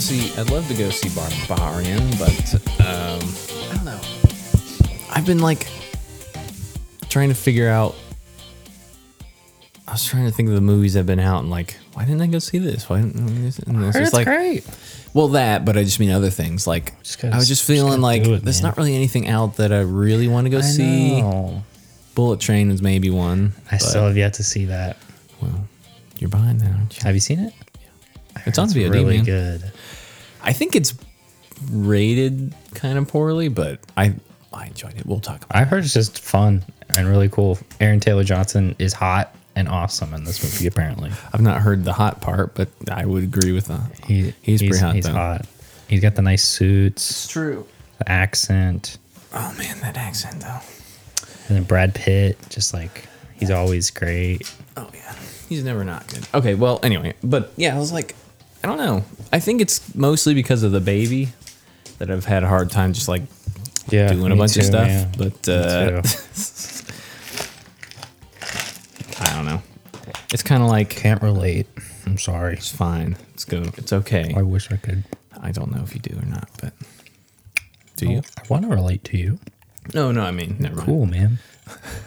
see. I'd love to go see Bar- Baharian, but um, I don't know. I've been like trying to figure out. I was trying to think of the movies I've been out and like, why didn't I go see this? Why didn't I go see this? And it's It's just like, great. well, that, but I just mean other things. Like, Just gotta- I was just just gotta feeling like do it, there's man. not really anything out that I really want to go see. Bullet Train was maybe one. I still have yet to see that. Well, you're behind now. aren't you? Have you seen it? It's on It's VOD, really man. good. I think it's rated kind of poorly, but I I enjoyed it. We'll talk about I heard it's just fun and really cool. Aaron Taylor Johnson is hot and awesome in this movie. Apparently, it. I've not heard the hot part, but I would agree with that. he, he's, pretty hot He's though. hot. He's got the nice suits, true. the accent, Oh man, that accent though. and then Brad Pitt. Just like he's always great. Oh yeah. He's never not good. Okay, well anyway, but yeah, I was like I don't know. I think it's mostly because of the baby that I've had a hard time just like Yeah, doing a me bunch of too, stuff. man. But Me uh, too. I don't know. It's kind of like can't relate. I'm sorry. it's fine. It's good. It's okay. I wish I could. I don't know if you do or not, but do I you? want to relate to you. Oh. No, no. I mean, never mind. Cool, man.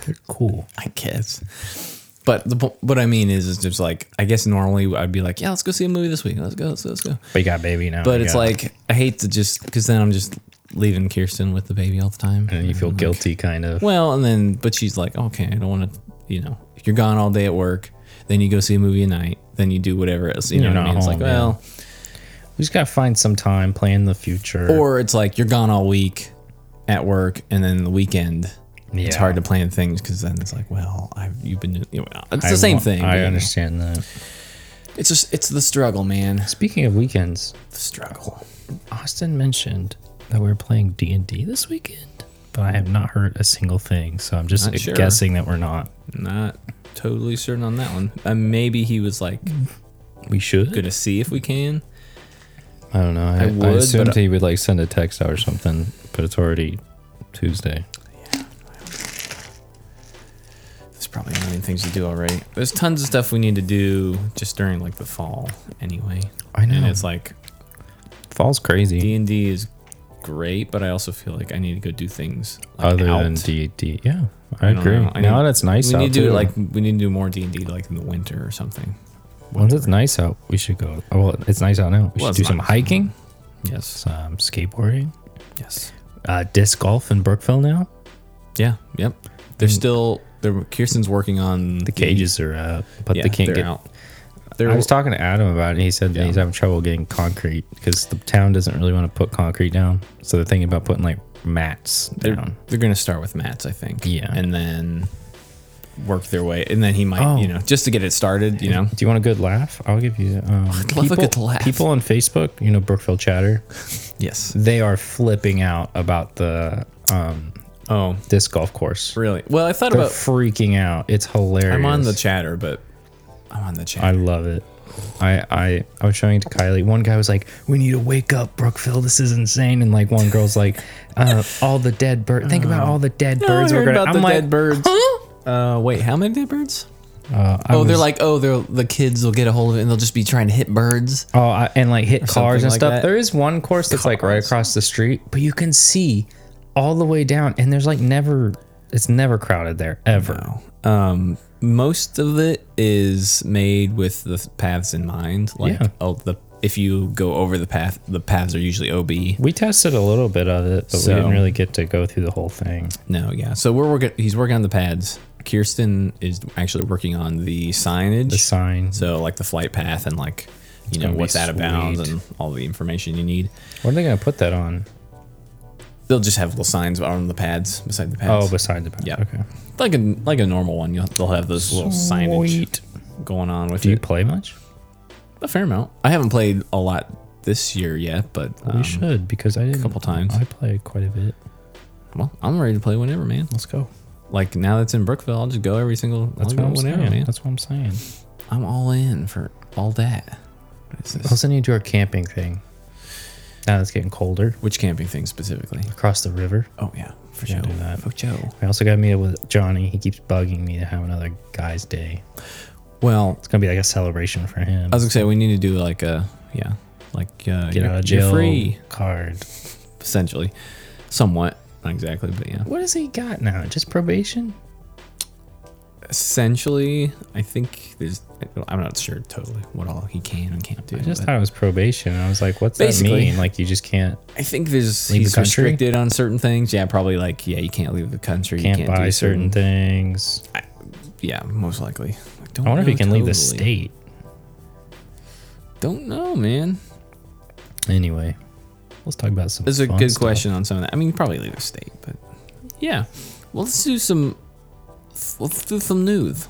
You're cool. I guess. But the po- what I mean is, is just like I guess normally I'd be like, yeah, let's go see a movie this week. Let's go. Let's go. Let's go. But you got baby now. But you it's got- like I hate to just because then I'm just leaving Kirsten with the baby all the time. and you feel guilty, kind of. Well, and then but she's like, okay, I don't want to. You know, you're gone all day at work. Then you go see a movie at night. Then you do whatever else. You You're know what I not mean? It's like, home, yeah. well, We just gotta find some time, plan the future. or it's like you're gone all week at work, and then the weekend. It's Yeah. hard to plan things because then it's like, well, I've you've been. You know, it's the I same want- thing. but, I you know. understand that. It's just it's the struggle, man. Speaking of weekends, The struggle. Austin mentioned that we were playing D and D this weekend, but I have not heard a single thing. So I'm just Not sure. guessing that we're not. Not totally certain on that one. Uh, maybe he was like, We should. "Gonna see if we can." I don't know. I, would, but assumed I- he would like send a text out or something, but it's already Tuesday. There's probably a million things to do already. There's tons of stuff we need to do just during like the fall, anyway. I know. And it's like Fall's crazy. D and D is great, but I also feel like I need to go do things like, other out. than D D. Yeah, I, I don't agree. know. I now need- that's nice we out need to do too. like we need to do more D and D like in the winter or something. once it's nice out, we should go. Oh, well, it's nice out now. We Well, should do it's some nice. hiking, Yes. some um, skateboarding, Yes. uh, disc golf in Brookville now. Yeah. Yep. They're still. They're, Kirsten's working on Mm. The cages are up, but they can't they're get. out. They're, I was talking to Adam about it. And he said that Yeah. he's having trouble getting concrete because the town doesn't really want to put concrete down. So they're thinking about putting like mats they're, down. they're going to start with mats, I think. Yeah. And then work their way. And then he might, you Oh. know, just to get it started, you know. Do you want a good laugh? I'll give you. Um, love a good laugh. People on Facebook, you know, Brookville Chatter, Yes. they are flipping out about the um, Oh, disc golf course. really? Well, I thought They're about. freaking out. It's hilarious. I'm on the chatter, but I'm on the I chatter. love it. I, I I was showing it to Kylie. One guy was like, "We need to wake up, Brookville. This is insane." And like one girl's like, uh, "All the dead birds. Think about all the dead Uh, I birds we're heard gonna." about I'm the like, dead birds. Uh, wait, how many dead birds? Uh, I Oh, they're was- like, oh, they're the kids will get a hold of it and they'll just be trying to hit birds. oh, I, and like hit cars something and like stuff. that. There is one course that's like right across the street, but you can see all the way down, and there's like never. It's never crowded there ever. Um, most of it is made with the paths in mind. Like, Yeah. oh, the if you go over the path, the paths are usually OB. We tested a little bit of it, but So- we didn't really get to go through the whole thing. No, yeah. So we're working. He's working on the pads. Kirsten is actually working on the signage. The sign. so like the flight path and like you know gonna be what's out of bounds sweet. and all the information you need. What are they gonna put that on? They'll just have little signs on the pads beside the pads. Oh, beside the Yeah. Okay. like a like a normal one. You'll, they'll have those little signage Sweet. going on with Do you it. play much? a fair amount. I haven't played a lot this year yet, but um, we should because I did a couple times. I played quite a bit. well, I'm ready to play whenever, man. Let's go. Like now that's in Brookville, I'll just go every single. That's I'll go what I'm whenever, saying. man. That's what I'm saying. I'm all in for all that. What is this? Listen to our camping thing. Now it's getting colder Which camping thing specifically? across the river. Oh yeah, for Yeah, do that. For Joe. I also got to meet up with Johnny. He keeps bugging me to have another guy's day. Well, It's gonna be like a celebration for him. I was gonna say we need to do like a yeah, Like uh, Get you're, out of jail you're free, card. essentially, somewhat, not exactly, but yeah, What has he got now? Just probation? essentially. I think there's. I'm not sure totally what all he can and can't do. I just but- thought it was probation. I was like, what's that Basically. mean? Like you just can't I think there's Leave the he's country? restricted on certain things. Yeah, probably like yeah, you can't leave the country. can't, you can't buy do certain things. Yeah, most likely. I, don't I wonder if know he can leave the totally. state. Don't know, man. Anyway, let's talk about some. That's a fun good stuff. question on some of that. I mean, probably leave the state, but yeah. Well, let's do some. Let's do some news.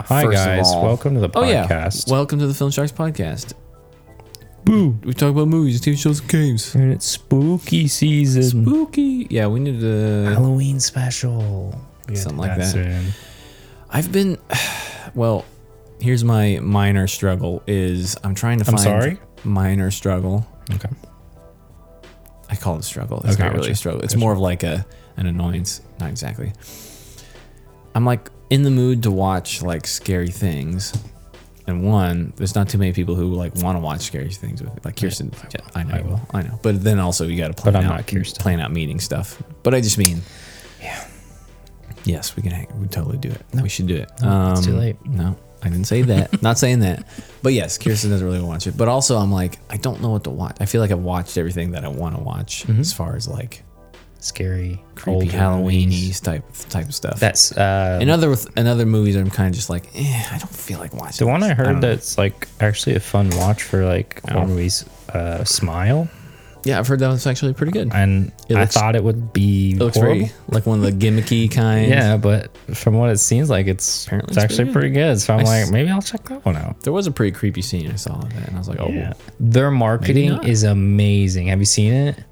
Hi First of guys, all- welcome to the Oh yeah, podcast. welcome to the Film Sharks podcast. Boo! We talk about movies, TV shows, and games. And it's spooky season. Spooky. Yeah, we need to. Halloween special. We gotta Something do like that. soon. I've been. Well, here's my minor struggle. Is I'm trying to I'm find. sorry? Minor struggle. Okay. I call it a struggle. It's Okay, not really gotcha, a struggle. It's gotcha. more of like a an annoyance. Not exactly. I'm like in the mood to watch like scary things, and one, there's not too many people who like want to watch scary things with like Kirsten. yeah, I know, I I will. will. I know. But then also you got to plan I'm out not Kirsten. plan out meeting stuff. But I just mean, yeah. Yes, we can. Hang, we totally do it. we should do it. Um, it's too late. No, I didn't say that. Not saying that. But yes, Kirsten doesn't really watch it. But also, I'm like, I don't know what to watch. I feel like I've watched everything that I want to watch Mm-hmm. as far as like Scary, creepy old Halloweeny type type of stuff. That's uh, and other with and other movies, I'm kind of just like, eh, I don't feel like watching. the one this. I heard don't know. Oh. that's like actually a fun watch for like horror movies. Uh, Smile, Yeah, I've heard that one's actually pretty good. and It looks- I thought it would be it looks horrible. very like one of the gimmicky kind. yeah, but from what it seems like, it's Apparently it's it's actually pretty pretty good. So I'm I like, s- maybe I'll check that one out. There was a pretty creepy scene I saw of that, and I was like, oh, Yeah. Their marketing not. is amazing. Have you seen it?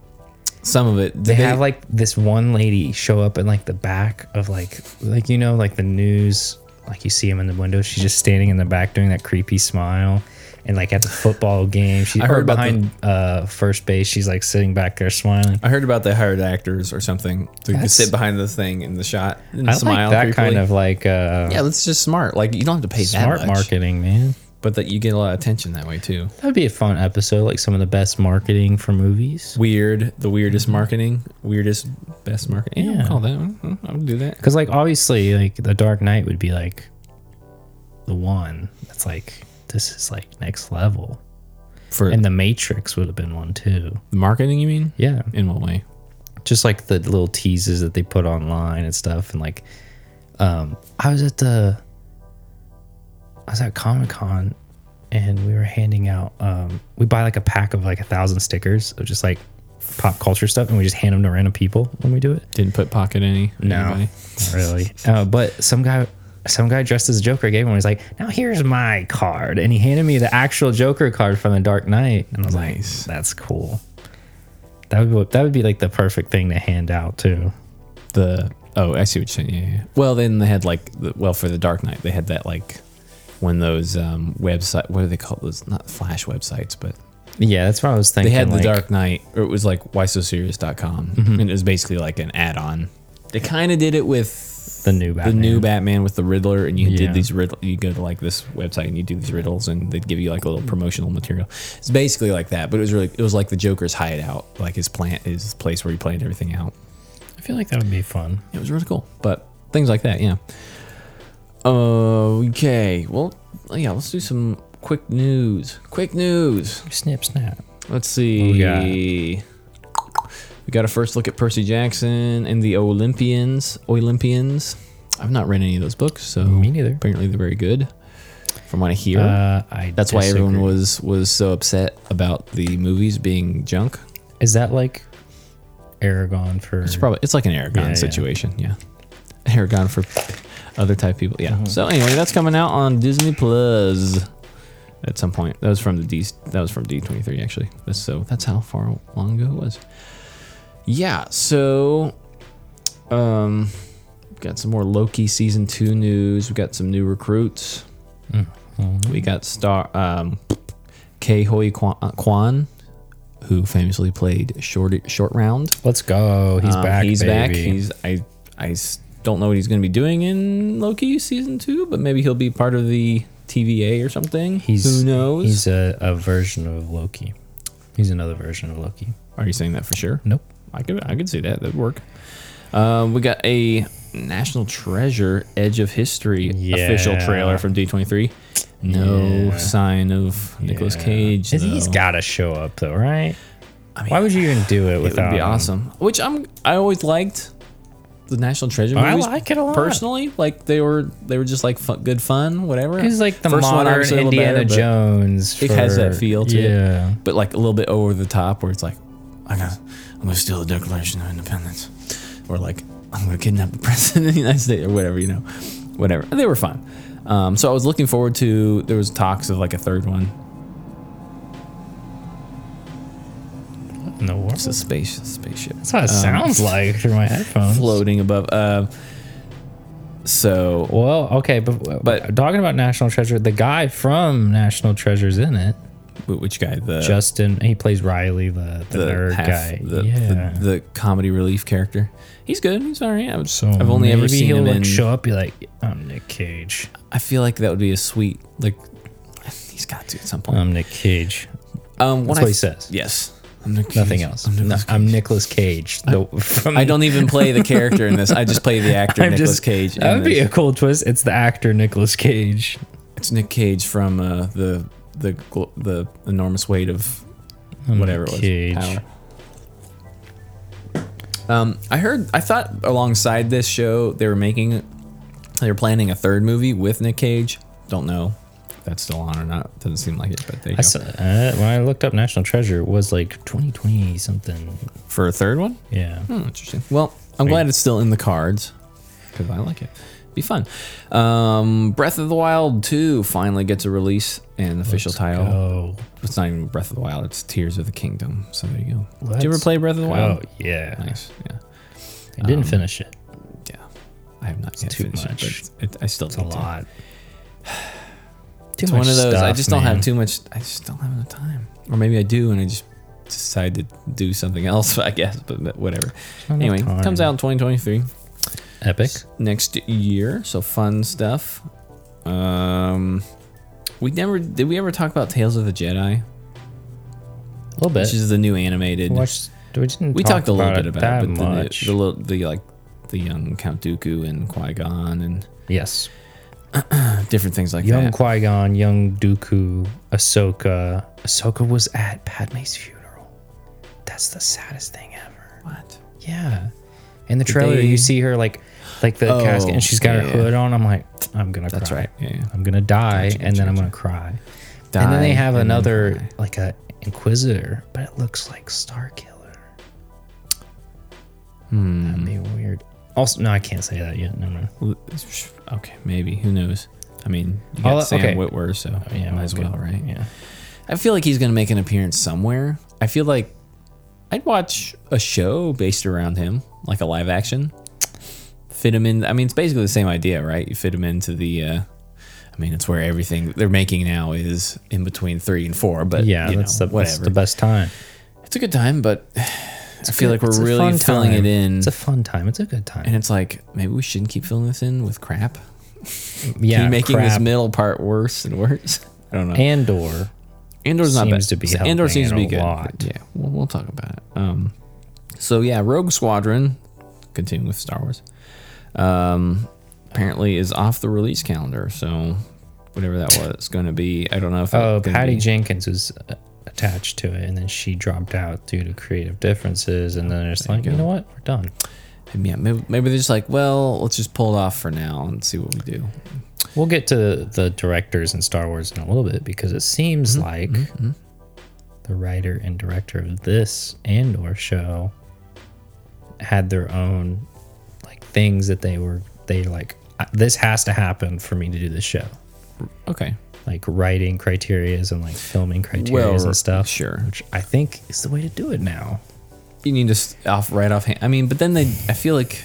some of it. Did They, have like this one lady show up in like the back of like like you know like the news like you see him in the window. She's just standing in the back doing that creepy smile. And like at the football game, she I heard heard about the- behind uh, first base, she's like sitting back there smiling. I heard about they hired actors or something to That's- sit behind the thing in the shot and I smile. like that creepily. kind of like uh, yeah, that's just smart. Like you don't have to pay smart that much, marketing, man. but that you get a lot of attention that way too. That'd be a fun episode, like some of the best marketing for movies. Weird, the weirdest marketing, weirdest best marketing. Yeah, Mm-hmm. Yeah. I'll call that one. Mm, I'll do that. Because like obviously, like the Dark Knight would be like the one that's like this is like next level, For and the Matrix would have been one too. marketing, you mean? Yeah, In what way? just like the little teases that they put online and stuff, and like, um, I was at the, I was at Comic Con, and we were handing out, um, we buy like a pack of like a thousand stickers of just like pop culture stuff, and we just hand them to random people when we do it. Didn't put pocket any. No, anybody? not really. Uh, but some guy, some guy dressed as Joker gave him. He's like, "Now here's my card," and he handed me the actual Joker card from The Dark Knight, and I was Nice. like, "That's cool." That would be, what- that would be like the perfect thing to hand out too. the oh i see what you're saying yeah, yeah, yeah. well then they had like the, well for the dark knight they had that like when those um website what do they call those not flash websites but Yeah, that's what I was they thinking. had the like, Mm-hmm. dark knight or it was like whysoserious.com and it was basically like an add-on they kind of did it with the new the Batman. new batman with the riddler and you Yeah. did these riddle you go to like this website and you do these riddles and they'd give you like a little promotional material it's basically like that but it was really it was like the joker's hideout like his plant his place where he planned everything out I feel like that would be fun. it was really cool. But things like that, yeah. Okay, well, yeah, let's do some quick news. Quick news. Snip snap. Let's see. we got? We got a first look at Percy Jackson and the Olympians. Olympians. I've not read any of those books, so Me neither. apparently they're very good, from what I hear. Uh, I That's why everyone disagree. was was so upset about the movies being junk. Is that like Aragon for? It's probably it's like an Aragon Yeah, yeah. situation, yeah. Aragon for other type people, yeah. Mm-hmm. So anyway, that's coming out on Disney Plus at some point. That was from the D. That was from D twenty three actually. That's- So that's how far long ago it was. Yeah. So, um, got some more Loki season two news. We got some new recruits. Mm-hmm. We got star um, K Hoi Kwan, Kwan, who famously played short short round. Let's go. Uh, He's Um, back. He's back. baby. He's I I s- don't know what he's going to be doing in Loki season two, but maybe he'll be part of the TVA or something. He's Who knows? He's a, a version of Loki. He's another version of Loki. Are you saying that for sure? Nope. I could I could see that. That'd work. Um, we got a National Treasure Edge of History official Yeah. trailer from D23. No Yeah. sign of Nicolas Cage. Is- He's though. got to show up though, right? I mean, Why would you even do it it without? would be him? awesome. Which I'm I always liked the National Treasure I movies. like it a lot. Personally, like they were they were just like fun, good fun, whatever. He's like the First one, modern obviously, a little Indiana better, but- Jones. It has that for- feel to it. yeah. but like a little bit over the top where it's like I got I'm gonna steal the Declaration of Independence or like I'm gonna kidnap the president of the United States or whatever you know whatever they were fun um, so I was looking forward to there was talks of like a third one In the world. it's a space spaceship That's what it sounds like through my headphones. floating above uh, so Well, okay, but But- but talking about National Treasure, the guy from National Treasure's in it. wh- which guy the Justin, he plays Riley, the, the, nerd half- guy. the, yeah. the, the comedy relief character he's good he's alright I would, so I've only ever maybe seen he'll him like in show up, be like, I'm Nick Cage. I feel like that would be a sweet like he's got to at some point I'm Nick Cage. Um, when Uh, That's I what he says. Yes. I'm Nick Nothing Cage. else. I'm Nicolas No, I'm Nicolas Cage. The, from I don't even play the character in this. I just play the actor I'm Nicolas just- Cage. That in would be this. a cool twist. It's the actor Nicolas Cage. It's Nick Cage from uh, the the gl- the enormous weight of I'm whatever Nick it was. Power. Um, I heard. I thought alongside this show they were making, they were planning a third movie with Nick Cage. Don't know if that's still on or not. Doesn't seem like it, but there you go. I saw, uh, when I looked up National Treasure, it was like 2020 something. For a third one, Yeah. Hmm, interesting. Well, I'm glad it's still in the cards because I like it. Be fun. Um, Breath of the Wild 2 finally gets a release and official title. Oh, It's not even Breath of the Wild, it's Tears of the Kingdom. So there you go. Did you ever Let's play Breath of the wow. Wild? oh, yeah. Nice. Yeah. I didn't finish it. Yeah. I have not yet too finished much. it, but it, I still It's a lot. Too It's much one of those I stuff, just don't have man. too much I just don't have enough time. Or maybe I do and I just decide to do something else, I guess, but, but whatever. not enough Anyway, time. comes out in 2023. Epic. next year. So fun stuff. Um, we never did we ever talk about Tales of the Jedi, A little bit. which is the new animated. we watched, we didn't we talk talked a little bit about that it, but the, much. new- the little the like the young Count Dooku and Qui Gon and yes. different things like Young that. Qui Gon, young Dooku, Ahsoka. Ahsoka was at Padme's funeral. That's the saddest thing ever. what? Yeah. In the trailer, they- you see her like, like the Oh, casket, and she's got yeah. her hood on. I'm like, I'm gonna. That's cry. right. Yeah. yeah. I'm gonna die, Gotcha, and then I'm gotcha. gonna cry. and then Die they have and then another cry. like a Inquisitor, but it looks like Star Killer. That'd be Hmm. weird. Also, no, I can't say that yet. No, no. Okay, maybe who knows? I mean, you got All- Sam okay. Witwer, so Yeah, might as okay. well, right? Yeah. I feel like he's gonna make an appearance somewhere. I feel like I'd watch a show based around him, like a live action. Fit him in. I mean, it's basically the same idea, right? You fit him into the. Uh, I mean, it's where everything they're making now is in between three and four. But Yeah, you that's know, the that's whatever. the best time. it's a good time, but I feel like It's we're a really fun filling time. it in, It's a fun time. It's a good and time. it's like maybe we shouldn't keep filling this in with crap. Yeah, Keep making this crap. middle part worse and worse. I don't know. Andor. Andor's not seems bad. to be So helping Andor seems it to be a good. lot. Yeah, we'll, we'll talk about it. Um, so yeah, Rogue Squadron, continuing with Star Wars, um, apparently is off the release calendar. So whatever that was going to be, I don't know if. Oh, it's gonna Patty be- Jenkins was uh, attached to it, and then she dropped out due to creative differences. And then it's like, you know what? We're done. yeah, maybe, maybe they're just like, well, let's just pull it off for now and see what we do. We'll get to the directors in Star Wars in a little bit because it seems Mm-hmm. like the writer and director of this Andor show had their own like things that they were they like "I- this has to happen for me to do this show Okay. like writing criterias and like filming criterias Well, and stuff sure. which I think is the way to do it now you need to s- off right off hand. I mean, but then they, I feel like,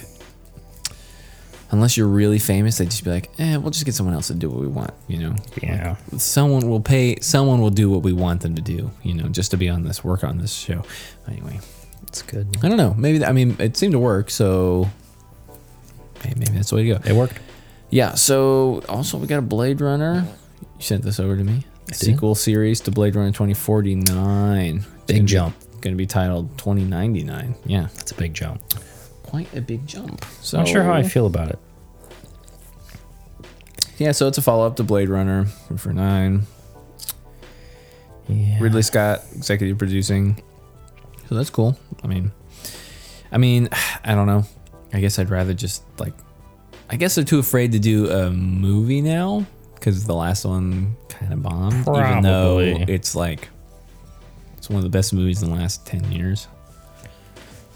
unless you're really famous, they'd just be like, eh, we'll just get someone else to do what we want, you know? Yeah. Like, someone will pay, someone will do what we want them to do, you know, just to be on this, work on this show. Anyway, it's good I don't know. Maybe, that, I mean, it seemed to work, so hey, maybe that's the way to go. it worked Yeah, so also we got a Blade Runner. You sent this over to me. A sequel series to Blade Runner 2049. It's gonna Big be- jump. Going to be titled 2099. Yeah. That's a big jump. Quite a big jump. So, Not sure how I Oh. feel about it. Yeah, so it's a follow up to Blade Runner for 9. Yeah. Ridley Scott executive producing. So that's cool. I mean, I mean, I don't know. I guess I'd rather just like. I guess they're too afraid to do a movie now because the last one kind of bombed. Even though Probably. it's like, it's one of the best movies in the last ten years.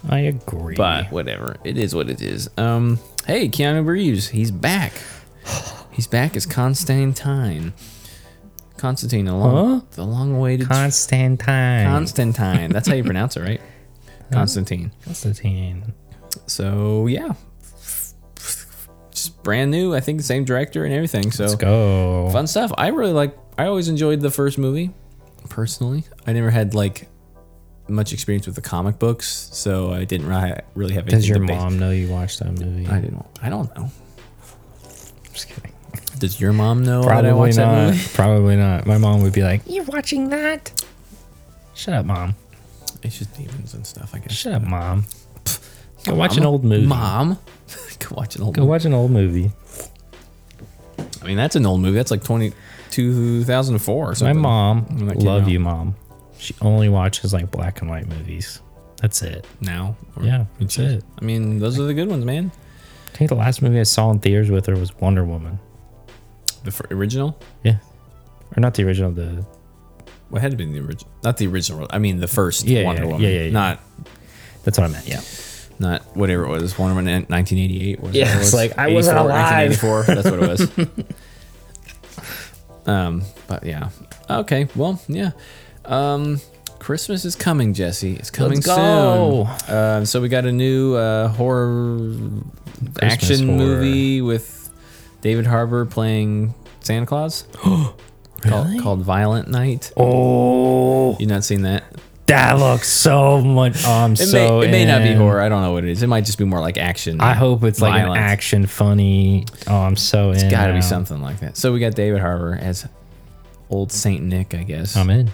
I agree. But whatever, it is what it is. Um, hey, Keanu Reeves, he's back. He's back as Constantine. Constantine, the long, Huh? the long-awaited Constantine. Constantine. That's how you pronounce it, right? Constantine. Constantine. So yeah, just brand new. I think the same director and everything. So Let's go. fun stuff. I really like. I always enjoyed the first movie. Personally, I never had like much experience with the comic books, so I didn't ri- really have. Does anything your to base- mom know you watched that movie? I didn't. I don't know. just kidding. Does your mom know that Oh, I Probably watched that not. movie? Probably not. My mom would be like, "You're watching that? Shut up, mom. It's just demons and stuff. I guess. Shut up, mom. Go watch an old movie. Mom, go watch an old. Go watch an old movie." I mean, that's an old movie. That's like 20, 2004 or My something. mom, When that came love out. you, mom. She only watches like black and white movies. That's it. now. or- Yeah, that's it. I mean, those are the good ones, man. I think the last movie I saw in theaters with her was Wonder Woman. The fir- original. Yeah, or not the original. The What had been the original? Not the original. I mean, the first Yeah, Wonder yeah, Woman. yeah, yeah, yeah. Not that's what I meant. Yeah. not whatever it was. Wonder Woman in 1988. Was Yeah, it it's was. like, I wasn't 84, alive. 1984, That's what it was. um, but yeah. Okay. Well, yeah. Um, Christmas is coming, Jesse. It's coming Let's go. soon. Uh, so we got a new uh, horror action horror. movie with David Harbour playing Santa Claus. Really? Called, called Violent Night. Oh, You not seen that? that looks so much. Oh, I'm It so. may, it may not be in. horror. I don't know what it is. It might just be more like action. I hope it's like violence. an action funny. Oh, I'm so in. It's got to be now. something like that. So we got David Harbour as old Saint Nick, I guess. I'm in.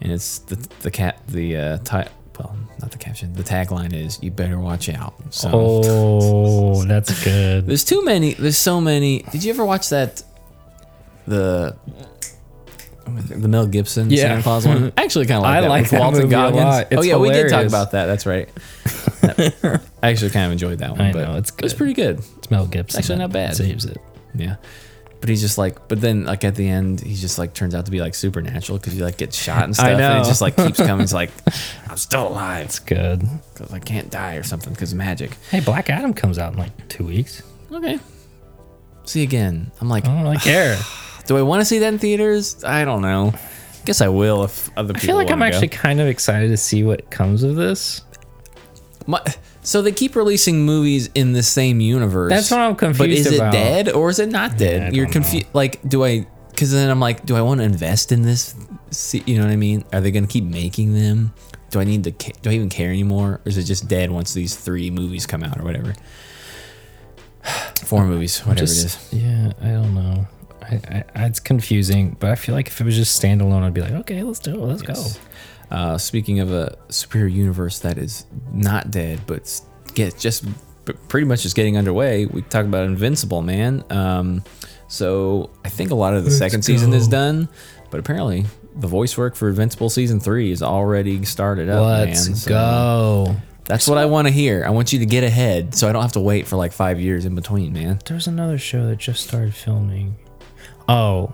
and it's the the cat the uh ti- well, not the caption. The tagline is "You better watch out." So Oh, that's good. there's too many. There's so many. Did you ever watch that? The the Mel Gibson Yeah. Santa Claus one. I actually kind of like I that. like with that Walton movie a Goggins. lot. oh It's yeah, we did talk hilarious. about that. That's right. I actually kind of enjoyed that one. I but know, it's It was good. pretty good. It's Mel Gibson. actually that not bad. Saves it. Yeah. But he's just like, but then like at the end, he just like turns out to be like supernatural because he like gets shot and stuff. I And know. it just like keeps coming. It's like, I'm still alive It's good. because I can't die or something because magic. Hey, Black Adam comes out in like two weeks. Okay. See again. I'm like, I don't really care. do I want to see that in theaters? I don't know. Guess I will if other people. I feel like I'm wanna go. actually kind of excited to see what comes of this. My, so they keep releasing movies in the same universe. That's what I'm But is confused about. it dead or is it not I dead? don't You're know. confused. Like, do I? Because then I'm like, do I want to invest in this? See, you know what I mean? Are they going to keep making them? Do I need to? ca- Do I even care anymore? Or is it just dead once these three movies come out or whatever? Four movies, whatever it is. Just- Yeah, I don't know. I, I, it's confusing, but I feel like if it was just standalone, I'd be like, okay, let's do it. Let's Yes. go. Uh, speaking of a superior universe that is not dead, but s- get just p- pretty much just getting underway. We talk about Invincible, man. Um, so I think a lot of the second season is done, but apparently the voice work for Invincible season three is already started up. Let's man. So go. That's what I want to hear. I want you to get ahead, so I don't have to wait for like five years in between, man. There's another show that just started filming. Oh,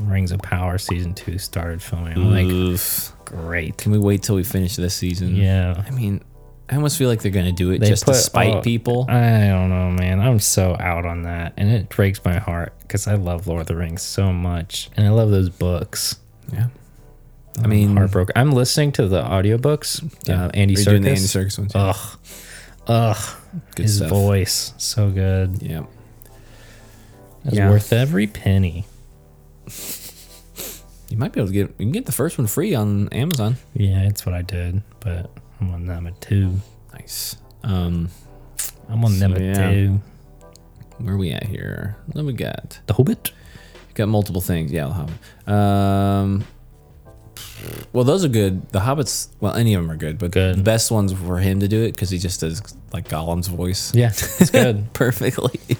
Rings of Power season two started filming. I'm like, Oof. Mm. great. can we wait till we finish this season? Yeah. I mean, I almost feel like they're gonna do it They just put- to spite oh, people. I don't know, man. I'm so out on that, and it breaks my heart because I love Lord of the Rings so much, and I love those books. yeah. I mean, Heartbroken. I'm listening to the audiobooks. Uh, Andy Are you Serkis. doing the Andy Serkis ones? Yeah. Ugh, ugh. Good His stuff. voice, so good. Yeah. It's Yeah. worth every penny. You might be able to get you can get the first one free on Amazon. Yeah, it's what I did, but I'm on number two. Nice. Um I'm on number yeah. two. where are we at here? What do we got? The Hobbit. Got multiple things. Yeah, The Hobbit. Um, well, those are good. The Hobbits, well, any of them are good, but Good. the best ones were him to do it because he just does like Gollum's voice Yeah, it's good. perfectly. good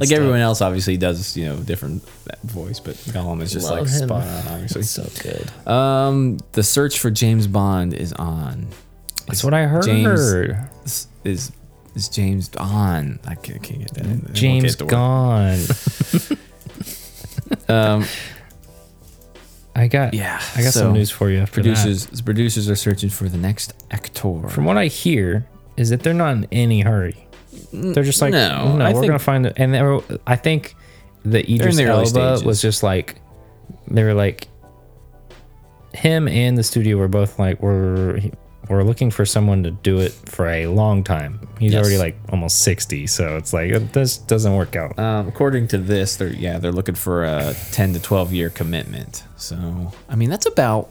like stuff. everyone else, obviously does you know different voice, but Gollum is just Love like him. spot on, obviously. it's so good. Um, the search for James Bond is on. That's what I heard. James James, is is, is James on. I can't, can't get that. in. It won't get to work. gone. Um, I got. yeah, I got so some news for you. After that. Producers producers are searching for the next actor. From what I hear, is that they're not in any hurry. They're just like, no, no, I we're think- gonna find it. And they were, I think the Idris the early Elba stages. was just like, they were like, him and the studio were both like, we're we're looking for someone to do it for a long time. He's Yes. already like almost sixty, so it's like this doesn't work out. Um, according to this, they're yeah they're looking for a ten to twelve year commitment. So I mean that's about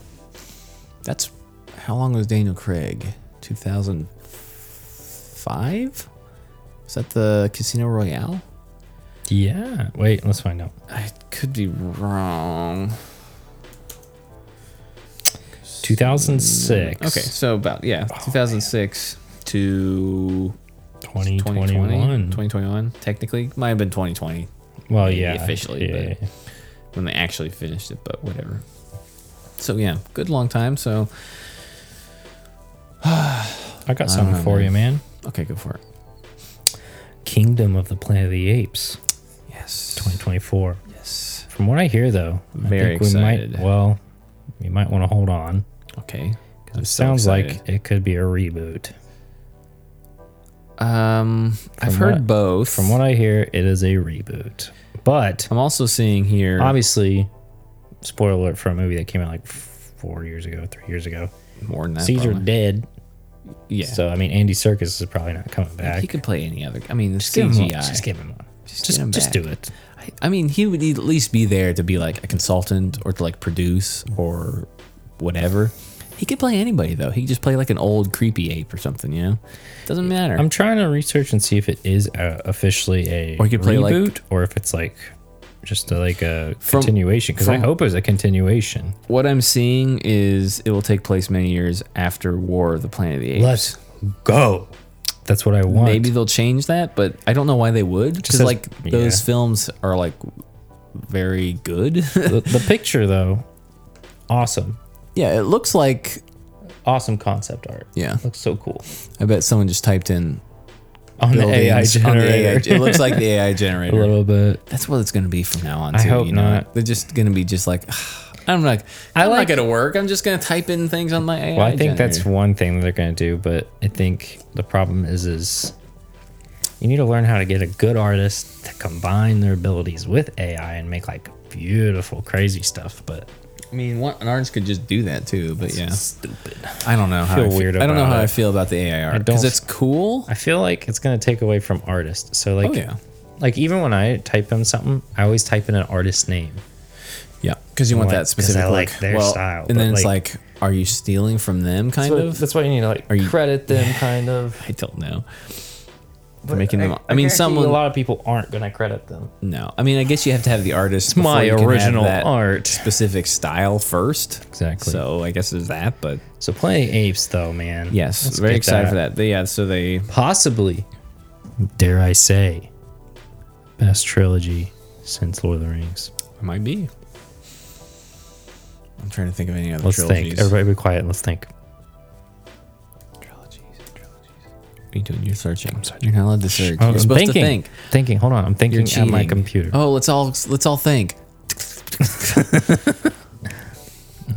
that's how long was Daniel Craig? Two thousand five? Is that the Casino Royale? Yeah. Wait, let's find out. I could be wrong. 2006. Mm, Okay, so about Oh, yeah, 2006 to 2021. 2020, 2021 technically might have been 2020 Well, Maybe yeah. officially, Yeah. but- when they actually finished it, but whatever. So yeah, good long time. So I got something know, for you, man. okay, go for it. Kingdom of the Planet of the Apes, Yes. 2024. Yes. From what I hear, though, Very I think we excited. might. Well, you might want to hold on Okay. because it sounds like it could be a reboot. like um, I've From heard what- both. From what I hear, it is a reboot, but I'm also seeing here, obviously, spoiler alert for a movie that came out like four years ago, three years ago. more than that. Caesar probably. dead, yeah. so I mean, Andy Circus is probably not coming back. he could play any other. I mean, the Just give him CGI. one. Just give him one. Just, get him just, back. do it. I, I mean, he would at least be there to be like a consultant or to like produce or whatever. He could play anybody though. He could just play like an old creepy ape or something. You know, doesn't matter. I'm trying to research and see if it is uh, officially a Or you could play, like- reboot, or if it's like just a, like a From- continuation. Because I from- hope it's a continuation. what I'm seeing is it will take place many years after War of the Planet of the Apes. Let's go. That's what I want. Maybe they'll change that, but I don't know why they would. Because as- like those yeah. films are like very good. the, the picture though, awesome, yeah, it looks like. awesome concept art. Yeah, looks so cool I bet someone just typed in on the AI buildings on the AI generator. It looks like the AI generator. a little bit. That's what it's going to be from now on. Too, I hope you know? not. They're just going to be just like, I'm not. I I'm not like- going to work. I'm just going to type in things on my AI. Well, I think that's generator. one thing that they're going to do, but I think the problem is is you need to learn how to get a good artist to combine their abilities with AI and make like beautiful, crazy stuff. But I mean, one, an artist could just do that too. But yeah, stupid. I don't know. How I, feel feel- weird I don't know about how it. I feel about the AI art don't because f- it's cool. I feel like it's going to take away from artists. So like, oh yeah, like even when I type in something, I always type in an artist's name. yeah. Because you want like- that specific 'cause I like look. their well, style, and then but, it's like- like, are you stealing from them? Kind So of. that's why you need to like you- credit them, kind of. I don't know. But making them- I mean, guarantee someone- A lot of people aren't going to credit them. No, I mean, I guess you have to have the artist. before my you can have original that art. specific style first. Exactly. So I guess there's that, but So playing apes, though, man. yes, Let's very get excited for that. They, yeah, so they Possibly, dare I say, best trilogy since Lord of the Rings. It might be. I'm trying to think of any other Let's trilogies. think. Everybody, be quiet. Let's think. Trilogies, trilogies. What are you doing? You're searching. You're not allowed to search. Oh, You're I'm supposed thinking. to think. Thinking. Hold on. I'm You're thinking at cheating. my computer. Oh, let's all let's all think.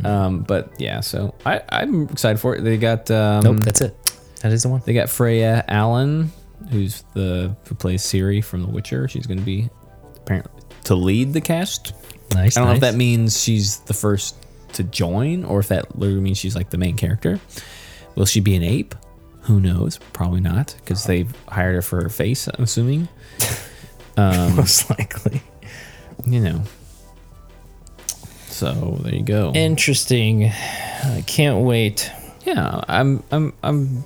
um, but yeah, so I I'm excited for it. They got um, nope. That's it. That is the one. they got Freya Allen, who's the who plays Siri from The Witcher. She's going to be apparently to lead the cast. Nice. I don't know if nice. that means she's the first to join or if that literally means she's like the main character. Will she be an ape? Who knows? Probably not because they've hired her for her face, I'm assuming. most likely. You know. So there you go. Interesting. I can't wait. yeah, I'm I'm I'm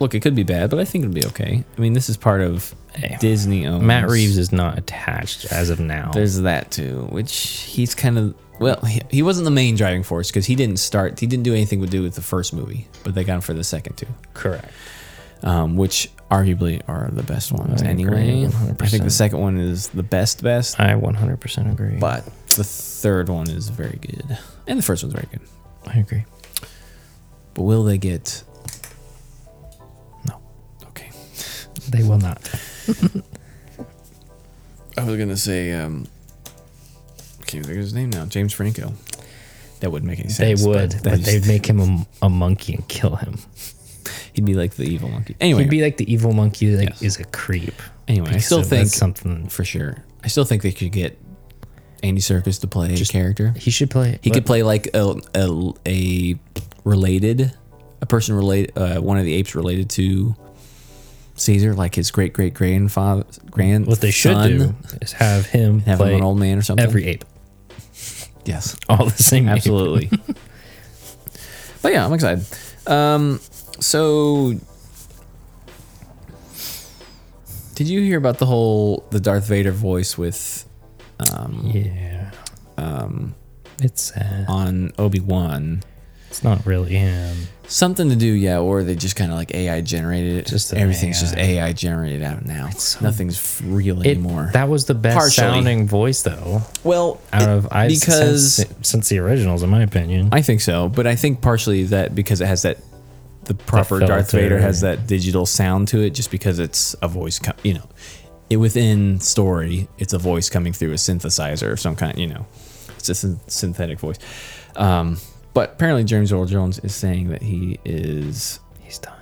look, it could be bad, but I think it'd be okay. I mean, this is part of Hey, Disney owns. Matt Reeves is not attached as of now. There's that too, which he's kind of well, he, he wasn't the main driving force because he didn't start. He didn't do anything to do with the first movie, but they got him for the second two, Correct. um, which arguably are the best ones I agree, anyway. I think the 100%. second one is the best, best, I 100% agree. but the third one is very good, and the first one's very good. I agree. But will they get? No. Okay. They will not. I was gonna say, um, can't think of his name now. James Franco. That wouldn't make any They sense. would, but, that's- they'd make him a, a monkey and kill him. he'd be like the evil monkey. Anyway, He'd be like the evil monkey that Yes. is a creep. anyway, I Because still of- think that's something for sure. I still think they could get Andy Circus to play a character. he should play. He but could play like a a, a related a person related uh, one of the apes related to Caesar, like his great great grandfather grand. What they should do is have him have play him an old man or something. every ape, yes. all the same. ape. Absolutely. but yeah, I'm excited. Um, so did you hear about the whole the Darth Vader voice with um, Yeah. Um, it's sad. on Obi Wan? It's not really him. Something to do, yeah, or they just kind of like AI generated it. Just an everything's just AI. AI generated out now. so- Nothing's f- real It, anymore. That was the best Partially. sounding voice though. well, Out it- of I because since, since the originals, in my opinion. I think so, but I think partially that because it has that the proper Darth filter. Vader has that digital sound to it, just because it's a voice, co- you know, it within story, it's a voice coming through a synthesizer of some kind, you know, it's a syn- synthetic voice. Um, but apparently, James Earl Jones is saying that he is He's done.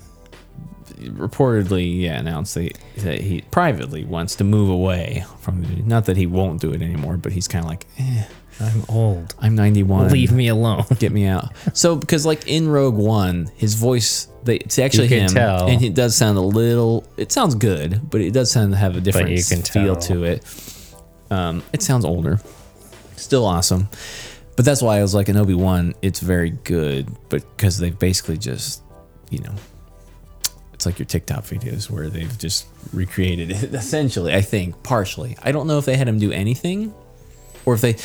reportedly yeah, announced that he, that he privately wants to move away from the not that he won't do it anymore, but he's kind of like, eh, I'm old. I'm 91 Leave me alone. get me out. So because like in Rogue One, his voice they, it's actually can him, tell. and it does sound a little. It sounds good, but it does sound to have a different you can feel tell. to it. Um, it sounds older, still awesome, but that's why I was like in Obi Wan, it's very good, but because they've basically just, you know. It's like your TikTok videos where they've just recreated it, essentially. I think partially. I don't know if they had him do anything or if they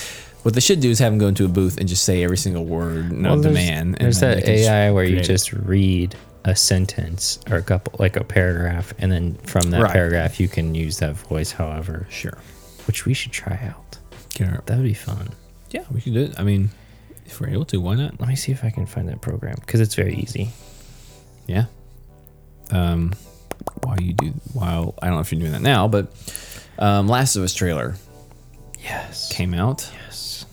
what they should do is have him go into a booth and just say every single word no Well, there's- demand and There's then they that can just AI where you create it. just read a sentence or a couple, like a paragraph, and then from that Right. paragraph you can use that voice. However, sure which we should try out. Can- That would be fun. yeah we could do it i mean if we're able to why not Let me see if I can find that program because it's very easy. yeah um while you do while i don't know if you're doing that now but um last of us trailer Yes. came out Yes.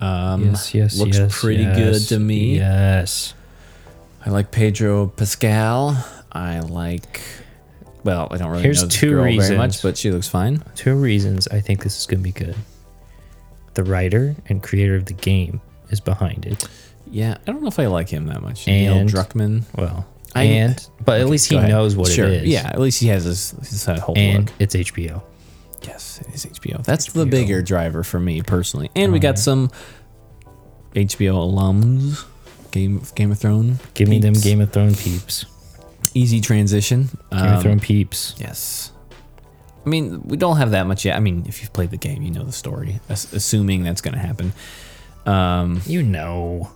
um yes. Yes. looks yes, pretty yes, good to me Yes. i like pedro pascal i like well i don't really Here's know this two girl very reasons. much but she looks fine Two reasons I think this is going to be good. The writer and creator of the game is behind it. yeah i don't know if i like him that much And- neil druckmann Well, I- and but at least Go he ahead. knows what Sure, it is. Yeah, at least he has his, his uh, whole And look. it's HBO. Yes, it is HBO. That's the HBO. bigger driver for me personally. And we got some HBO alums, Game Game of Thrones. Give me them peeps. Game of Thrones peeps. Easy transition. Game Um, of Thrones peeps. Yes. I mean, we don't have that much yet. I mean, if you've played the game, you know the story. As- assuming that's going to happen. Um, You know.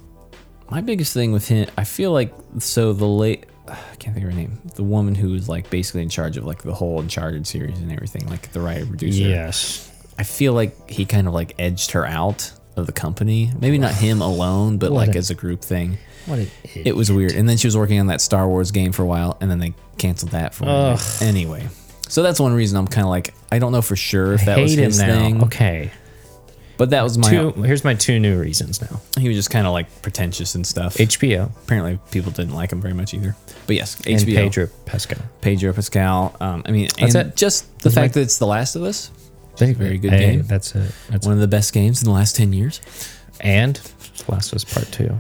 my biggest thing with him, I feel like so the late I can't think of her name. The woman who was like basically in charge of like the whole Uncharted series and everything, like the writer producer. Yes. I feel like he kind of like edged her out of the company. Maybe not him alone, but What like a- as a group thing. What an It was weird. And then she was working on that Star Wars game for a while, and then they canceled that for a Ugh. minute. anyway. So that's one reason I'm kind of like I don't know for sure if that hate was him his now. thing, Okay. but that was my. Two, here's my two new reasons now. He was just kind of like pretentious and stuff. HBO Apparently, people didn't like him very much either. But yes, and HBO, Pedro, Pedro Pascal. Pascal. Um, I mean, That's and it. just the That's fact that my- it's The Last of Us, very good Hey, game. That's it. That's one of the best games in the last ten years. it. And Last of Us Part Two.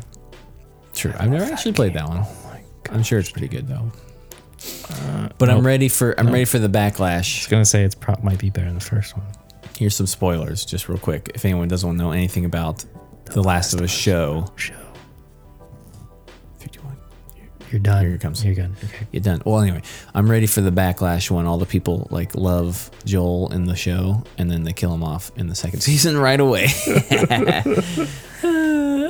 True. I've never actually played that one. Oh my Uh, I'm sure it's pretty good though. but I'm ready for I'm ready for the I was backlash. gonna say it's prop might be better than the first one. Here's some spoilers, just real quick. If anyone doesn't know anything about the Last of Us show, Show. fifty-one. You're done. Here it comes. You're done. Okay. You're done. Well, anyway, I'm ready for the backlash when all the people like love Joel in the show, and then they kill him off in the second season right away. I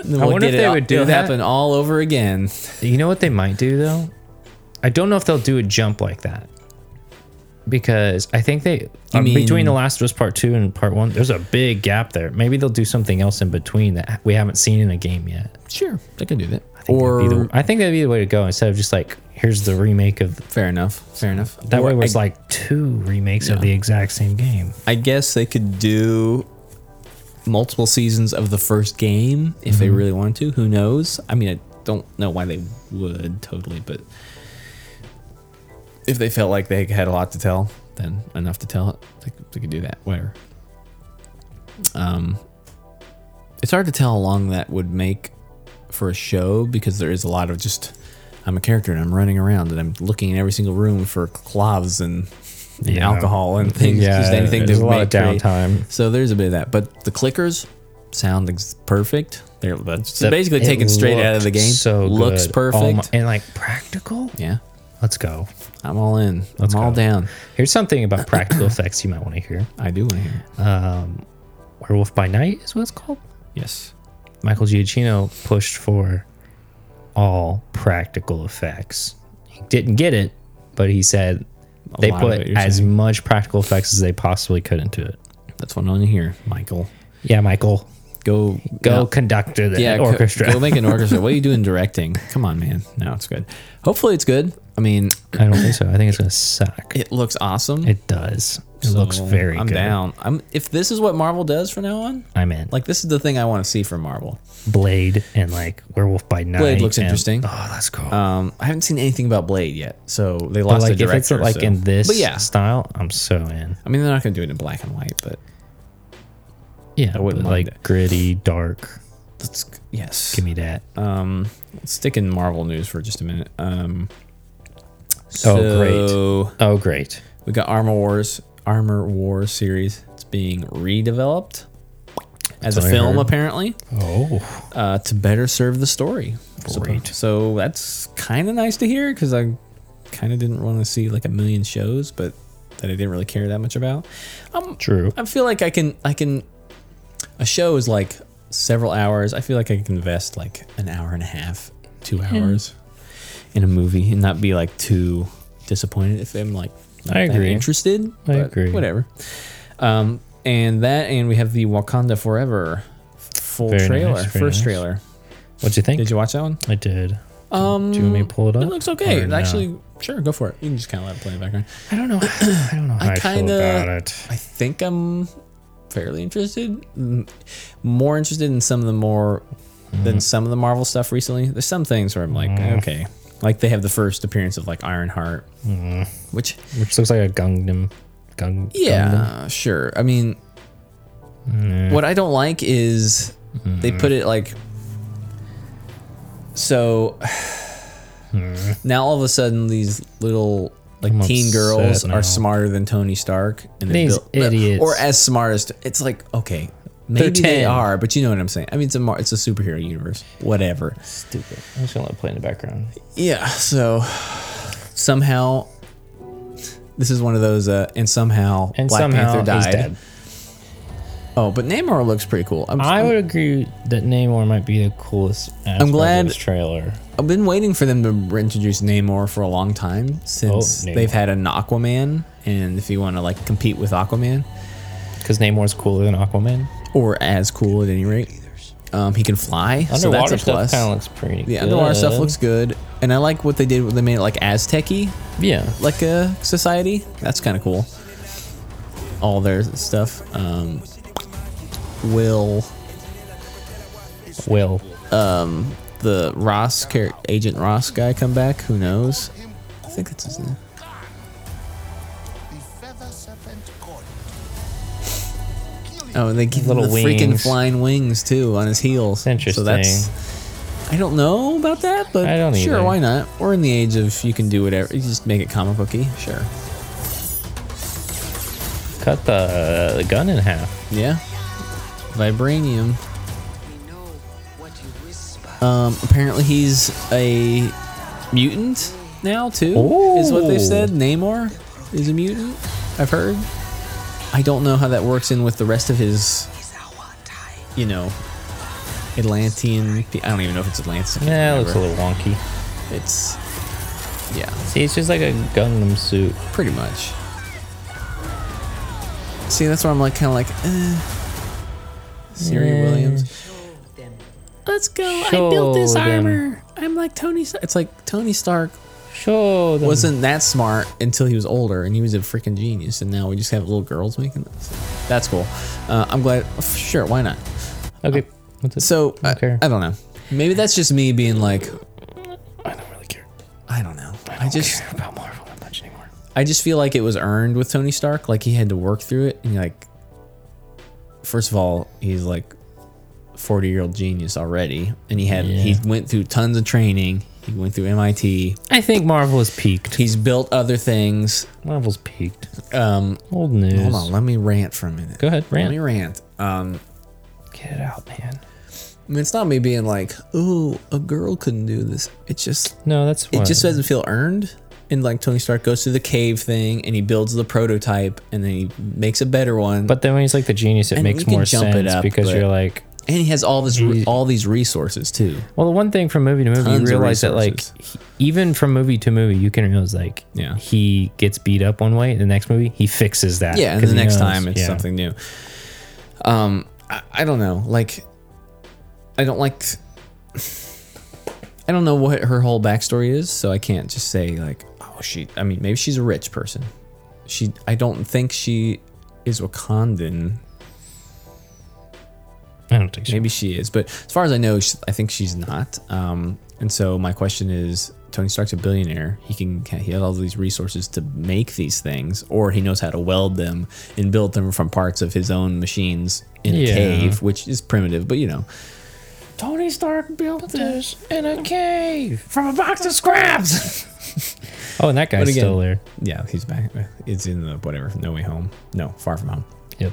wonder if they would do it that. happen all over again. You know what they might do though? I don't know if they'll do a jump like that. Because I think they um, mean- between The Last of Us Part Two and Part One, there's a big gap there. Maybe they'll do something else in between that we haven't seen in a game yet. Sure, they can do that. think that'd Or be the- I think that'd be the way to go instead of just like here's the remake of fair enough, fair enough. that Or way was I, like two remakes Yeah. of the exact same game. I guess they could do multiple seasons of the first game if they really wanted to. Who knows? I mean, I don't know why they would totally, but if they felt like they had a lot to tell, then enough to tell it, they, could- they could do that. Whatever. Um, it's hard to tell how long that would make for a show because there is a lot of just I'm a character and I'm running around and I'm looking in every single room for cloths and, and Yeah. alcohol and things. just anything there's to a lot of make create- downtime. so there's a bit of that, but the clickers sound ex- perfect. They're that's That- basically it taken straight out of the looked game. So looks good. perfect. Oh my- and like practical. yeah, Let's go. I'm all in. I'm all go. down. Here's something about practical effects you might want to hear. I do want to hear. it. Um, Werewolf by Night is what it's called. Yes. Michael Giacchino pushed for all practical effects. He didn't get it, but he said A they lot of put it, you're as saying. much practical effects as they possibly could into it. That's what I want to hear, Michael. Yeah, Michael, Go go no. conductor the co- orchestra. Go make an orchestra. what are you doing directing? Come on, man. No, it's good. Hopefully, it's good. I mean, I don't think so. I think it's gonna suck. It, it looks awesome. does. It looks So, very I'm good. down. I'm if this is what Marvel does from now on, I'm in. Like like this is the thing I want to see from Marvel. Blade and like Werewolf by Night. looks and- interesting. Oh, that's cool. Um, I haven't seen anything about Blade yet, so they but lost like the if it's director. like so- in this but yeah, style, I'm so in. I mean they're not going to do it in black and white, but Yeah, I wouldn't wouldn't mind like it. gritty, dark. let's yes. Give me that. Um, let's stick in Marvel news for just a minute. Um, Oh, great. so Oh, great. We got Armor Wars, Armor Wars series. It's being redeveloped as a what I film, heard. apparently, Oh, uh, to better serve the story. So- Great. So, that's kind of nice to hear because I kind of didn't want to see like a million shows, but that I didn't really care that much about. Um, true. I feel like I can I can a show is like several hours. I feel like I can invest like an hour and a half, two Hmm. hours in a movie and not be like too disappointed if I'm like not I that agree. interested. I but agree. Whatever. Um, and that and we have the Wakanda Forever full Very nice, trailer, very first nice. trailer. What'd you think? Did you watch that one? I did. Um, Do you want me to pull it up? It looks okay. Or It no? Actually, sure, go for it. You can just kind of let it play in the background. I don't know. I don't know how I, kinda- feel about it. I think I'm fairly interested. M- More interested in some of the more than some of the Marvel stuff recently. There's some things where I'm like, okay, like they have the first appearance of like Ironheart, which Which looks like a Gundam. Gung. yeah, sure. I mean, what I don't like is they Mm-hmm. put it like so. Now all of a sudden, these little like Mm-hmm. I'm teen upset girls now. are smarter than Tony Stark, and These built- idiots. or as smart as it's like okay, maybe they 10. are, but you know what I'm saying. I mean, it's a mar- it's a superhero universe, whatever. Stupid. I'm just gonna let it play in the background. Yeah, so somehow this is one of those, uh, and somehow And Black somehow Panther died. he's dead. Oh, but Namor looks pretty cool. I'm, I would agree that Namor might be the coolest. Aspect I'm glad glad- of this trailer. I've been waiting for them to reintroduce Namor for a long time since Oh, Namor. they've had an Aquaman, and if you want to like compete with Aquaman Because Namor's cooler than Aquaman. or as cool at any rate, um, he can fly. so that's Underwater a plus. stuff kind of looks pretty. the good. underwater stuff looks good, and I like what they did. when They made it like Aztec-y, Yeah. like a society. That's kind of cool. All their stuff. Um, Will Will. the Ross char- Agent Ross guy come back? Who knows? I think that's his name. The feather serpent god. Oh, and they give Little him the freaking wings. flying wings too on his heels. So Interesting. that's I don't know about that, but I don't sure, either. why not? We're in the age of you can do whatever. You just make it comic booky, sure. Cut the, the gun in half. Yeah. Vibranium. Uh. We know what you whisper. Um, apparently he's a mutant now too. Oh. Is what they said. Namor is a mutant. I've heard. I don't know how that works in with the rest of his, you know, Atlantean. I don't even know if it's Atlantean. Yeah, it looks a little wonky. It's yeah, See, it's just like a Gundam suit. pretty much. See, that's where I'm like, kind of like, eh. Siri Yeah. Williams. Let's go! I built this Show them. armor. I'm like Tony. Stark. It's like Tony Stark Show them. wasn't that smart until he was older, and he was a freaking genius. And now we just have little girls making this. That's cool. Uh, I'm glad. Sure, why not? okay. That's it. So I, Okay. I don't know. Maybe that's just me being like, I don't really care. I don't know. I, I just, just care about Marvel that much anymore. I just feel like it was earned with Tony Stark. Like he had to work through it, and you're like, first of all, he's like forty year old genius already, and he had he Yeah. went through tons of training. He went through MIT. I think Marvel is peaked. He's built other things. Marvel's peaked. Um, Old news. hold on, let me rant for a minute. Go ahead, Let me rant. rant. Um, Get it out, man. I mean, it's not me being like, "Ooh, a girl couldn't do this." It's just, No, that's it what. just doesn't feel earned. And like Tony Stark goes through the cave thing, and he builds the prototype, and then he makes a better one. but then when he's like the genius, it And we makes can more jump it sense up, because but- you're like, and he has all this, He- all these resources too. well, the one thing from movie to movie, Tons you of realize that like, he- even from movie to movie, you can realize like, Yeah. he gets beat up one way. The next movie, he fixes that. Yeah, and 'cause the he next knows- time it's yeah. something new. Um, I, I don't know. Like, I don't like. I don't know what her whole backstory is, so I can't just say like, oh, she. I mean, maybe she's a rich person. She. I don't think she is Wakandan. I don't think so. Maybe she is, but as far as I know, she, I think she's not. Um, and so my question is, Tony Stark's a billionaire. He can he has all these resources to make these things, or he knows how to weld them and build them from parts of his own machines in a Yeah. cave, which is primitive, but you know. Tony Stark built this in a cave from a box of scraps. oh, and that guy's But again- still there. Yeah, he's back. It's in the whatever. No way home. No, far from home. Yep.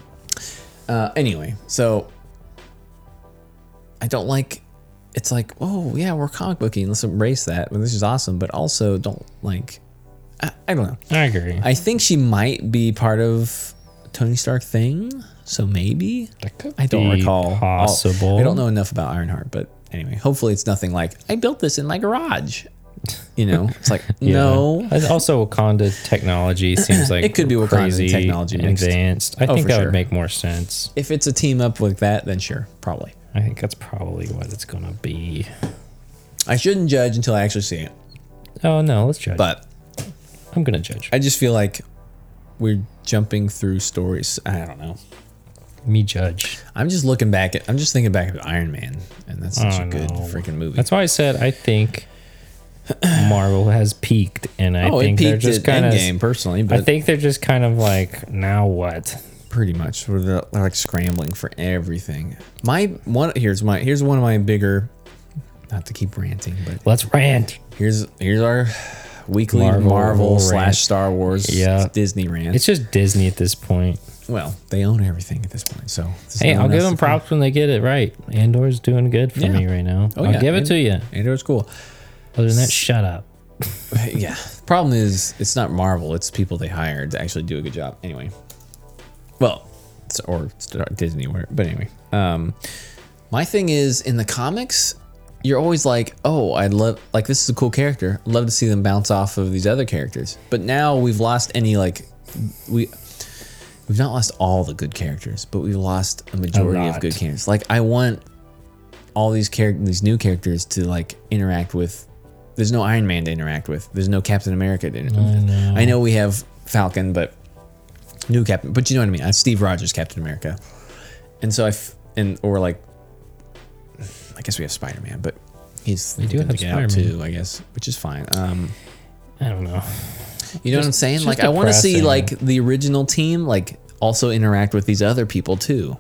Uh, anyway, so I don't like. It's like, oh yeah, we're comic booking. Let's embrace that. Well, this is awesome, but also don't like. I, I don't know. I agree. I think she might be part of Tony Stark thing, so maybe. That could I don't be recall. I'll- Possible. I don't know enough about Ironheart, but anyway, hopefully it's nothing like I built this in my garage. You know, it's like Yeah. no. As- Also, Wakanda technology seems like It could be Wakandan crazy technology mixed. advanced. I Oh, think for that sure. would make more sense. If it's a team up like that, then sure, probably. I think that's probably what it's gonna be. I shouldn't judge until I actually see it, Oh no, let's judge. but I'm gonna judge. I just feel like we're jumping through stories. I don't know. Me judge. I'm just looking back at. I'm just thinking back at Iron Man, and that's such a Oh, good no. freaking movie. That's why I said I think Marvel has peaked, and I oh, it think they're peaked just at kind Endgame of. personally, but I think they're just kind of like now what? pretty much where they're, they're like scrambling for everything my one here's my here's one of my bigger not to keep ranting but Let's rant. here's here's our weekly marvel, Marvel rant. slash star wars Yeah. disney rant It's just Disney at this point. well they own everything at this point so there's Hey, no I'll one give else them to blame. props when they get it right. Andor's doing good for Yeah. me right now. Oh, I'll yeah, give it and- to you. andor's cool Other than that, shut up. yeah problem is it's not marvel it's people they hired to actually do a good job anyway well it's, or it's disney where but anyway um my thing is in the comics you're always like oh i love like this is a cool character I'd love to see them bounce off of these other characters but now we've lost any like we we've not lost all the good characters but we've lost a majority of lot. good characters like i want all these characters these new characters to like interact with there's no iron man to interact with there's no captain america to interact with know. i know we have falcon but new captain but you know what i mean i have steve rogers captain america and so i f- and or like i guess we have spider-man but he's do looking have to get out Spider-Man. too i guess which is fine um I don't know. you know what Just- i'm saying it's like just i want to see depressing. like the original team like also interact with these other people too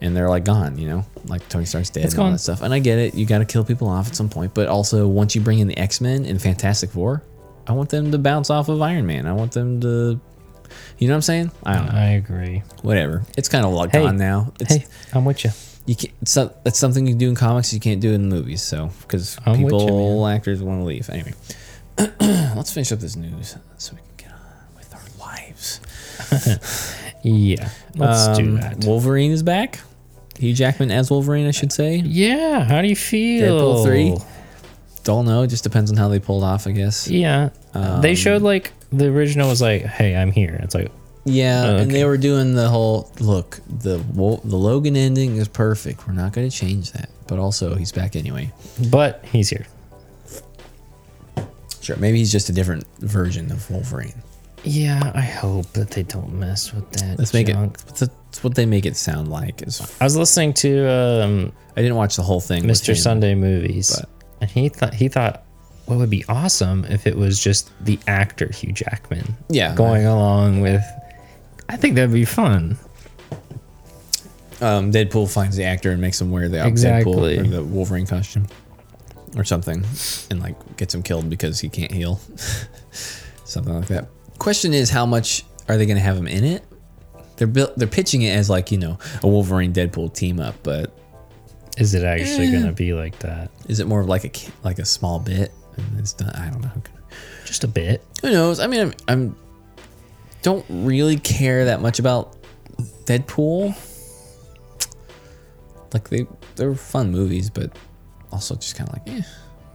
and they're like gone you know like tony stark's dead It's and all gone. that stuff and i get it you got to kill people off at some point but also once you bring in the x-men and fantastic four i want them to bounce off of iron man i want them to you know what i'm saying i don't know I agree. whatever it's kind of logged Uh-huh. Hey. on now it's Hey, I'm with you. you can't. It's not, that's something you do in comics. You can't do in movies. So because I'm with you, people, actors want to leave. Anyway, let's finish up this news so we can get on with our lives. Yeah. Let's do Um, that. Wolverine is back. Hugh Jackman as Wolverine, I should say. yeah. How do you feel? Deadpool three. Don't know. It just depends on how they pulled off, I guess. Yeah. they showed like the original was like, "Hey, I'm here." It's like, Yeah, and okay. they were doing the whole look. The Wol- the Logan ending is perfect. We're not going to change that. But also, he's back anyway. but he's here. Sure, maybe he's just a different version of Wolverine. Yeah, I hope that they don't mess with that. Let's make junk. it. That's what they make it sound like. Is I was listening to um, I didn't watch the whole thing. with Mr. him. Sunday movies, but- and he thought he thought what would be awesome if it was just the actor Hugh Jackman, Yeah. going along with. I think that'd be fun. Um, Deadpool finds the actor and makes him wear the um, Exactly. Deadpool or the Wolverine costume or something, and like gets him killed because he can't heal. something like that. Question is, how much are they going to have him in it? They're built. They're pitching it as like you know a Wolverine Deadpool team up, but Is it actually gonna be like that? is it more of like a ki- like a small bit? And it's not. I don't know. Just a bit. who knows? I mean, I'm, I'm don't really care that much about Deadpool. Like they they're fun movies, but also just kind of like eh.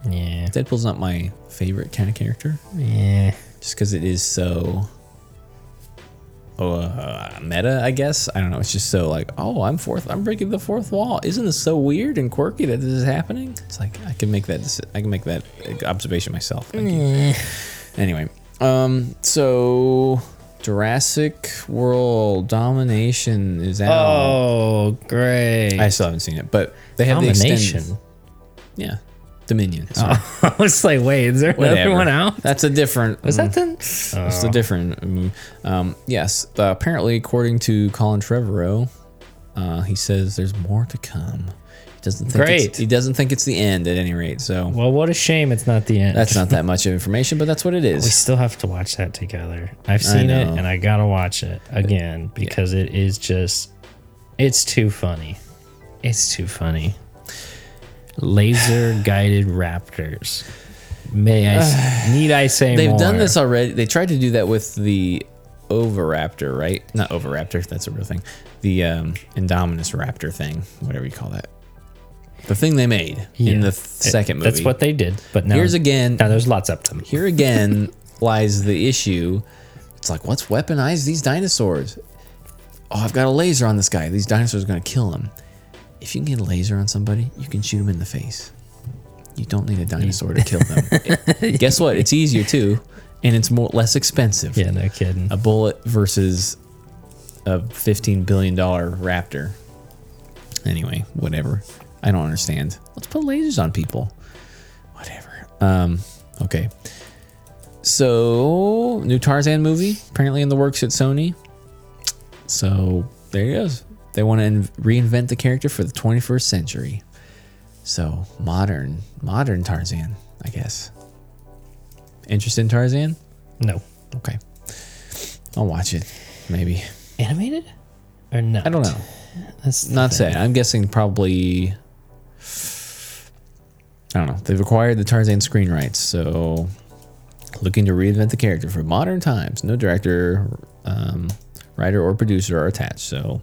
Yeah. Deadpool's not my favorite kind of character, Yeah. just because it is so uh, meta. I guess I don't know. It's just so like oh, I'm fourth. I'm breaking the fourth wall. Isn't this so weird and quirky that this is happening? It's like I can make that. deci- I can make that uh, observation myself. Thank you. Eh. Anyway, um, so Jurassic World Domination is out. Oh, great. I still haven't seen it, but they have the extended. Domination. Yeah, Dominion. Sorry. I was like, wait, is there another Whatever. one out? That's a different. Was that mm, the? That's a different. mm, Um, yes, uh, apparently, according to Colin Trevorrow, uh, he says there's more to come. He doesn't think Great. It's, he doesn't think it's the end at any rate. So Well, what a shame it's not the end. that's not that much of information, but that's what it We is. still have to watch that together. I've seen it know. and I gotta watch it again because it is just, it's too funny. It's too funny. Laser guided raptors. May I? s- need I say They've more? done this already. They tried to do that with the Oviraptor, right? Not Oviraptor. That's a real thing. The um, Indominus Raptor thing, whatever you call that. The thing they made in Yeah. the It- second movie. That's what they did. But now Here's again- Now there's lots of them. here again lies the issue. It's like, let's weaponize these dinosaurs. Oh, I've got a laser on this guy. These dinosaurs are going to kill him. If you can get a laser on somebody, you can shoot him in the face. You don't need a dinosaur to kill them. Guess what? It's easier too, and it's more less expensive. Yeah, no kidding. A bullet versus a fifteen billion dollar raptor. Anyway, whatever. I don't understand. Let's put lasers on people. Whatever. Um, okay. So new Tarzan movie apparently in the works at Sony. So there he goes. They want to in- reinvent the character for the 21st century. So modern, modern Tarzan, I guess. Interest in Tarzan? No. Okay. I'll watch it. Maybe. Animated? Or not? I don't know. That's the Not thing. saying. I'm guessing probably. I don't know. They've acquired the Tarzan screen rights, so looking to reinvent the character for modern times. No director, um, writer, or producer are attached. So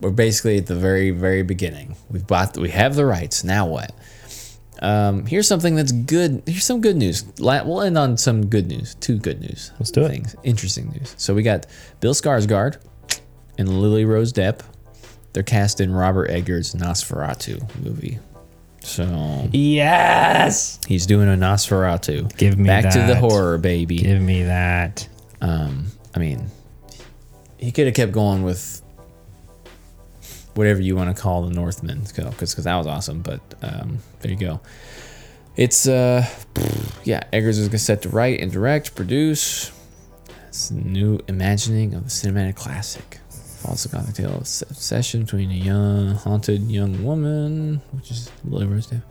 we're basically at the very, very beginning. We've bought. We have the rights. Now what? Um, here's something that's good. Here's some good news. La- We'll end on some good news. Two good news. Let's do it. things. Interesting news. So we got Bill Skarsgård and Lily Rose Depp. They're cast in Robert Edgar's Nosferatu movie. So Yes. he's doing a Nosferatu. Give me back to the that. horror, baby. Give me that. Um, I mean, he could have kept going with whatever you want to call the Northmen, because because that was awesome. But um, there you go. It's uh, yeah, Eggers is set to write and direct, produce. It's a new imagining of the cinematic classic. Follows the gothic tale of s- obsession between a young, haunted young woman, which is Lily Rose Depp,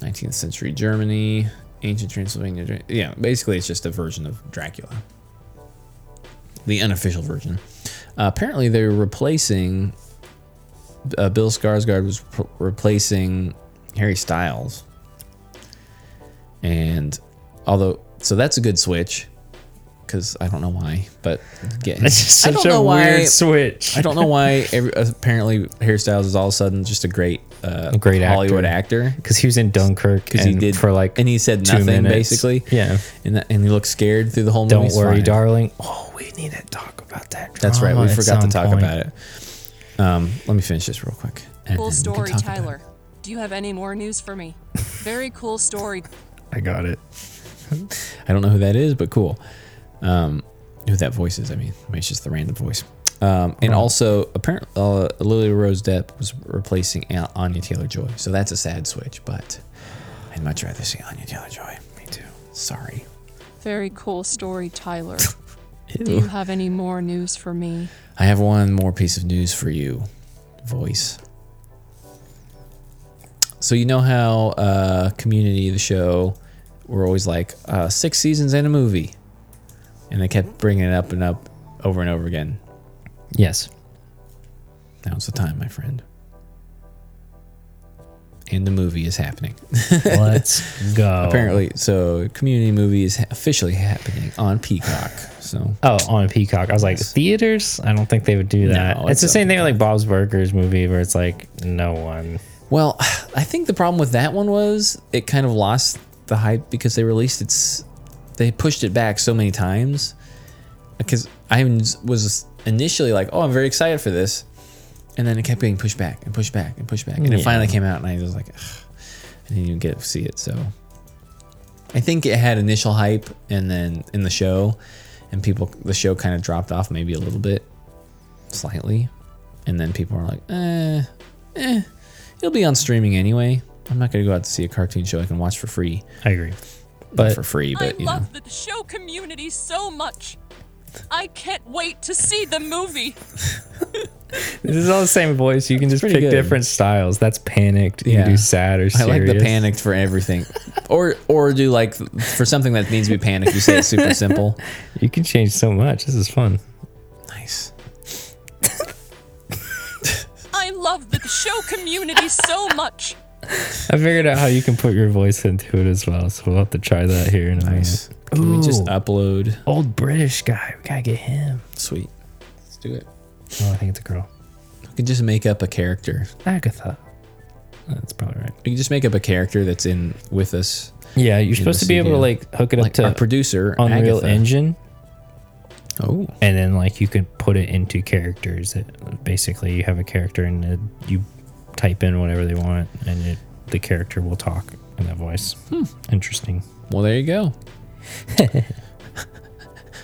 19th century Germany, ancient Transylvania. Dra- Yeah, basically, it's just a version of Dracula the unofficial version. Uh, apparently, they're replacing uh, Bill Skarsgård was pr- replacing Harry Styles, and although so that's a good switch, because I don't know why, but getting, It's just I don't such a know weird why- switch. I don't know why. Every, apparently, Harry Styles is all of a sudden just a great, uh, A great Hollywood actor. actor. because he was in Dunkirk Because he and did for like and he said two nothing minutes. basically. Yeah. and that, and he looked scared through the whole. Don't movie. It's worry, fine. darling. Oh, we need to talk about that. That's right. drama We Ah, at forgot to some talk point. about it. Um, let me finish this real quick. and then we Cool can story, talk about it. Tyler. Do you have any more news for me? Very cool story. I got it. I don't know who that is, but cool. Um, who that voice is? I mean, I mean, it's just the random voice. Um, Oh. and also, apparently, uh, Lily Rose Depp was replacing A- Anya Taylor Joy, so that's a sad switch. But I'd much rather see Anya Taylor Joy. Me too. Sorry. Very cool story, Tyler. Do you have any more news for me? I have one more piece of news for you, voice. So you know how uh, Community, the show, we're always like uh, six seasons and a movie, and they kept bringing it up and up over and over again. Yes. Now's the time, my friend. And the movie is happening. Let's go. Apparently, so community movie is ha- officially happening on Peacock. So Oh, on Peacock. I was like, theaters? I don't think they would do that. No, it's, the it's same thing with like Bob's Burgers movie where it's like no one. Well, I think the problem with that one was it kind of lost the hype because they released its, they pushed it back so many times. Because I was initially like, oh, I'm very excited for this, and then it kept getting pushed back and pushed back and pushed back, and it Yeah. finally came out, and I was like, Ugh. I didn't even get to see it. So I think it had initial hype, and then in the show, and people, the show kind of dropped off maybe a little bit, slightly, and then people were like, eh, eh, it'll be on streaming anyway. I'm not gonna go out to see a cartoon show I can watch for free, I agree. but But- for free, but I you know, love the show community so much. I can't wait to see the movie. This is all the same voice. You can just pretty pick good. different styles. That's panicked. You Yeah. can do sad or I serious. like the panicked for everything, or or do like for something that needs to be panicked. You say it's super simple. You can change so much. This is fun. Nice. I love the show community so much. I figured out how you can put your voice into it as well. So we'll have to try that here in a Nice. nice. Can we just Ooh. upload? Old British guy. We gotta get him. Sweet. Let's do it. Oh, I think it's a girl. We can just make up a character. Agatha. That's probably right. We can just make up a character that's in with us. Yeah, you're supposed to be able to studio. like hook it up Like to our producer, Unreal Agatha. Engine, Oh, and then like you could put it into characters. It, basically, you have a character and it, you type in whatever they want, and it, the character will talk in that voice. Interesting. well, there you go.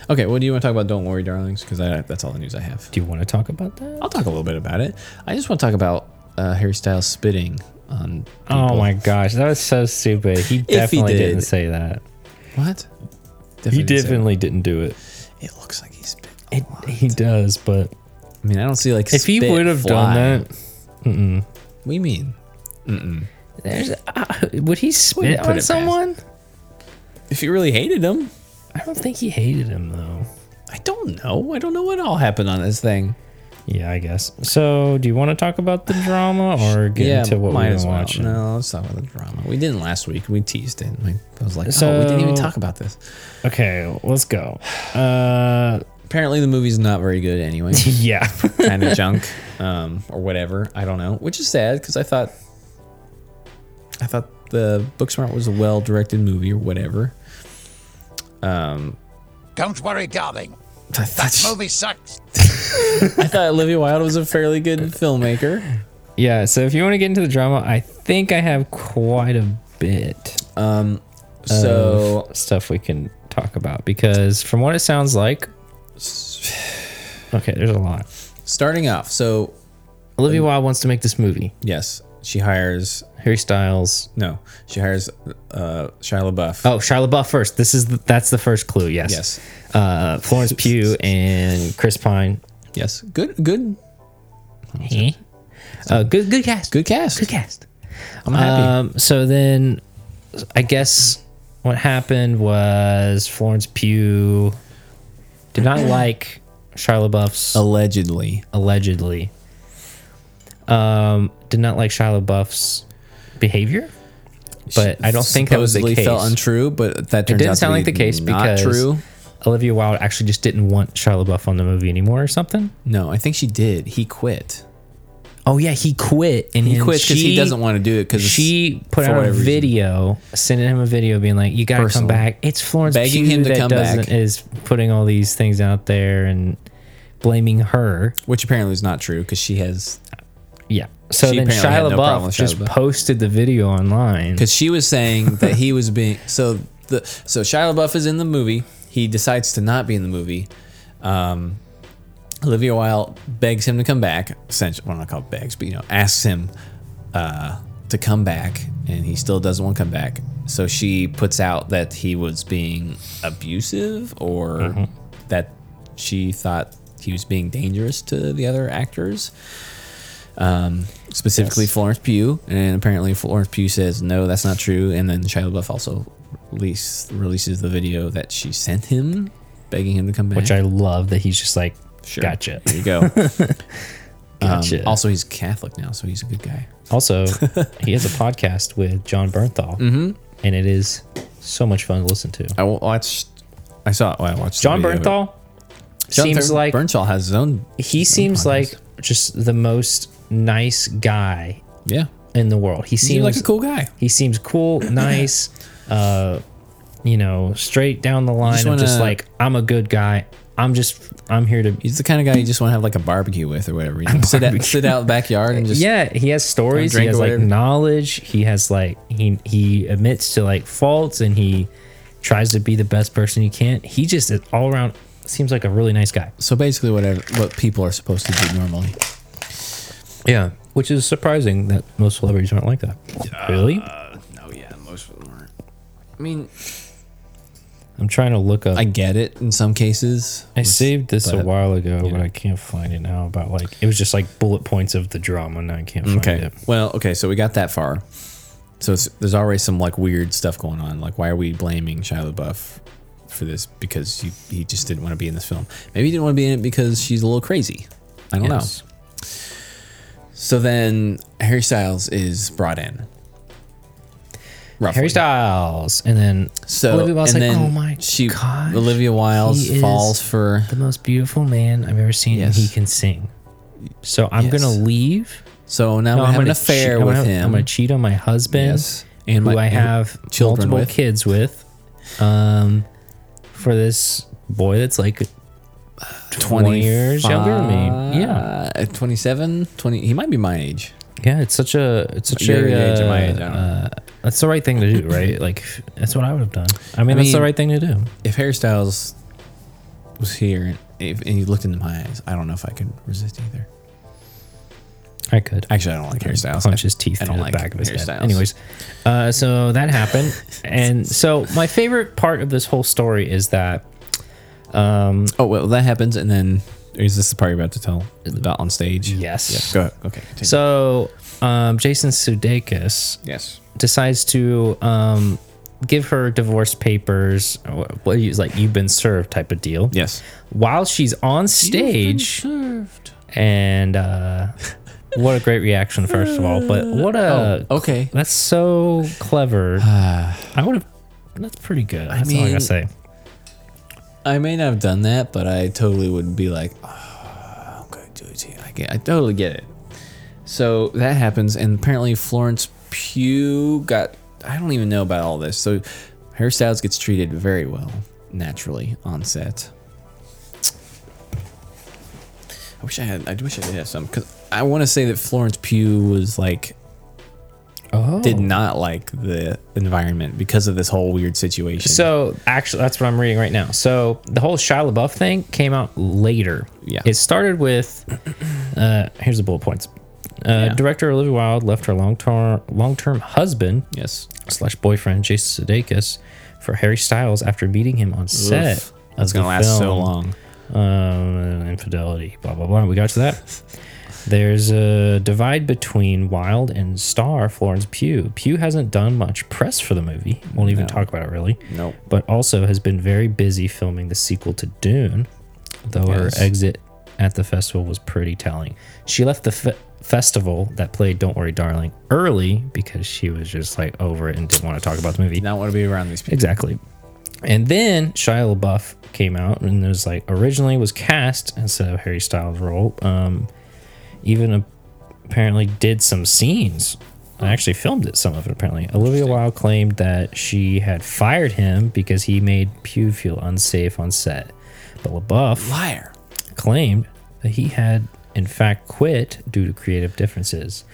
okay, well, do you want to talk about Don't Worry, Darlings? Because that's all the news I have. Do you want to talk about that? I'll talk a little bit about it. I just want to talk about uh, Harry Styles spitting on. Oh my gosh, that was so stupid. He definitely did. didn't say that. What? He didn't say definitely didn't do it. It It looks like he spit. a It, lot. he does, but I mean, I don't see like if he spit would have fly. done that, we mean there's uh, would he Wouldn't spit put it on past- someone? if he really hated him. I don't think he hated him though. I don't know. I don't know what all happened on this thing. Yeah, I guess. So, do you want to talk about the drama or get into what we've might been as well. watching? No, let's talk about the drama. We didn't last week. We teased it. We- I was like, oh, So- we didn't even talk about this. Okay, let's go. Uh, Apparently, the movie's not very good anyway. yeah, kind of junk, um, or whatever. I don't know, which is sad because I thought, I thought the Booksmart was a well-directed movie or whatever. Don't worry, darling. I thought, Movie sucks. I thought Olivia Wilde was a fairly good filmmaker. yeah. So, if you want to get into the drama, I think I have quite a bit So of stuff we can talk about because, from what it sounds like, okay, there's a lot. starting off, so Olivia Wilde wants to make this movie. yes, she hires Harry Styles. no, she hires uh, Shia LaBeouf. Oh, Shia LaBeouf first. This is the, that's the first clue. Yes. Yes. Uh, Florence Pugh and Chris Pine. Yes, good, good, Uh, good, good cast. good cast. Good cast. I'm happy. Um, so then, I guess what happened was Florence Pugh did not like Shia LaBeouf's Allegedly, allegedly. Um, did not like Shia LaBeouf's behavior, but I don't think that was the Supposedly case. felt untrue, but that turns didn't out to sound be like the case not because- true. Olivia Wilde actually just didn't want Shia LaBeouf on the movie anymore or something. No, I think she did. He quit. Oh yeah, he quit and He quit because he she- doesn't want to do it because She put for out a whatever reason. video, sending him a video, being like, "You gotta Personal. come back." It's Florence Begging Pugh him to that come doesn't- back. is putting all these things out there and blaming her. which apparently is not true because she has Yeah. So She then apparently had Shia no LaBeouf problem with Shia just LaBeouf. posted the video online. because she was saying that he was being so the so Shia LaBeouf is in the movie. He decides to not be in the movie. Um, Olivia Wilde begs him to come back. Essentially, well, not called begs, but you know, asks him uh, to come back, and he still doesn't want to come back. So she puts out that he was being abusive, or that she thought he was being dangerous to the other actors, um, specifically Florence Pugh. And apparently, Florence Pugh says no, that's not true. And then Shia LaBeouf also release, releases the video that she sent him, begging him to come back. which I love that he's just like, Sure. gotcha. There you go. Gotcha. Um, also, he's Catholic now, so he's a good guy. Also, he has a podcast with John Bernthal, Mm-hmm. and it is so much fun to listen to. I watched. I saw. Well, I watched. the John video, Oh, but- Bernthal John seems Bern- like Bernshaw has his own. he seems like just the most nice guy Yeah, in the world. He seems seems like a cool guy. He seems cool, nice, uh, you know, straight down the line Just of just wanna- like I'm a good guy. I'm just I'm here to He's the kind of guy you just want to have like a barbecue with or whatever. You know? sit out, barbecue. sit out in the backyard and just yeah he has stories he drink or has like whatever. knowledge he has like he he admits to like faults and he tries to be the best person he can he just is all around seems like a really nice guy So basically, whatever what people are supposed to do normally. yeah which is surprising that most celebrities aren't like that really Uh, No, yeah, most of them aren't. I mean, i'm trying to look up I i, get it in some cases. saved this a but- while ago but know. i can't find it now about like it was just like bullet points of the drama and i can't find Okay. it Well, okay. So we got that far. So it's, there's already some like weird stuff going on. Like, why are we blaming Shia LaBeouf for this? Because he, he just didn't want to be in this film. Maybe he didn't want to be in it because she's a little crazy. I don't know. Yes. So then Harry Styles is brought in. Roughly. harry styles and then So olivia wilde's and like then oh my she, gosh, Olivia Wilde he is- falls for. the most beautiful man I've ever seen, Yes. and he can sing. So I'm Yes. gonna leave. So now No, I'm I'm having an gonna affair cheat- I'm with gonna- him. I'm gonna cheat on my husband, Yes. And my- who I and have children multiple with. kids with, um, for this boy that's like 20 years younger than me. Yeah. Uh, 27, 20. He might be my age. yeah, it's such a it's such Your a age and my age, I don't know. uh, that's the right thing to do, right? Like that's what I would have done. I mean, that's the mean- right thing to do. If Harry Styles was here and, if, and he looked into my eyes, I don't know if I could resist either. I could. Actually, I don't like Harry Styles. I- punch his teeth I don't through the like back of his Harry head. Styles. Anyways, uh, so that happened, and so my favorite part of this whole story is that um, Oh well, that happens, and then is this the part you're about to tell about on stage? Yes. Yeah, go ahead. Okay. continue. so um, Jason Sudeikis yes. decides to um, give her divorce papers, wh- what he's like, "You've been served" type of deal. Yes. While she's on stage, and uh, what a great reaction, first of all, but what a Okay. That's so clever. I would have. That's pretty good. That's all I mean- gotta say. I may not have done that, but I totally would be like, oh, I'm gonna do it to you. I get. I totally get it. So that happens, and apparently Florence Pugh got. I don't even know about all this. So Harry Styles gets treated very well naturally on set. I wish I had. I wish I did have some because I want to say that Florence Pugh was like Oh, did not like the environment because of this whole weird situation. So actually, that's what I'm reading right now. So the whole Shia LaBeouf thing came out later. Yeah. It started with. Uh, here's the bullet points. Uh, Yeah. Director Olivia Wilde left her long-term long-term husband yes, slash boyfriend Jason Sudeikis for Harry Styles after meeting him on set. Oof. of that's gonna the last so film. long. um, infidelity, blah blah blah. We got to that. There's a divide between Wilde and star Florence Pugh. Pugh hasn't done much press for the movie. Won't even No. talk about it really. Nope. But also has been very busy filming the sequel to Dune, though Yes. her exit at the festival was pretty telling. She left the fe- festival that played Don't Worry Darling early because she was just like over it and didn't want to talk about the movie. Not want to be around these people. Exactly. And then Shia LaBeouf came out and it was like originally was cast instead of Harry Styles' role. Um, even a, apparently did some scenes. I actually filmed it, some of it apparently. Olivia Wilde claimed that she had fired him because he made Pew feel unsafe on set. But LaBeouf Liar. claimed that he had, in fact, quit due to creative differences.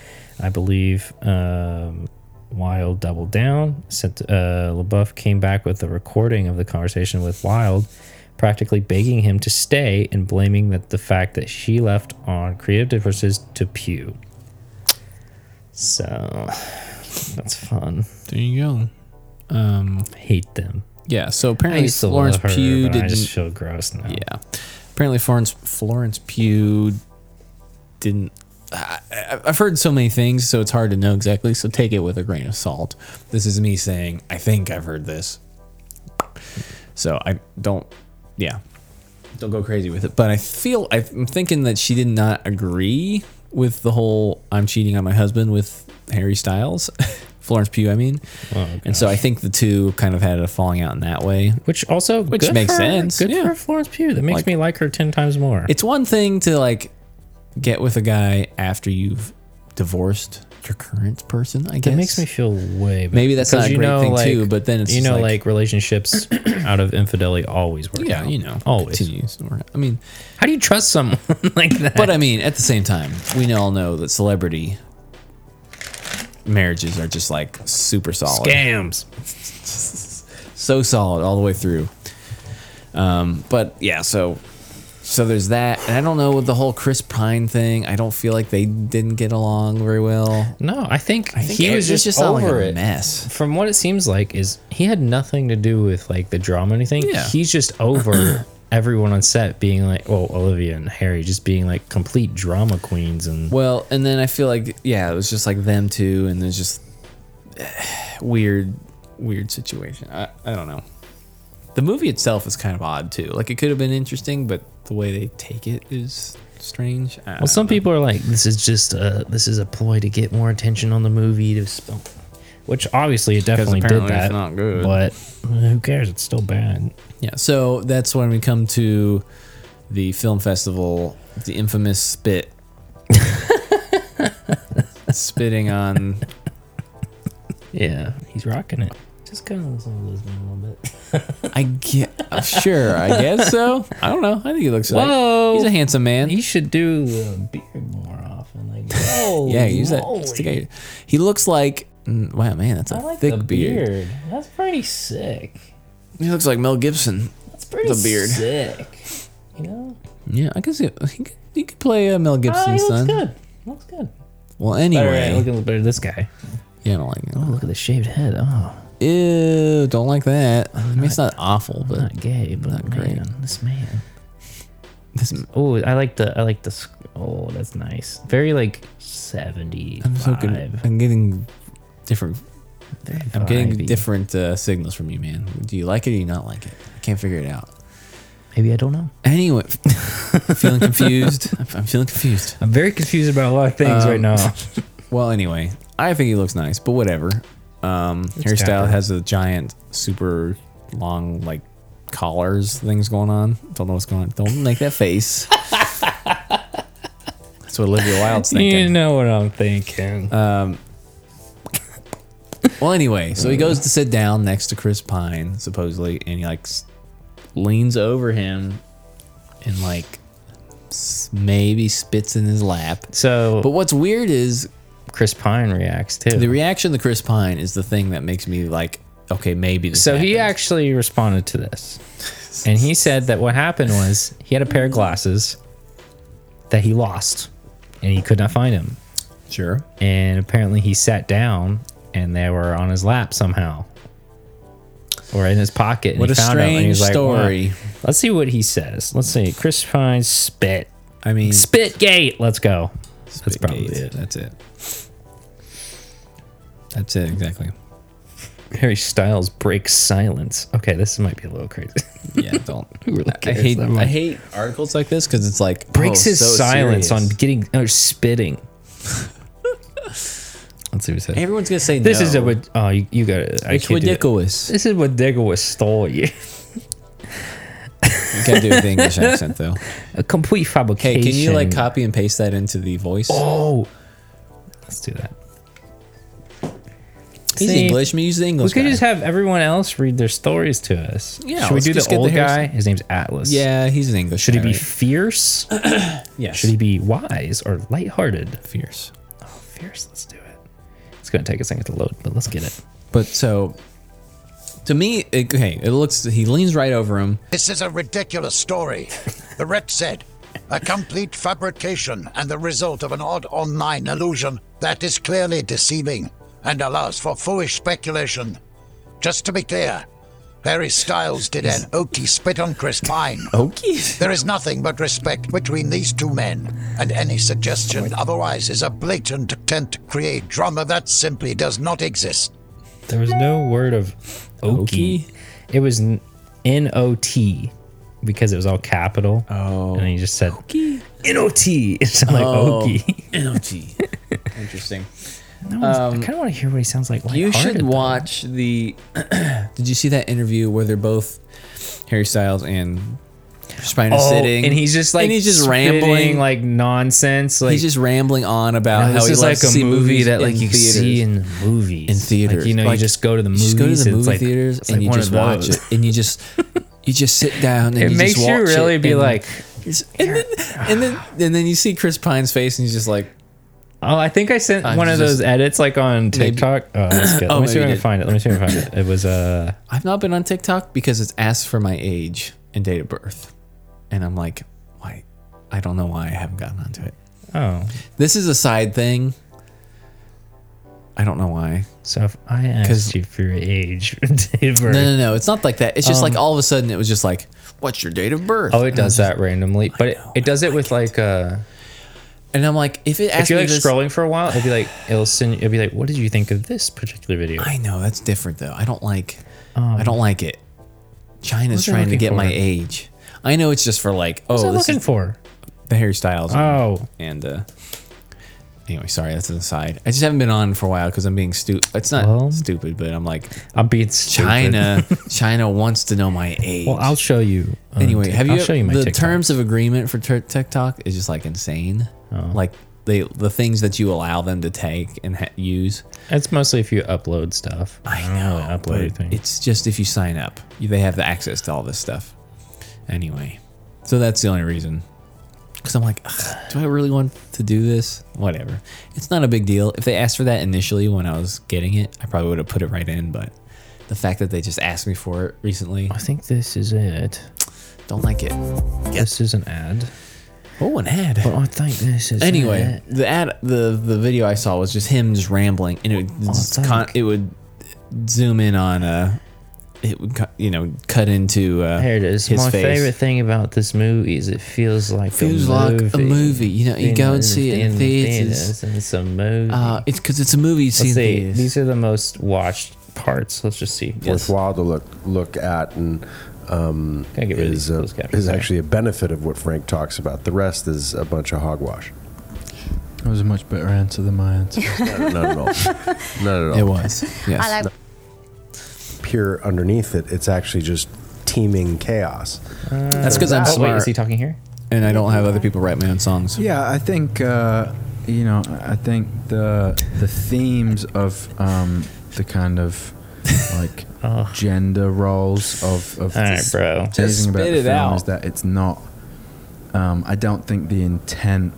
I believe um, Wild doubled down. Sent uh, LaBeouf came back with a recording of the conversation with Wild, practically begging him to stay and blaming that the fact that she left on creative differences to Pew. So that's fun. There you go. Um, Hate them. Yeah. So I apparently used to Florence love her, Pugh but didn't. I just feel gross now. yeah. Apparently Florence Florence Pugh didn't. I, I- I've heard so many things, so it's hard to know exactly. So take it with a grain of salt. This is me saying I think I've heard this. So I don't. Yeah. Don't go crazy with it. But I feel I'm thinking that she did not agree with the whole "I'm cheating on my husband" with Harry Styles, Florence Pugh. I mean, and so I think the two kind of had a falling out in that way. Which also Which good makes for her. sense, Good yeah. for Florence Pugh. That makes Like- me like her ten times more. It's one thing to like get with a guy after you've divorced your current person, I guess. It makes me feel way better. Maybe that's Because not a you great know, thing like- too, but then it's you just know, like, like, relationships out of infidelity always work. yeah, out. you know, always. continues to work. I mean, How do you trust someone like that? but I mean, at the same time, we all know that celebrity marriages are just like super solid, scams. so solid all the way through. Um, but yeah, so so there's that, and I don't know with the whole Chris Pine thing. I don't feel like they didn't get along very well. No, I think, I think he it- was it just, sounded over like a it. mess. From what it seems like, is he had nothing to do with like the drama or anything. Yeah. He's just over everyone on set being like, well, Olivia and Harry just being like complete drama queens and Well, and then I feel like yeah, it was just like them two, and there's just weird, weird situation. I, I don't know. The movie itself is kind of odd too. Like it could have been interesting, but the way they take it is strange. I Well, don't some know. people are like, this is just a this is a ploy to get more attention on the movie to, sp-" which obviously it definitely did apparently it's that. not good. but uh, who cares? It's still bad. Yeah, so that's when we come to the film festival, the infamous spit. Spitting on Yeah, he's rocking it. Just kind of listen to Lisbon a little bit. I get sure, I guess so. I don't know. I think he looks Whoa. like he's a handsome man. He should do the beard more often. Like, oh, Yeah, use that. Stick out your- He looks like mm, wow, man, that's a I like thick the beard. beard. That's pretty sick. He looks like Mel Gibson. That's pretty The beard. sick. You know, Yeah, I guess he, he, could, he could play uh, Mel Ah, Gibson's he looks son. good. Looks good. Well, Better, anyway, looking better than this guy. yeah, I don't like Oh, look at the shaved head. Oh. ew, don't like that. I mean, it's not awful, but not gay, but Not man, great. this man. this, I'm Oh, I like the I like the. sc- Oh, that's nice. Very like seventy so good. I'm getting different. I'm getting different uh, signals from you, man. Do you like it or do you not like it? I can't figure it out. Maybe I don't know. Anyway, feeling confused. I'm- I'm feeling confused. I'm very confused about a lot of things Um, right now. Well, anyway, I think he looks nice, but whatever. Um, hairstyle dapper. has a giant, super long, like collars things going on. Don't know what's going on. Don't make that face. That's what Olivia Wilde's thinking. You know what I'm thinking. Well, anyway, so he goes to sit down next to Chris Pine, supposedly, and he like s- leans over him and like s- maybe spits in his lap. so, But what's weird is Chris Pine reacts too. the reaction to Chris Pine is the thing that makes me like, okay, maybe. This so he happened. actually responded to this, and he said that what happened was he had a pair of glasses that he lost, and he could not find them. sure. and apparently he sat down and they were on his lap somehow or in his pocket and What he a found out and he strange was like, "Wow." story. let's see what he says let's see chris pine spit I mean, spit gate let's go that's Spitgate. probably it That's it. That's it exactly. harry styles breaks silence okay this might be a little crazy Yeah, don't. Who really I cares hate that I much? hate articles like this because it's like breaks oh, his so silence serious. on getting or spitting Let's see what he said. Everyone's gonna say This no. is a rid- oh you, you got it. I it's can't do that. ridiculous. This is what Diggle was stole you. You can't do it with the English accent though. A complete fabrication. Hey, can you like copy and paste that into the voice? Oh, let's do that. He's see, English. We use the We English. could guy. just have everyone else read their stories to us. Yeah, Should we let's do the just get the old hair- guy? His name's Atlas. yeah, he's an English. Should he guy, be right? fierce? Yes. Should he be wise or lighthearted? fierce? Fierce. Let's do it. It's gonna take a second to load, but let's get it. But so, to me, it, okay, it looks. He leans right over him. This is a ridiculous story. The wretch said, a complete fabrication and the result of an odd online illusion that is clearly deceiving and allows for foolish speculation. Just to be clear, Harry Styles did an oaky spit on Chris Pine. Oh. Okay. There is nothing but respect between these two men, and any suggestion otherwise is a blatant attempt to create drama that simply does not exist. There was no word of Okie? okie. It was N O T because it was all capital. Oh. And he just said N O T. It sounded Oh. like okie. Interesting. No one's- I kind of want to hear what he sounds like. You should lighthearted, though. watch the. did you see that interview where they're both Harry Styles and Spiner Oh, sitting, and he's just like and he's just spitting, rambling, like like nonsense. Like he's just rambling on about "Oh, how this he is loves like to a see movie movies that like in you theaters. see in movies in theaters. Like, you know, Like, you just go to the you movies. just go to the and it's movie like, theaters it's and like you one just of watch those. it, and you just you just sit down and It you makes just you watch really it, be and- like, and then, and then and then you see Chris Pine's face and he's just like, Oh, I think I sent I'm one of just- those edits like on TikTok. Oh, that's good. Oh, Let me see maybe if I you can did. find it. Let me see if I can find it. It was uh I've not been on TikTok because it's asked for my age and date of birth, and I'm like, why? I don't know why I haven't gotten onto it. oh. This is a side thing. I don't know why. So if I 'Cause- asked you for your age, Dave, or- No, no, no. It's not like that. It's just like all of a sudden it was just like, "What's your date of birth?" Um, oh, it does that randomly, but it, it does it with like uh and I'm like, if it if asks you're me like this, scrolling for a while, it'll be like it'll send it'll be like, what did you think of this particular video? I know that's different though. I don't like. I don't like it. China's Um, was I trying to looking get my for? age. I know it's just for like, What was I oh, this looking is for? the Harry Styles. one. Oh. and uh, anyway, sorry, that's an aside. I just haven't been on for a while because I'm being stupid. It's not Well- stupid, but I'm like, I'm being stupid. China, China wants to know my age. Well, I'll show you. on anyway, Tik- have you, I'll show you my the TikTok. terms of agreement for Tik- TikTok is just like insane. Oh. Like they the things that you allow them to take and ha- use. It's mostly if you upload stuff. I don't really upload but anything. It's just if you sign up, you- they have the access to all this stuff. Anyway, so that's the only reason. Because I'm like, "Ugh, do I really want to do this? Whatever. It's not a big deal. If they asked for that initially when I was getting it, I probably would have put it right in. But the fact that they just asked me for it recently, I think this is it. don't like it. This is an ad. Oh, an ad. But I think this is Anyway, it. the ad, the the video I saw was just him just rambling, and it would just con- thank- it would zoom in on uh, it would co- you know cut into uh, Here it is. his My face. favorite thing about this movie is it feels like Feels a like movie. a movie. You know, you go and see it in theaters. and it's a movie. Uh, it's because it's a movie. You see Let's see. these. These are the most watched parts. Let's just see. Yes. worthwhile to look look at and um, Gotta get rid of is, uh, these a- closed captions. is actually a benefit of what Frank talks about. The rest is a bunch of hogwash. That was a much better answer than my answer. Not, not at all. Not at It all. was. Yes. I like Peer underneath it, it's actually just teeming chaos. That's because I'm Oh, smart wait, is he talking here? and I don't have other people write my own songs. Yeah, I think uh, you know. I think the the themes of um, the kind of like Oh. gender roles of of All right, this bro. amazing Just about spit the it film out. is that it's not. Um, I don't think the intent.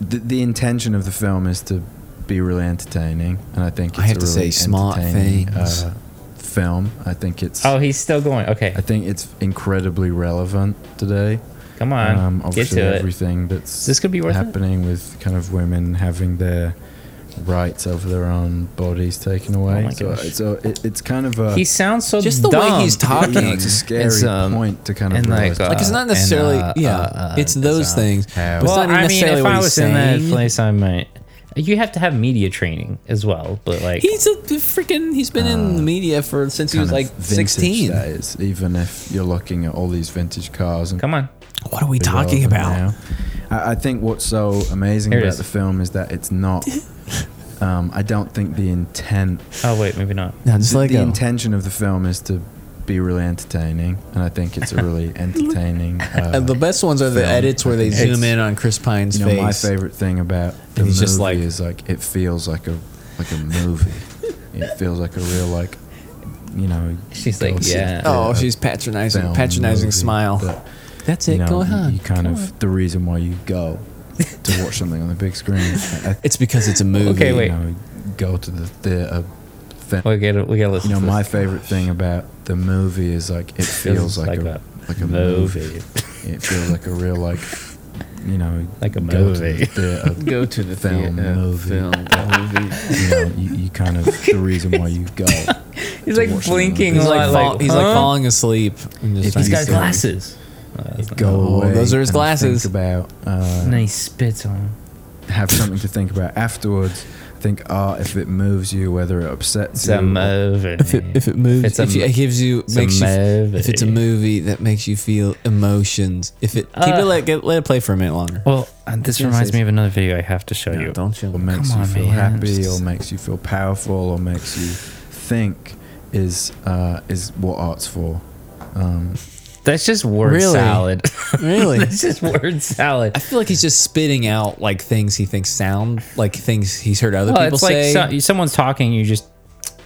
The, the intention of the film is to be really entertaining, and I think it's I have a to say really smart entertaining, things. Uh, film. I think it's. Oh, he's still going. Okay, I think it's incredibly relevant today. come on. um, Get Um, obviously, to it. everything that's Is this gonna be worth it? happening with kind of women having their rights over their own bodies taken away. Oh my so gosh. it's a, it, it's kind of a He sounds so Just the way dumb. he's talking. you know, it's a scary It's, um, point to kind of and like, realize. uh, Like it's not and, necessarily. uh, yeah. uh, uh, it's those design. things. How- But it's Well, not even necessarily what I he's was in saying. that place, I might. You have to have media training as well, but like, He's a freaking. He's been in the media for since he kind was of like vintage sixteen. That is, even if you're looking at all these vintage cars and come on. What are we be talking relevant about? now. I, I think what's so amazing Here it about is. the film is that it's not. um, I don't think the intent. Oh wait, maybe not. No, just the, let the go. intention of the film is to be really entertaining, and I think it's a really entertaining. Uh, And the best ones are the film. edits where they It's- zoom in on Chris Pine's you know, face. my favorite thing about the And he's movie just like- is like it feels like a like a movie. it feels like a real like, you know. She's like, go see yeah. Oh, a she's patronizing, film patronizing movie, smile. but, That's you know, you- You kind of the reason why you go to watch something on the big screen. I, I think, It's because it's a movie. Okay, you wait. know, go to the theater. Thing. We gotta we gotta listen. You know, to my this. favorite thing about the movie is like it feels like, a, like a movie. It feels like a real like, you know, Like a go to movie. the theater, Go to the Film, theater, movie. film, movie. you know, you, you kind of the reason why you go. He's to like watch the blinking movie. He's a like, lot. fall- like, he's like huh? falling asleep. and just If trying He's to got stay- glasses. Oh, that's not- Go Oh, away. those are his and glasses. Think about uh, And then he spits on him. have something to think about afterwards. Think art if it moves you, whether it upsets It's you. a movie. If it, if it moves, It's a if you- m- it gives you, it's a makes you, movie. if it's a movie that makes you feel emotions, if it, keep Uh. it, let, get, let it play for a minute longer. Well, uh, this Yes, reminds it's- me of another video I have to show you. No, don't you? or makes Come you on, feel man. happy or makes you feel powerful or makes you think is uh, is what art's for. Um, That's just word Really? salad. Really? That's just word salad. I feel like he's just spitting out like things he thinks sound like things he's heard other Well, people it's like say. so- someone's talking, you just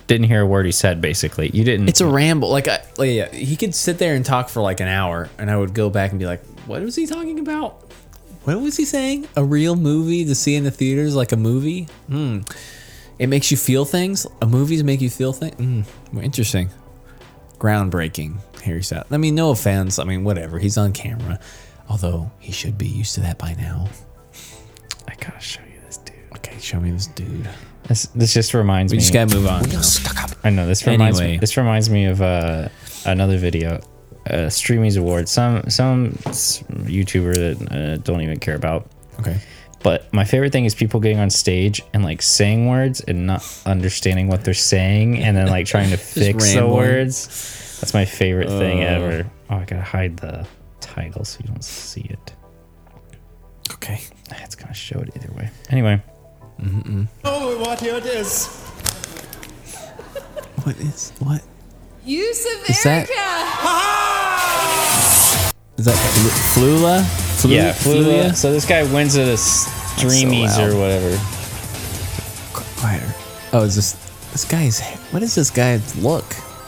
didn't hear a word he said. Basically, you didn't. it's a ramble. Like, I, like, yeah, he could sit there and talk for like an hour, and I would go back and be like, "What was he talking about? What was he saying? A real movie to see in the theaters, like a movie? Hmm. It makes you feel things. A movies make you feel things. Hmm. Well, Interesting. Groundbreaking. Harry Styles. I mean, no offense. I mean, whatever. He's on camera, although he should be used to that by now. I gotta show you this dude. Okay, show me this dude. This, this just reminds We me. just gotta move on. now. I know this reminds me. Anyway. This reminds me of uh, another video, uh, Streamies Awards. Some some s- YouTuber that uh, don't even care about. Okay. But my favorite thing is people getting on stage and like saying words and not understanding what they're saying, and then like trying to fix the rambling. words. That's my favorite thing ever. Oh, I gotta hide the title so you don't see it. Okay. Ah, It's gonna show it either way. Anyway, What is what? Use of Is that- Is that Fl- Flula? Flu- yeah, Fluya. So this guy wins at a Streamies loud. or whatever. Qu- Quieter. Oh, is this this guy's? What is this guy's look?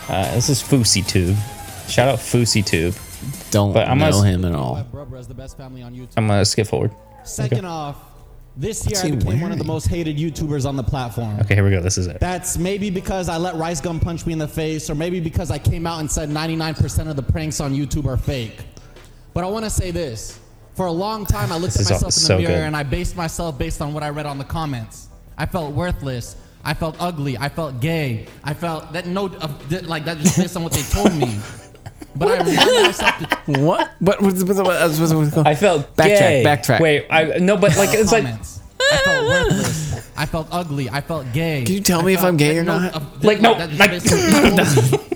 Uh, this is Fousey Tube. Shout out Fousey Tube. Don't But I'm know gonna- him at all. Rubber has the best family on YouTube. I'm gonna skip forward. Second off, this year What's I he became one of the wearing? most hated YouTubers on the platform. Okay, here we go. This is it. That's maybe because I let Rice Gum punch me in the face, or maybe because I came out and said 99% of the pranks on YouTube are fake. But I want to say this. For a long time, I looked This at is all- myself in the so mirror good. and I based myself based on what I read on the comments. I felt worthless. I felt ugly. I felt gay. I felt that no, uh, that- like that just based on what they told me. But I reminded myself to What? What? What? what, what, what, what, what, what I felt Backtrack, gay. backtrack. Wait, I no, but like it's like comments. I felt worthless. I felt ugly. I felt gay. Can you tell me if felt- I'm gay or no, not? uh, Like, no, that's like- basically-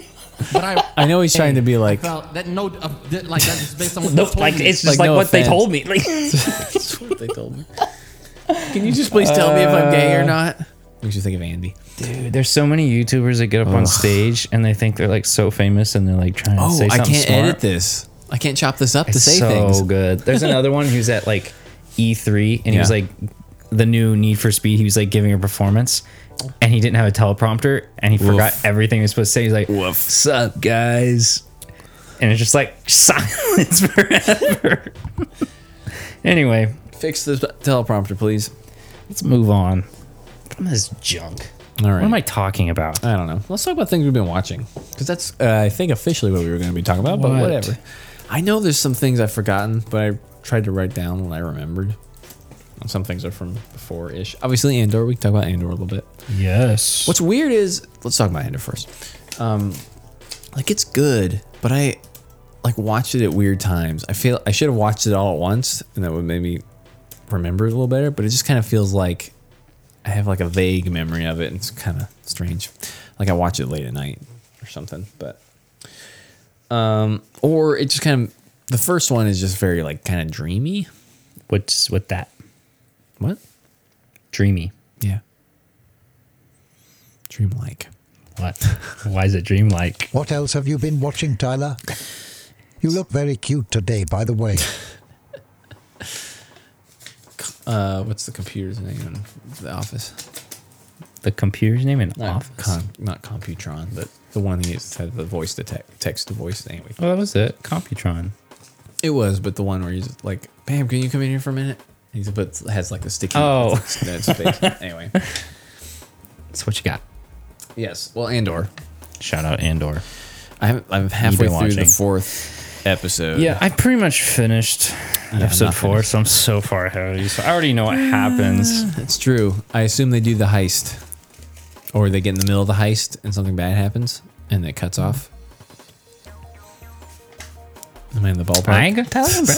but I, I know he's trying to be like- I felt that no, uh, that- like that's just based on what no, they told like me. it's just like, Like, no what they offense. told me. Like, they told me. Can you just please tell me if I'm gay or not? Makes you think of Andy. dude, there's so many YouTubers that get up on stage and they think they're like so famous and they're like trying to Oh, say I something can't smart. edit this. I can't chop this up to It's say so things. good. There's another one who's at like E3 and he was Yeah. like the new Need for Speed. He was like giving a performance and he didn't have a teleprompter and he forgot everything he was supposed to say. He's like, "Sup, guys?" And it's just like silence forever. anyway, Fix the teleprompter, please. let's move on from this junk. All right. What am I talking about? I don't know. Let's talk about things we've been watching because that's, uh, I think, officially what we were going to be talking about. But What? whatever. I know there's some things I've forgotten, but I tried to write down what I remembered. And Some things are from before-ish. Obviously, Andor. We can talk about Andor a little bit. yes. What's weird is let's talk about Andor first. Um, like it's good, but I like watched it at weird times. I feel I should have watched it all at once, and that would maybe remember it a little better. But it just kind of feels like I have like a vague memory of it, and it's kind of strange. Like I watch it late at night or something, but um, or it just kind of the first one is just very like kind of dreamy. What's with that? What? Dreamy. Yeah. Dreamlike. What? Why is it dreamlike? What else have you been watching, Tyler? You look very cute today, by the way. Uh, what's the computer's name in the office? The computer's name in Not, office. Oh, Com- not Computron, but the one he used had the voice to te- text to voice thing. We- oh, that was it. Computron. It was, but the one where he's like, "Bam, can you come in here for a minute?" He's but has like the sticky. Oh. that space. anyway, That's what you got. yes. Well, Andor. Shout out Andor. I haven't. I'm halfway through the watching. fourth episode. Yeah, I pretty much finished episode not four, so I'm so far ahead of you. So I already know what happens. that's true. I assume they do the heist, or they get in the middle of the heist and something bad happens and it cuts off. Am I in the ballpark? I ain't gonna tell you, bro.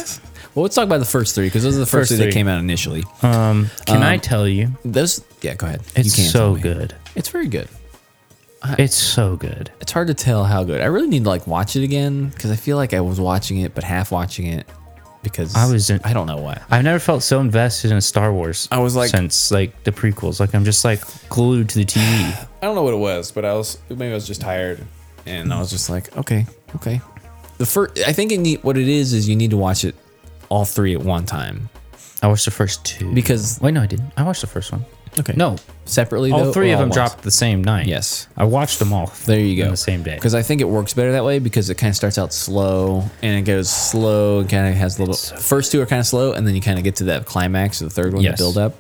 Well, let's talk about the first three because those are the first, First three, three. that came out initially. Um, can I tell you? Those, yeah, go ahead. It's can't tell so me. good. It's very good. It's so good. It's hard to tell how good. I really need to like watch it again because I feel like I was watching it but half watching it because I was in- I don't know what. I've never felt so invested in Star Wars. I was like- since like the prequels. Like I'm just like glued to the TV. I don't know what it was, but I was maybe I was just tired and I was just like, okay, okay. The first, I think it need, what it is is you need to watch it all three at one time. I watched the first two Because- wait, no, I didn't. I watched the first one. Okay. No, separately. all though, three or of all them at once? dropped the same night. Yes. I watched them all. There you go. On the same day. Because I think it works better that way because it kind of starts out slow and it goes slow and kind of has a little. first two are kind of slow and then you kind of get to that climax of the third one, Yes. the build up.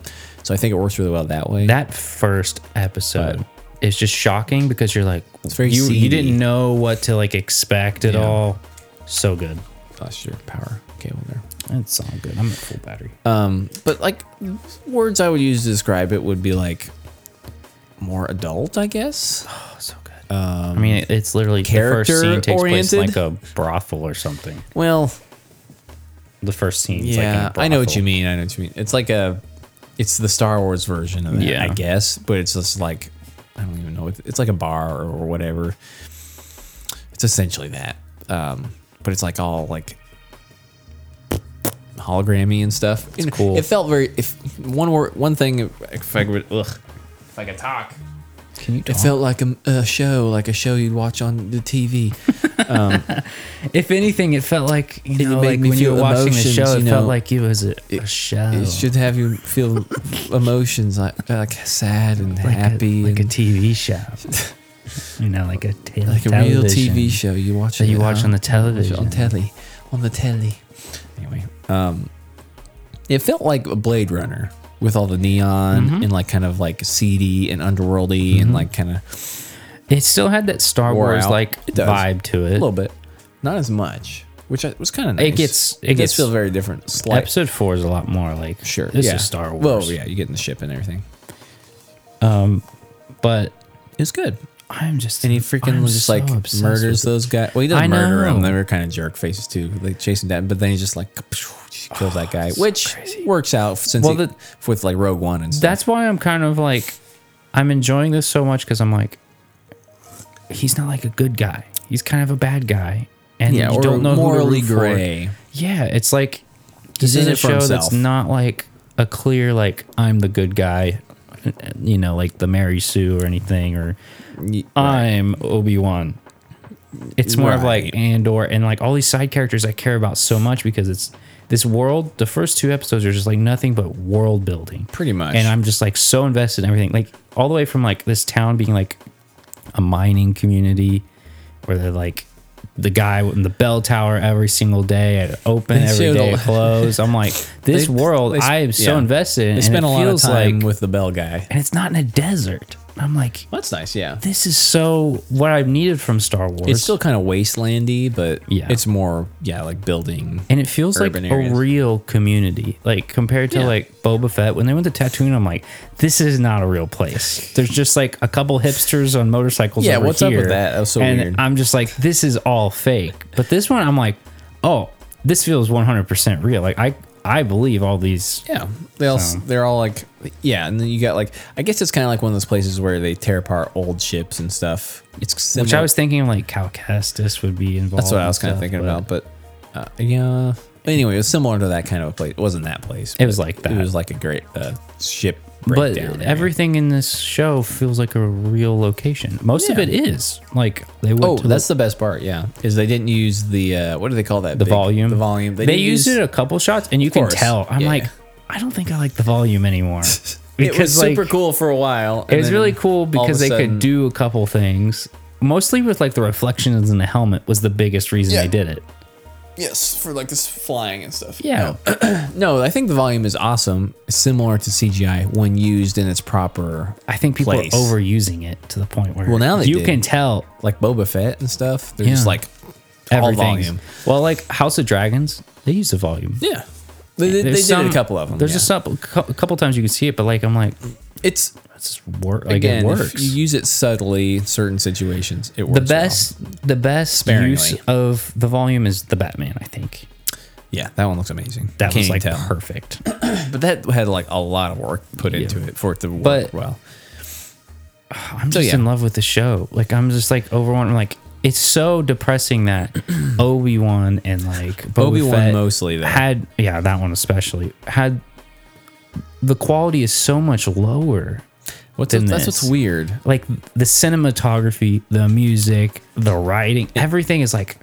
So I think it works really well that way. that first episode is just shocking because you're like very you, seedy. you didn't know what to like expect at Yeah. all. So good. lost your power cable there. It's all good. I'm at full battery. Um, but like words I would use to describe it would be like more adult, I guess. oh, so good. I mean, it- it's literally the first scene takes place Um, character-oriented? in like a brothel or something. Well, The first scene. yeah, like in a I know what brothel. you mean. I know what you mean. It's like a, it's the Star Wars version of that, Yeah. I guess. But it's just like I don't even know. What, it's like a bar or whatever. It's essentially that, um, but it's like all like hologrammy and stuff. It's cool. It felt very. If one word, one thing, if I could, ugh, if I could talk. Can you It felt like a, a show, like a show you'd watch on the TV. If anything, it felt like you It know, made like me when you feel were watching the emotions, show, it you felt know. like it was a, a show, It should have you feel emotions like like sad and like happy a, like a and TV show. you know, like a t- like a real TV show you watch that you it watch on the watch it television. on telly on the telly. Anyway, um, it felt like a Blade Runner with all the neon and like kind of like seedy and underworldy and like kind of It still had that Star Wore Wars out. like It does. vibe to a it. little bit, not as much, which I, was kind of nice. It gets- it does gets- feel very different. Slight, Episode four is a lot more like sure, This yeah. is Star Wars. Well, yeah, you get in the ship and everything. but It's good. I'm just And he freaking I'm just so like obsessed murders with those guys. Well, he doesn't I murder know. them. They were kind of jerk faces too. They chase him down, but then he just like kills that guy, which works out since Well, he- the- with like Rogue One and stuff. That's why I'm kind of like I'm enjoying this so much because I'm like he's not like a good guy. He's kind of a bad guy, and yeah, you or don't know morally who to root for. gray. Yeah, it's like He's he's in in a it for show himself. that's not like a clear like I'm the good guy, you know, like the Mary Sue or anything, or I'm Obi Wan. It's more of like Right. Andor and like all these side characters I care about so much because it's this world. The first two episodes are just like nothing but world building, Pretty much. and I'm just like so invested in everything, like all the way from like this town being like a mining community where they're like the guy in the bell tower every single day at open They every showed day a- it closed. I'm like this They- world they sp- I am so yeah. invested in. They and spent it a lot of feels time like- with the Bell guy. and it's not in a desert. I'm like That's nice. Yeah, this is so what I've needed from Star Wars. it's still kind of wastelandy, but Yeah. it's more yeah like building. and it feels like urban areas. a real community, like compared to Yeah. like Boba Fett. When they went to Tatooine, I'm like, this is not a real place. There's just like a couple hipsters on motorcycles. Yeah, over what's up with here. that? That was so and weird. I'm just like, this is all fake. But this one, I'm like, oh, this feels 100 percent real. Like I, I believe all these. Yeah, they all So- they're all like yeah, and then you got like I guess it's kind of like one of those places where they tear apart old ships and stuff. It's similar. Which I was thinking, like Cal Kestis would be involved. That's what I and was kind of stuff, thinking but about, but uh, yeah, Anyway, it was similar to that kind of a place. It wasn't that place. It was but like that. It was like a great uh, ship but breakdown. area. everything in this show feels like a real location. Most of Yeah. it is like they went Oh, to that's the best part. Yeah, is they didn't use the uh, what do they call that? the big- volume. The volume. They, didn't used use- it a couple shots, and you can course. tell. I'm Yeah. like, I don't think I like the volume anymore. it was like, super cool for a while. It and was then really cool all of a because they sudden- could do a couple things. Mostly with like the reflections in the helmet was the biggest reason Yeah. they did it. yes for like this flying and stuff. Yeah, No, I think the volume is awesome, similar to CGI when used in its proper. I think people Place. are overusing it to the point where Well, now they you did. can tell Like Boba Fett and stuff, they're Yeah. just like all everything. volume. Well, like House of Dragons, they use the volume. Yeah, they, they, they There's did some- a couple of them. There's yeah. just some- a cou- a couple times you can see it, but like I'm like, it's that's just work. Like again, it if works. you use it subtly in certain situations, it works. the best, the best use Sparingly. of the volume is the Batman. I think well. yeah, that one looks amazing. that Can't was like tell. perfect. but that had like a lot of work put into it for it to work But- well. I'm So, just yeah. in love with the show. Like I'm just like overwhelmed. I'm like it's so depressing that Obi Wan and like Boba Obi-Wan Fett mostly, though. had yeah that one especially had the quality is so much lower. What's than that's this. what's weird. Like the cinematography, the music, the writing, everything is like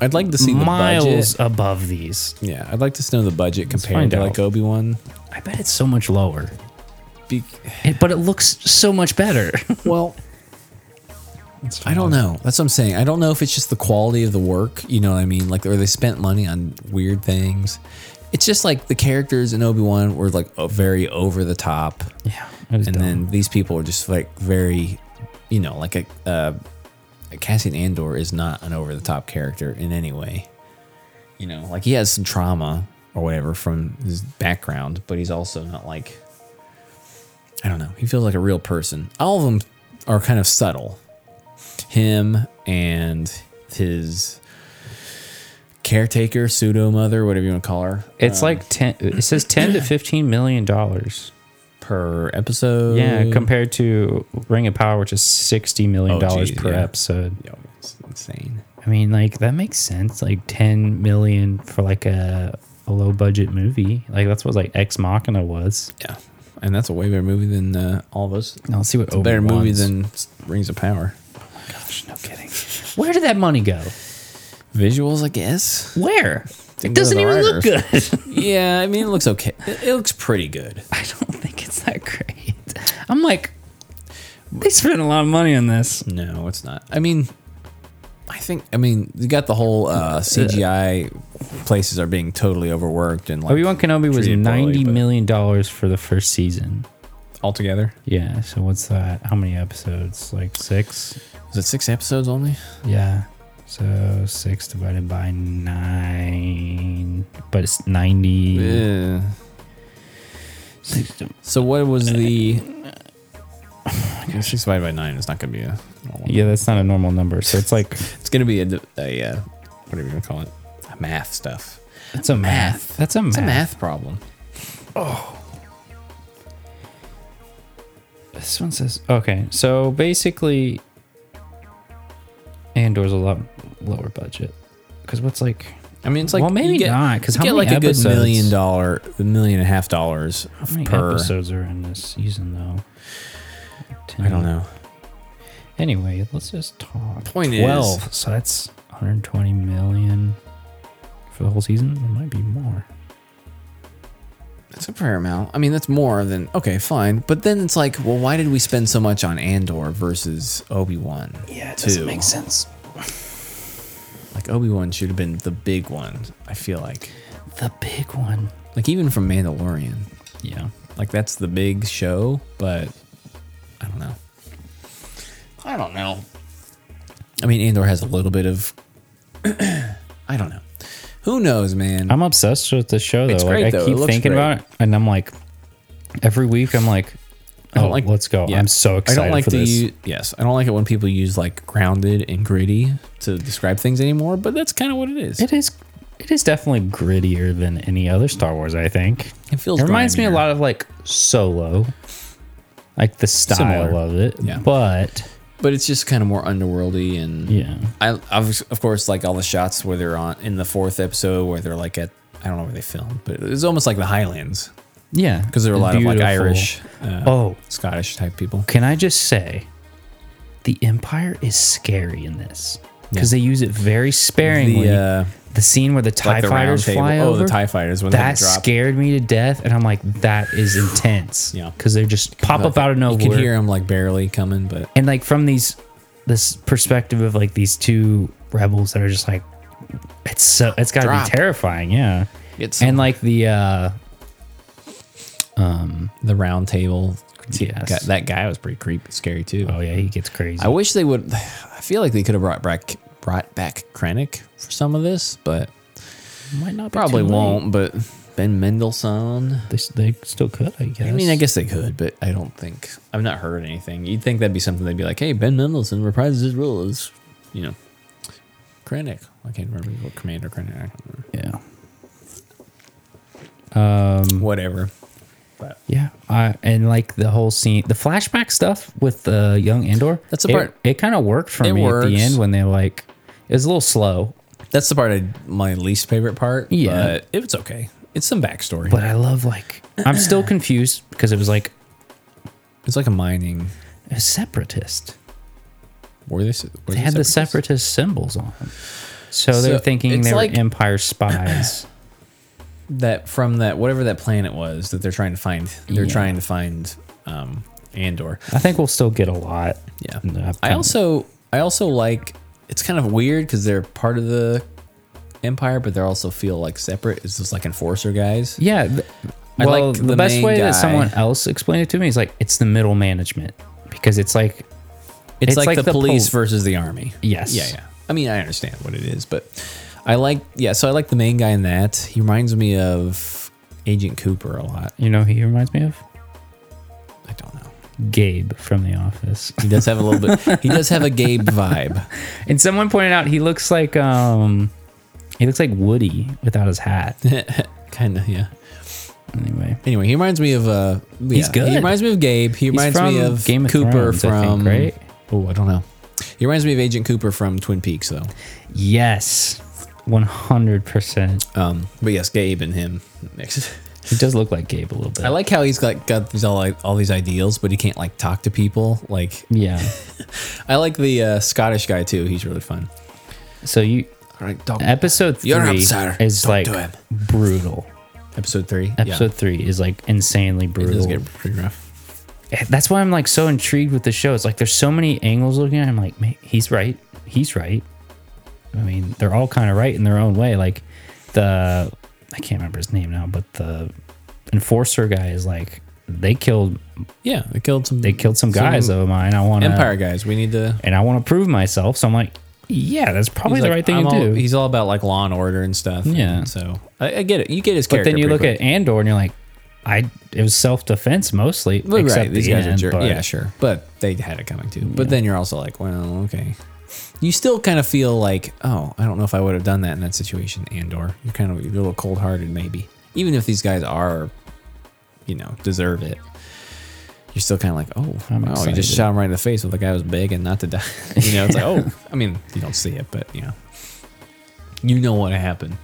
I'd like to see the miles budget. above these. Yeah, I'd like to know the budget compared find to out. like Obi Wan. I bet it's so much lower, Be- It- but it looks so much better. well, I don't know. That's what I'm saying. I don't know if it's just the quality of the work. You know what I mean? Like, or they spent money on weird things. It's just like the characters in Obi Wan were like o- very over the top, yeah, it was and dumb. then these people are just like very, you know, like a uh, Cassian Andor is not an over the top character in any way. You know, like he has some trauma or whatever from his background, but he's also not like I don't know. He feels like a real person. All of them are kind of subtle. Him and his caretaker, pseudo mother, whatever you want to call her, it's like ten. It says ten to fifteen million dollars. per episode. Yeah, compared to Ring of Power, which is sixty million Oh, dollars geez, per yeah. episode. Yo, it's insane. I mean, like that makes sense. Like ten million for like a, a low budget movie. Like that's what like Ex Machina was. Yeah, and that's a way better movie than uh, all those. Now let's see what It's a better movie Obi-Wan's- than Rings of Power. Gosh, no kidding. Where did that money go? Visuals, I guess. Where? Didn't go to it doesn't the even look good. writers. yeah, I mean, it looks okay. It, it looks pretty good. I don't think it's that great. I'm like, they spent a lot of money on this. No, it's not. I mean, I think. I mean, you got the whole uh, CGI places are being totally overworked and like Obi Wan Kenobi was treated poorly, ninety but- million dollars for the first season. altogether. Yeah. So what's that? How many episodes? Like six. Is it six episodes only? Yeah. So six divided by nine, but it's ninety. Yeah. So what was the? Six divided by nine is not going to be a. Yeah, that's not a normal number. So it's like It's going to be a, a uh, whatever you want to call it, math stuff. that's a math. That's a math. It's a math problem. This one says okay. So basically, Andor's a lot lower budget because what's like I mean, it's like Well, maybe you get, not, 'cause you how get many like a episodes? good million dollar, a million and a half dollars how many per. episodes are in this season though? I don't know. Anyway, let's just talk. Point is- 12. So that's 120 million for the whole season. It might be more. That's a fair amount. I mean, that's more than okay, fine. But then it's like, well, why did we spend so much on Andor versus Obi Wan? Yeah, it doesn't make sense. Like Obi Wan should have been the big one. I feel like, The big one. like even from Mandalorian, Yeah. like that's the big show. But I don't know. I don't know. I mean, Andor has a little bit of. I don't know. Who knows, man? I'm obsessed with the show though. It's like great, I though. It keep looks thinking great. about it and I'm like every week I'm like I oh, don't like- let's go. yeah. I'm so excited I don't like for to this. use yes, I don't like it when people use like grounded and gritty to describe things anymore, but that's kind of what it is. it is it is definitely grittier than any other Star Wars, I think. It feels It reminds me a grimier. lot of like Solo. Like the style Similar. of it. Yeah. But but it's just kind of more underworldy and Yeah. I of, of course like all the shots where they're on in the fourth episode where they're like at I don't know where they filmed, but it's almost like the Highlands Yeah, because there are a lot of like Beautiful. Irish, uh, Oh. Scottish type people. Can I just say, the Empire is scary in this because they use it very sparingly. The, uh, the scene where the Tie the round Fighters table. fly Oh, the over. TIE fighters when they that drop. scared me to death, and I'm like, that is intense. Yeah. because they just pop up out of nowhere. You can hear them like barely coming, but and like from these this perspective of like these two rebels that are just like it's so it's got to Drop. be terrifying yeah it's and like the uh the round table. Yes. Guy- that guy was pretty creepy, scary too. oh yeah he gets crazy I wish they would. I feel like they could have brought back brought back Krennic for some of this, but might not be probably too late. won't. But Ben Mendelsohn. they, s- they still could i guess I mean, I guess they could, but I don't think I've not heard anything. You'd think that'd be something they'd be like, "Hey, Ben Mendelsohn reprises his role as, you know, Krennic." I can't remember what Commander Krennic. I don't Um, remember. yeah Whatever. yeah I, and like the whole scene the flashback stuff with uh young andor That's the it- part- it, kind of worked for It me at works. the end when they like it was a little slow That's the part I my least favorite part. Yeah. but it's okay. It's some backstory. but i love like i'm still confused because it was like it's like a mining. a separatist Were they? se- Were they had the separatists? separatist symbols on them. So, So they're thinking it's they were like- Empire spies. that from that whatever that planet was that they're trying to find. They're Yeah. trying to find um, Andor. I think we'll still get a lot. Yeah. in the I upcoming- also I also like it's kind of weird because they're part of the empire, but they also feel like separate. It's just like enforcer guys. yeah. th- I well, like the, the best main way guy. that someone else explained it to me is like it's the middle management because it's like It's, It's like, like the, the police pol- versus the army. Yes. Yeah, yeah. I mean, I understand what it is, but I like yeah. So I like the main guy in that. He reminds me of Agent Cooper a lot. you know who he reminds me of I don't know. Gabe from The Office. He does have a little bit. He does have a Gabe vibe. and someone pointed out he looks like um he looks like Woody without his hat. kind of yeah. Anyway, Anyway, he reminds me of uh. yeah, good. He reminds me of Gabe. He He's reminds me from of Game of Cooper Thrones, I think, from right? Oh, I don't know. He reminds me of Agent Cooper from Twin Peaks, though. yes, one hundred percent. Um, but yes, Gabe and him mixed. He does look like Gabe a little bit. I like how he's got got these all like all these ideals, but he can't like talk to people. Like Yeah. I like the uh, Scottish guy too. He's really fun. So you All right, dog. episode 3 You're an outsider. is Don't like do it. brutal. episode three. Episode three is like insanely yeah. it brutal. does get pretty rough. That's why I'm like so intrigued with the show. It's like there's so many angles looking at. It. I'm like, man, he's right. He's right. I mean, they're all kind of right in their own way. Like the I can't remember his name now, but the enforcer guy is like they killed Yeah, they killed some. they killed some guys of mine. I want Empire guys. We need to. and I want to prove myself. So I'm like, yeah, that's probably he's the like, right thing I'm to all- do. He's all about like law and order and stuff. Yeah. And so I, I get it. You get his But character. then you pretty look quick. at Andor and you're like, I it was self defense mostly. Well, except right, these the guys are end, jerks. but- Yeah, sure, but they had it coming too. But then you're also like, well, okay. You still kind of feel like, oh, I don't know if I would have done that in that situation, and/or you're kind of you're a little cold-hearted, maybe. Even if these guys are, you know, deserve it, you're still kind of like, oh, I'm wow, you excited. just shot him right in the face with the guy who was begging not to die. you know, it's like, oh, I mean, you don't see it, but you know, you know what happened.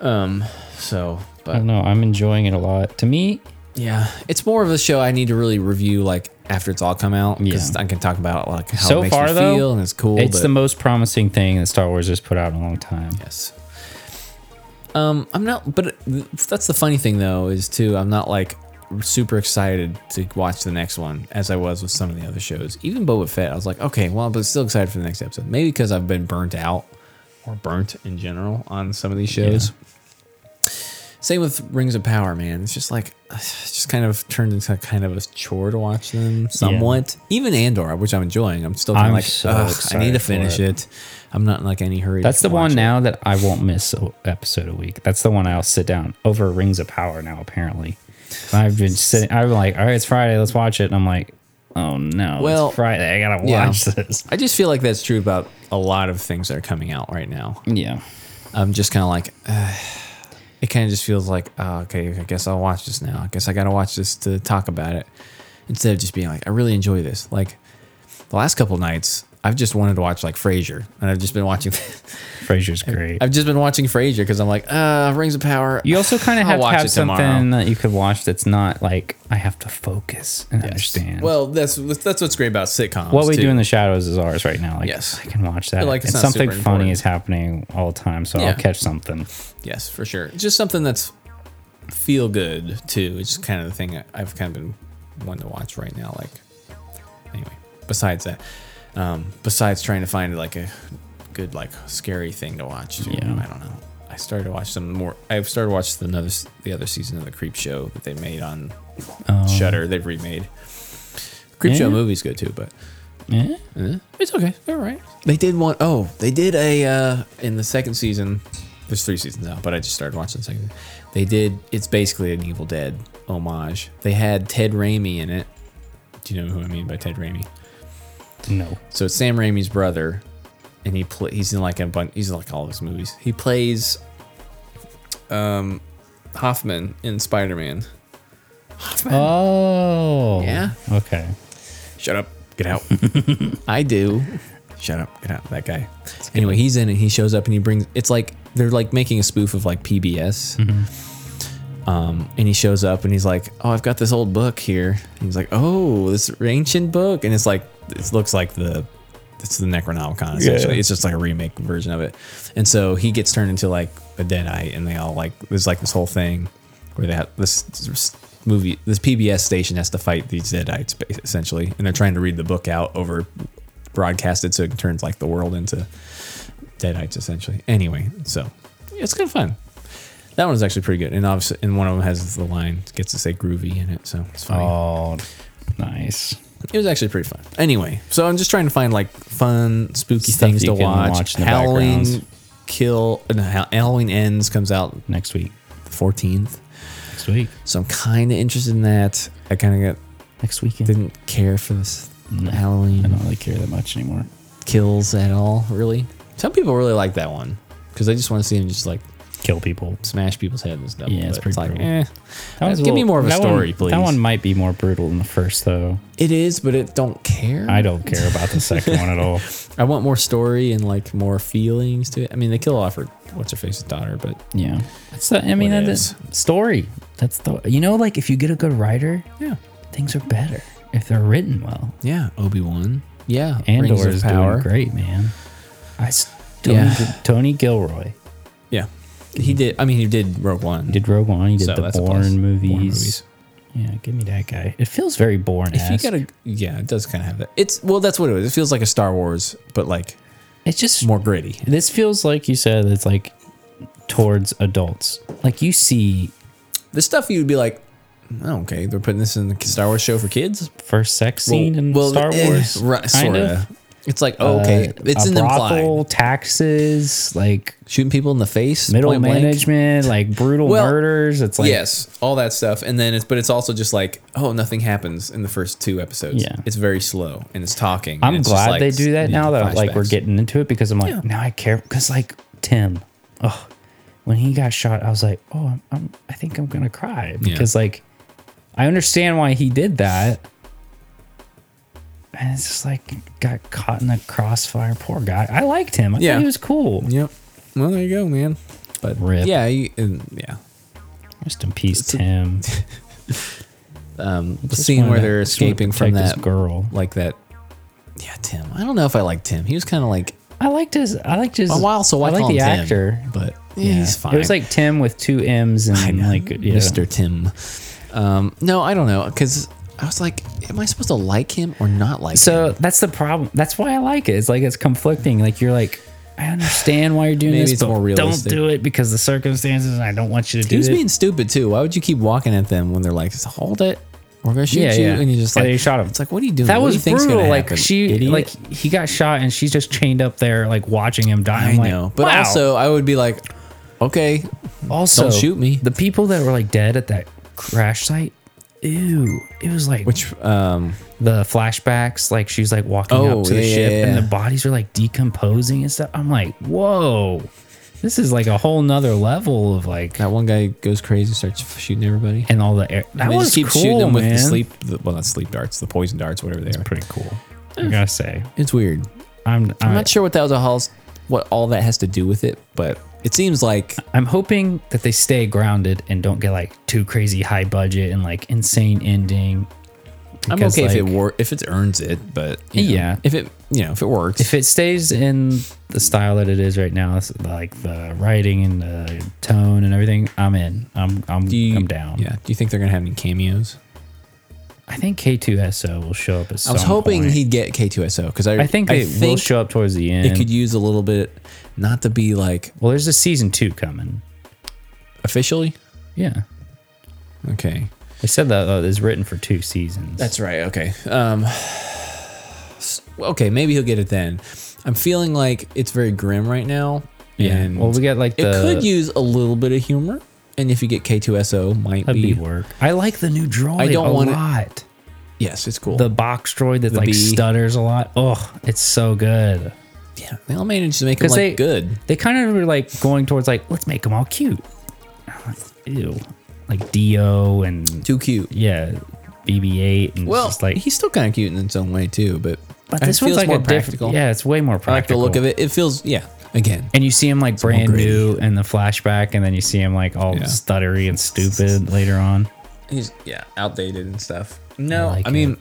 Um, so, I but don't know. I'm enjoying it a lot. To me, yeah, it's more of a show I need to really review like after it's all come out because Yeah. I can talk about like how it so makes far me though, feel and it's cool. It's but the most promising thing that Star Wars has put out in a long time. yes. Um, I'm not, but it- that's the funny thing though is too I'm not like super excited to watch the next one as I was with some of the other shows. Even Boba Fett, I was like, okay, well, but still excited for the next episode. Maybe because I've been burnt out or burnt in general on some of these shows. Same with Rings of Power, man. It's just like it's just kind of turned into kind of a chore to watch them somewhat. Even Andor, which I'm enjoying, I'm still kind I'm of like, so "Ugh, I need excited to for finish it." it. I'm not in like any hurry. That's to the watch one it. now that I won't miss an episode a week. That's the one I'll sit down over Rings of Power now. Apparently, I've been sitting. I've been like, all right, it's Friday, let's watch it. And I'm like, oh no, Well, it's Friday, I gotta yeah. watch this. I just feel like that's true about a lot of things that are coming out right now. Yeah, I'm just kind of like, uh, it kind of just feels like, oh, okay, I guess I'll watch this now. I guess I got to watch this to talk about it instead of just being like, I really enjoy this. Like, the last couple nights, I've just wanted to watch like Frasier, and I've just been watching. Frasier's great. I've just been watching Frasier because I'm like, uh, Rings of Power. you also kind of I'll have to watch have it tomorrow. something that you could watch that's not like I have to focus and understand. Well, that's that's what's great about sitcoms. what we too. do in the shadows is ours right now. Like, Yes. I can watch that. Like, Like, it's and not something funny super is happening all the time, so Yeah. I'll catch something. Yes, for sure. Just something that's feel good too. It's just kind of the thing I- I've kind of been wanting to watch right now. Like, anyway, besides that, um, besides trying to find like a good like scary thing to watch. too. Yeah. I don't know. I started to watch some more. I've started to watch the another s- the other season of the Creep Show that they made on Shutter. They've remade. Creep Oh. Yeah. Show movie's good too, but Yeah. it's okay. All right. They did one oh, they did a uh in the second season. There's three seasons now, but I just started watching the second. They did. It's basically an Evil Dead homage. They had Ted Raimi in it. Do you know who I mean by Ted Raimi? No. So it's Sam Raimi's brother, and he play, he's in like a bunch. He's in like all his movies. He plays um Hoffman in Spider Man. Oh. Yeah. Okay. Shut up. Get out. I do. Shut up. Get out. That guy. Anyway, he's in it. He shows up and he brings. It's like they're like making a spoof of like PBS. Um, and he shows up and he's like, "Oh, I've got this old book here." And he's like, "Oh, this ancient book," and it's like it looks like the it's the Necronomicon essentially. It's just like a remake version of it. And so he gets turned into like a deadite, and they all like there's like this whole thing where they have this, this movie, this PBS station has to fight these deadites ba- essentially, and they're trying to read the book out over broadcasted so it turns like the world into deadites essentially. Anyway, so it's kind of fun. That one's actually pretty good, and obviously, and one of them has the line gets to say groovy in it, so it's funny. Oh, nice. It was actually pretty fun. Anyway, so I'm just trying to find like fun, spooky Stuff things you to can watch. watch in the Halloween background. kill no, Ha- Halloween ends comes out Next week. the 14th, Next week. so I'm kind of interested in that. I kind of Next weekend. didn't care for this No, Mm. I Halloween don't really care that much anymore. kills at all, really. Some people really like that one because they just want to see him just like Kill people. smash people's heads and stuff. Yeah, it's but pretty like, brutal. eh. That one's a Give me more of a that one- story, please. That one might be more brutal than the first, though. it is, but it don't care. I don't care about the second one at all. I want more story and like more feelings to it. I mean, they kill off her what's her face's daughter, but Yeah. That's the, I mean, What that is? is story. That's the, you know, like if you get a good writer, yeah. things are better if they're written well. Yeah, Obi Wan. Yeah, Rings Andor of is doing great, man. I s- Tony, Yeah. Tony Gilroy Yeah, he did. I mean, he did Rogue One. did Rogue One. He did So the that's a plus. Bourne Bourne movies. movies. Yeah, give me that guy. It feels very Bourne. If you got a yeah, it does kind of have that. It's well, that's what it was. It feels like a Star Wars, but like it's just more gritty. This feels like you said it's like towards adults. Like you see The stuff you'd be like, oh, okay, they're putting this in the Star Wars show for kids. first sex scene in Star eh, Wars, right, kind sorta. of. It's like oh, okay, Uh, it's a an brothel, implied taxes, like shooting people in the face, middle point blank. management, like brutal Well, murders. It's like yes, all that stuff, and then it's but it's also just like oh, nothing happens in the first two episodes. Yeah. it's very slow and it's talking. and I'm it's just glad like, they do that you now know, that like we're flashbacks. getting into it because I'm like Yeah. now I care because like Tim, oh, when he got shot, I was like, oh, I'm, I'm I think I'm gonna cry because like I understand why he did that, and it's just like got caught in the crossfire. Poor guy. I liked him. I Yeah. thought he was cool. Yep. Well, there you go, man. But Rip. yeah, you, and, yeah. Rest in peace, Tim. Um, the Just scene wanted where to- they're just wanted to escaping from protect his that girl. like that. Yeah, Tim. I don't know if I like Tim. He was kind of like I liked his. I liked his. a while, Oh, so I, like call the him Tim, actor. but Yeah. he's fine. It was like Tim with two M's I and know, like yeah. Mr. Tim. Um, no, I don't know because I was like, am I supposed to like him or not like him? So that's the problem. That's why I like it. It's like it's conflicting. Like you're like, I understand why you're doing Maybe this, it's but more don't realistic. do it because the circumstances. And I don't want you to do He was it. being stupid too. Why would you keep walking at them when they're like, "Hold it, we're gonna shoot Yeah, you," yeah. and you just And like they shot him. It's like, what are you doing? that What do was you think's brutal. gonna Like happen, she, idiot? like he got shot, and she's just chained up there, like watching him die. I I'm like, know, but wow. also I would be like, okay, also, don't shoot me. The people that were like dead at that crash site. Ew! It was like which um, the flashbacks. Like she's like walking Oh, up to the yeah, ship, yeah, and yeah. the bodies are like decomposing and stuff. I'm like, whoa! This is like a whole nother level of like that one guy goes crazy, starts f- shooting everybody. and all the air. That they was just keep cool, shooting them with man. the sleep, the, well, not sleep darts, the poison darts, whatever they are. Pretty cool. That I gotta say, It's weird. I'm I'm I'm, not sure what that was a halls, what all that has to do with it, but it seems like I'm hoping that they stay grounded and don't get like too crazy high budget and like insane ending. I'm Because, okay if it like, wor- if it earns it, but you know, Yeah. if it you know if it works, if it stays in the style that it is right now, it's like the writing and the tone and everything, I'm in. I'm I'm do you, I'm down. Yeah, do you think they're gonna have any cameos? I think K2SO will show up at some I was hoping point. he'd get K2SO because I I think I it will think show up towards the end. it could use a little bit, not to be like well, there's a season two coming. officially. Yeah. Okay, They said that uh, it's written for two seasons. That's right. Okay. Um, s- okay, maybe he'll get it then. I'm feeling like it's very grim right now. Yeah. And Well, we got, like, it the- could use a little bit of humor, and if you get K2SO, might That'd be, be work. I like the new droid don't a want it- lot. yes, it's cool. The box droid that The like bee. stutters a lot. Oh, it's so good. yeah, they all managed to make it Because look they good. They kind of were like going towards like let's make them all cute. Ew, like Dio and Too cute. yeah, BB-8 and Well, just like he's still kind of cute in its own way too, but but I this feel one's it's like more a practical. different. Yeah, it's way more I like the practical. look of it. It feels yeah. Again, And you see him like more brand gritty. new in the flashback, and then you see him like all Yeah. stuttery and stupid later on. he's yeah outdated and stuff. No, I, like mean it.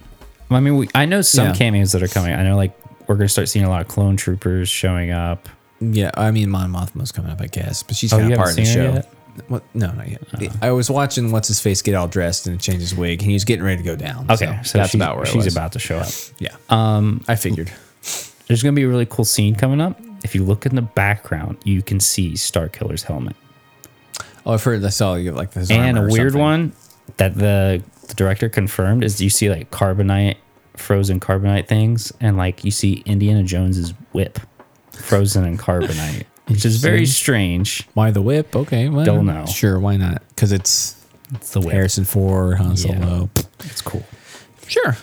I mean, we, I know some Yeah. cameos that are coming. I know like we're gonna start seeing a lot of clone troopers showing up. Yeah, I mean, Mon Mothma's coming up, I guess, but she's Oh, kind you of haven't part of the seen her show. yet? Oh. What? No, not yet. I was watching what's his face get all dressed and change his wig, and he's getting ready to go down. Okay, so, that's she- about where it she's was. about to show up. Yeah, um, I figured. There's gonna be a really cool scene coming up. If you look in the background, you can see Star Killer's helmet Oh, I've heard I saw you like this and a weird one that the, the director confirmed is you see like carbonite, frozen carbonite things, and like you see Indiana Jones's whip, frozen in carbonite, which is very strange. Why the whip? Okay, well, Don't know. Sure, why not? Because it's It's the whip. Harrison Ford, Han Solo. It's cool. Sure,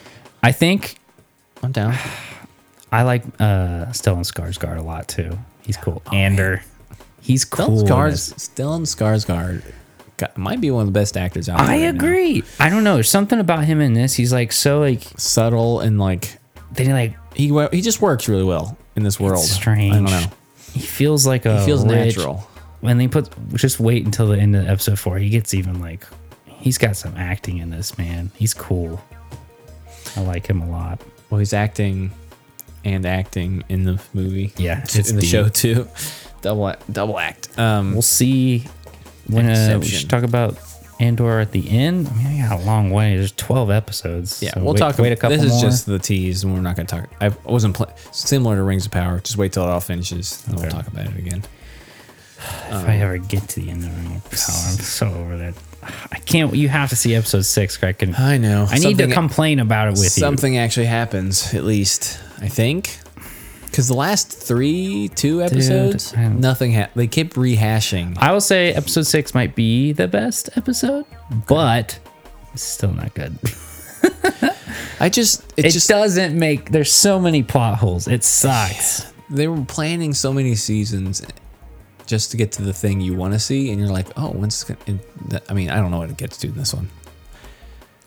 I think I'm down. I like uh Stellan Skarsgård a lot too. He's cool. Ander, he's cool. in Oh, Stellan this. Skarsgård, Stellan Skarsgård got- might be one of the best actors out there. I right now. agree. I don't know. There's something about him in this. He's like so like Subtle and like then he like he wo- he just works really well in this world. strange. I don't know. He feels like a He feels rich- natural. When they put just wait until the end of episode four, he gets even like he's got some acting in this man. He's cool. I like him a lot. Well, he's acting and acting in the movie. Yeah, it's it's in the deep. show too. Double act, double act. Um, We'll see when uh, we Inception. should talk about Andor at the end. I mean, I got a long way. There's 12 episodes. yeah, so we'll wait, talk. Wait a couple. This is more. just the tease, and we're not going to talk. I wasn't pl- similar to Rings of Power. Just wait till it all finishes, and we'll Okay. talk about it again. If um, I ever get to the end of Ring of Power, I'm so over that. I can't. You have to see episode six, Greg. Can, I know. I need to Something- complain about it with Something actually happens, at least I think, because the last three, two episodes, I don't- nothing. Ha- they kept rehashing. you. I will say episode six might be the best episode, but it's still not good. I just, It it just doesn't make. There's so many plot holes. It sucks. they were planning so many seasons just to get to the thing you want to see, and you're like, oh, when's it gonna, it- that- I mean, I don't know what it gets to in this one,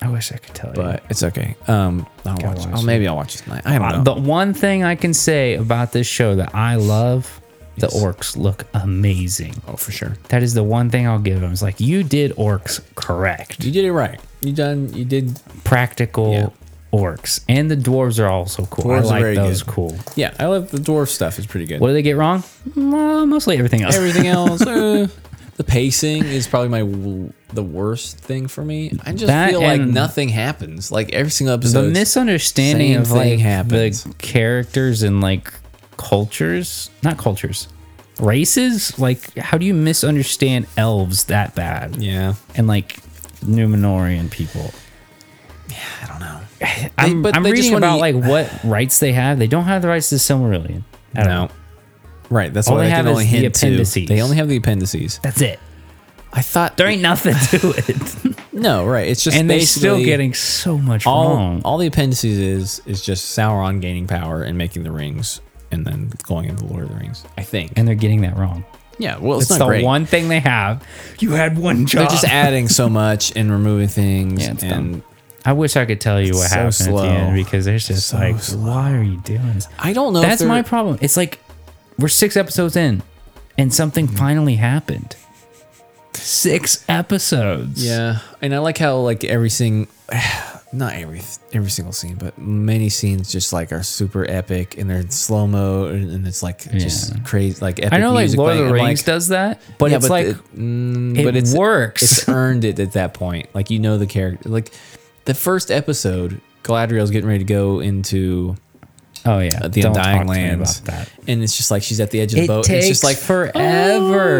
I wish I could tell you. but it's okay. Um, I'll Gotta watch. watch Oh, it. maybe I'll watch it tonight. I don't Uh, know. the one thing I can say about this show that I love, the orcs look amazing. oh, for sure. That is the one thing I'll give them. It's like you did orcs correct. You did it right. You done. You did. practical Yeah. orcs. And the dwarves are also cool. Dwarves are I very like those good. cool. Yeah, I love the dwarf stuff. is pretty good. What do they get wrong? Mm, uh, mostly everything else. Everything else, eh. the pacing is probably my w- the worst thing for me. I just That feel like and- nothing happens. Like every single the episode, it's- misunderstanding same of thing like happens. the characters and like cultures, not cultures, races. Like, how do you misunderstand elves that bad? yeah, And like Numenorean people. I don't know. I'm, but I'm they just reading wanna about eat- like what rights they have. They don't have the rights to Silmarillion. at all. No. Right, that's All what they I can have only is the hint to. appendices. They only have the appendices. That's it. I thought There ain't nothing to it. No, right. It's just and they're still basically getting so much all wrong. all the appendices is is just Sauron gaining power and making the rings and then going into Lord of the Rings. I think. and they're getting that wrong. yeah, well, it's, It's, not the great. one thing they have. You had one They're job. just adding so much and removing things Yeah, it's and I wish I could tell you what So happened at slow. the end because there's just So like, slow. why are you doing this? I don't know if That's they're- my problem. It's like we're six episodes in, and something Mm-hmm. finally happened. Six episodes. Yeah, and I like how like everything, not every every single scene, but many scenes just like are super epic and they're in slow mo and, and it's like Yeah. just crazy like epic. I know, like music Lord of playing, the and, Rings like- does that, but yeah, it's like it, mm, it but it's, works. It's earned it at that point. Like you know the character. Like the first episode, Galadriel's getting ready to go into oh yeah, uh, the Don't talk Undying to me Lands, about that. and it's just like she's at the edge of the It boat. and it's takes just like forever.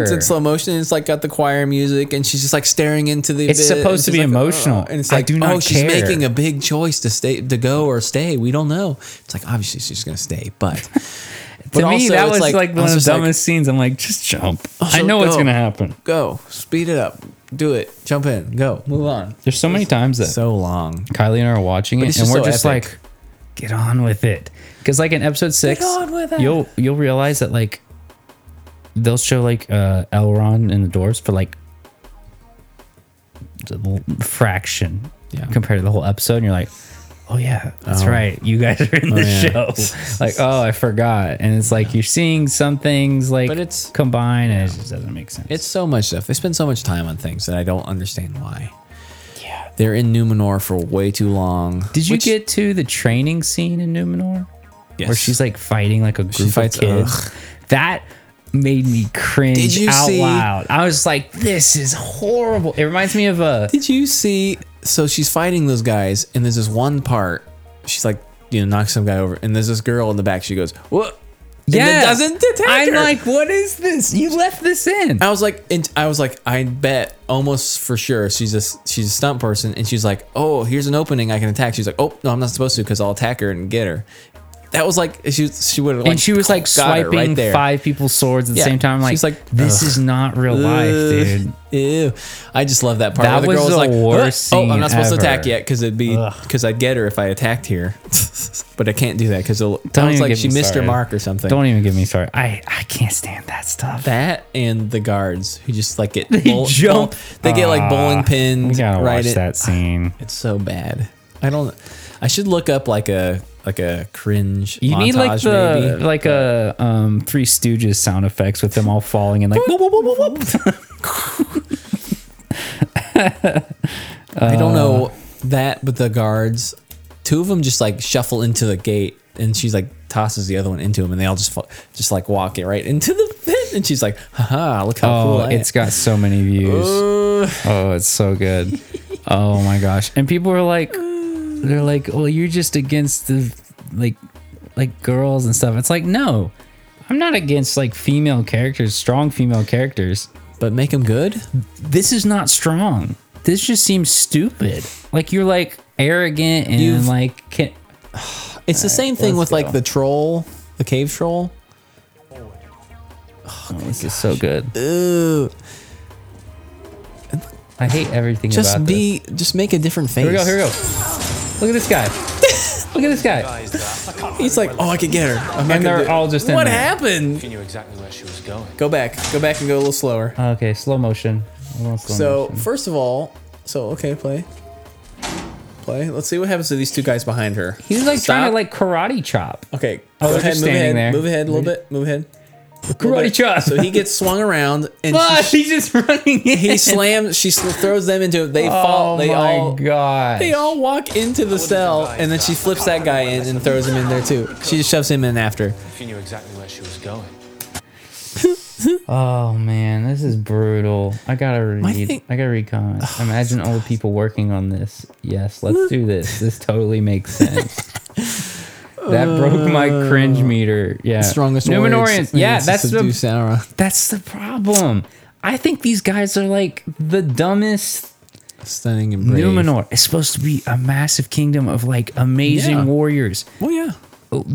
"Oh," it's in slow motion. And it's like got the choir music, and she's just like staring into the. It's abyss, supposed and she's to be like, emotional. "Oh," and it's I like, do not oh, she's care. making a big choice to stay, to go or stay. We don't know. It's like obviously she's gonna stay, but. To but me, also, that it's was like, I one was of the just like, dumbest scenes. I'm like, just jump. I so know what's dumb. gonna happen. Go, speed it up, do it, jump in, go, move on. There's so many times that So long. Kylie and I are watching it, it's and just we're so just epic. like, get on with it. Because like in episode six, on with it. you'll you'll realize that like they'll show like uh Elrond and the dwarves for like a little fraction Yeah. compared to the whole episode, and you're like, oh yeah, that's Oh. right, you guys are in the yeah. show. like oh, I forgot, and it's like you're seeing some things like But it's- combined, and it just doesn't make sense. It's so much stuff. They spend so much time on things that I don't understand why. Yeah. They're in Numenor for way too long. Did you which- get to the training scene in Numenor? Yes. where she's like fighting like a group fights- of kids. That made me cringe Did you out see- loud. I was like, "This is horrible." It reminds me of a Did you see? So she's fighting those guys, and there's this one part. She's like, you know, knocks some guy over, and there's this girl in the back. She goes, "What?" And then doesn't attack I'm her. like, "What is this? You left this in." I was like, and I was like, I bet almost for sure she's a she's a stunt person, and she's like, oh, here's an opening I can attack. She's like, oh no, I'm not supposed to because I'll attack her and get her. That was like she was- she would have like, and she was like Oh, got her swiping five people's swords at the Yeah. same time. Like, She's like, "This ugh. is not real life, dude." Ew. I just love that part. That where the was girl was the like, worst oh, I'm scene not supposed to attack ever. yet because it'd be Ugh. because I'd get her if I attacked here, but I can't do that because it Don't sounds even like get she me missed her started. mark or something. Don't even give me started. I I can't stand that stuff. that and the guards who just like get They jump. they get like Ah, bowling pins. we gotta right watch in- that scene. It's so bad. I don't. I should look up like a like a cringe. You need like montage, the maybe. like a um Three Stooges sound effects with them all falling and like I don't Uh, know that, but the guards, two of them just like shuffle into the gate, and she's like tosses the other one into him, and they all just fall, just like walk it right into the pit, and she's like, haha, look how cool Oh, I Uh, it's it's got so many views. Oh, it's so good. oh my gosh. And people are like they're like, "Well, you're just against the like like girls and stuff." It's like, "No. I'm not against like female characters, strong female characters. But make him good. This is not strong. This just seems stupid. Like you're like arrogant and You've- like can- It's the same thing with let's like go. the troll, the cave troll. oh, this is so good. Ooh, I hate everything just about be, just make a different face. this. Here we go, here we go. Look at this guy. Look at this guy. He's like, oh, I could get her. I'm not gonna And they're do it." all just in What there. happened? knew exactly where she was going. Go back, go back, and go a little slower. Okay, slow motion. We're going slow So motion. first of all, so okay, play, play. Let's see what happens to these two guys behind her. He's like Stop. trying to like karate chop. Okay, Oh, go they're ahead, just move ahead, standing there. move ahead a little bit, move ahead. Little Karate bit. chop. So he gets swung around and Ah, she, she's just running in. he slams. She sl- throws them into. They fall. oh They my all. god. They all walk into the cell, and then she flips that guy in and throws him in there too. She just shoves him in after. If you knew exactly where she was going. Oh man, this is brutal. I gotta read. thing- I gotta read comments. Imagine all the people working on this. Yes, let's do this. This totally makes sense. that broke my cringe meter. Yeah, Strongest Numenorians. words. Yeah, to that's subdue the Sauron. that's the problem. I think these guys are like the dumbest Stunning and brave. Numenor is supposed to be a massive kingdom of like amazing Yeah. warriors. Well, yeah. Oh,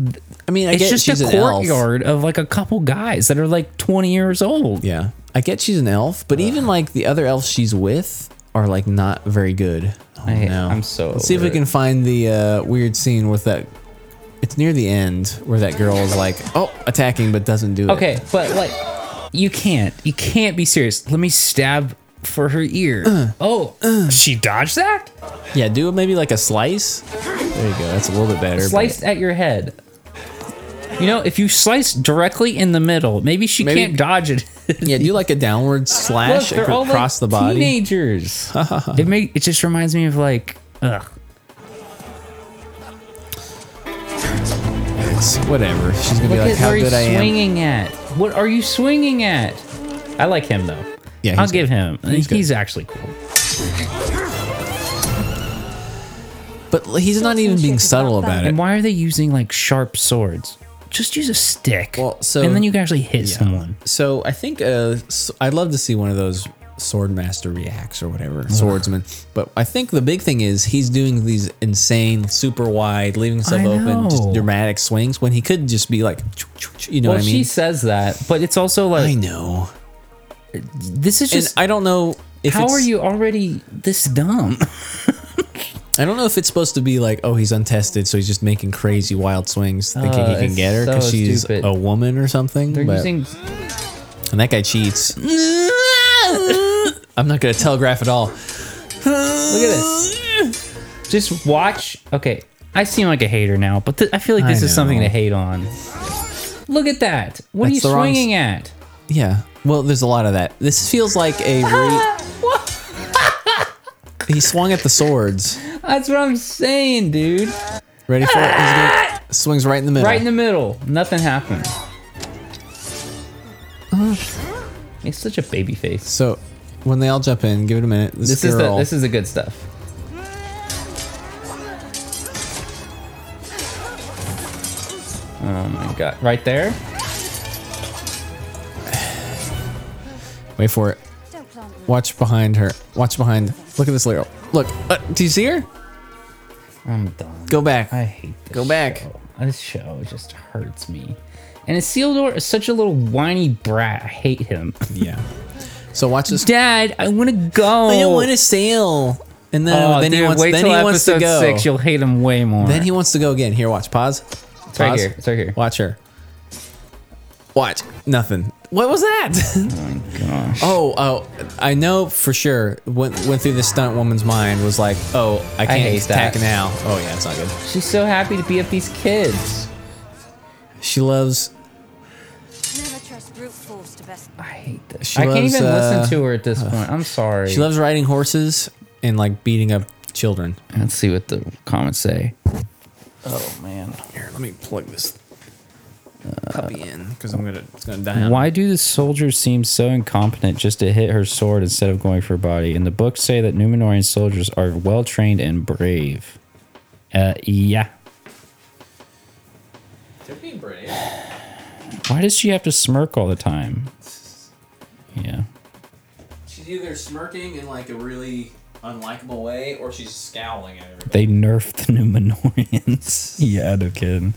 I mean, I it's get just she's a an elf. courtyard of like a couple guys that are like 20 years old. Yeah. I get she's an elf, but even like the other elves she's with are like not very good. Oh, I- I'm so Let's see if over we can it. find the uh, weird scene with that. It's near the end where that girl is like, oh, attacking, but doesn't do it. Okay, but like you can't. You can't be serious. Let me stab for her ear. oh, she dodged that? Yeah, do maybe like a slice. There you go. That's a little bit better. but- Sliced at your head. You know, if you slice directly in the middle, maybe she Maybe- can't dodge it. Yeah, do like a downward Look, slash they're all like across the body. Teenagers. it make it just reminds me of like, ugh. It's whatever. She's gonna be Look like, at "How where he's good I am." swinging at. What are you swinging at? I like him though. Yeah, I'll he's give him. He's, He's good. actually cool. But he's not even being subtle about it. And why are they using like sharp swords? Just use a stick. Well, so- and then you can actually hit Yeah. someone. So I think uh, s- I'd love to see one of those swordmaster reacts or whatever swordsman. But I think the big thing is he's doing these insane, super wide, leaving himself I open, know. just dramatic swings when he could just be like, "Choo, choo, choo," you know well, what I she mean? says that, but it's also I like know, this is and just. I don't know if how it's, are you already this dumb? I don't know if it's supposed to be like, oh, he's untested, so he's just making crazy wild swings, thinking he Oh, can it's get her because so she's stupid. a woman or something. They're but- using. and that guy cheats. I'm not gonna telegraph at all. Look at this. Just watch. Okay, I seem like a hater now, but th- I feel like I this is something know. to hate on. Look at that. What That's the are you wrong s- swinging at? Yeah. Well, there's a lot of that. This feels like a. Re- he swung at the swords. That's what I'm saying, dude. Ready for it? He's gonna- swings right in the middle. Right in the middle. Nothing happened. It's such a baby face. so, when they all jump in, give it a minute. This, This is girl. the this is the good stuff. Oh my god. Right there? Wait for it. Watch behind her. Watch behind. Look at this girl. Look. Uh, do you see her? I'm done. Go back. I hate this. Go back. show. This show just hurts me. And Isildur is such a little whiny brat. I hate him. Yeah. So watch this. Dad, I want to go. to sail. And then, Oh, then dude, he wants. wait Then till he wants episode to go. six. You'll hate him way more. Then he wants to go again. Here, watch. Pause. It's right here. It's right here. Watch her. Watch. Nothing. What was that? Gosh. oh, oh, I know for sure. Went went through this stunt woman's mind was like, oh, I can't hate attack that. now. Oh yeah, it's not good. She's so happy to be with these kids. She loves. Never trust brute force to best. I hate this. She I can't loves, even uh, listen to her at this point. I'm sorry. She loves riding horses and like beating up children. Let's see what the comments say. Oh man. Here, let me plug this puppy in because I'm gonna it's gonna die. Uh, Why do the soldiers seem so incompetent just to hit her sword instead of going for her body? And the books say that Numenorean soldiers are well trained and brave. Uh, yeah. They're being brave. Why does she have to smirk all the time? Yeah. She's either smirking in like a really unlikable way, or she's scowling at everybody. They nerfed the Numenorians. yeah, no kidding.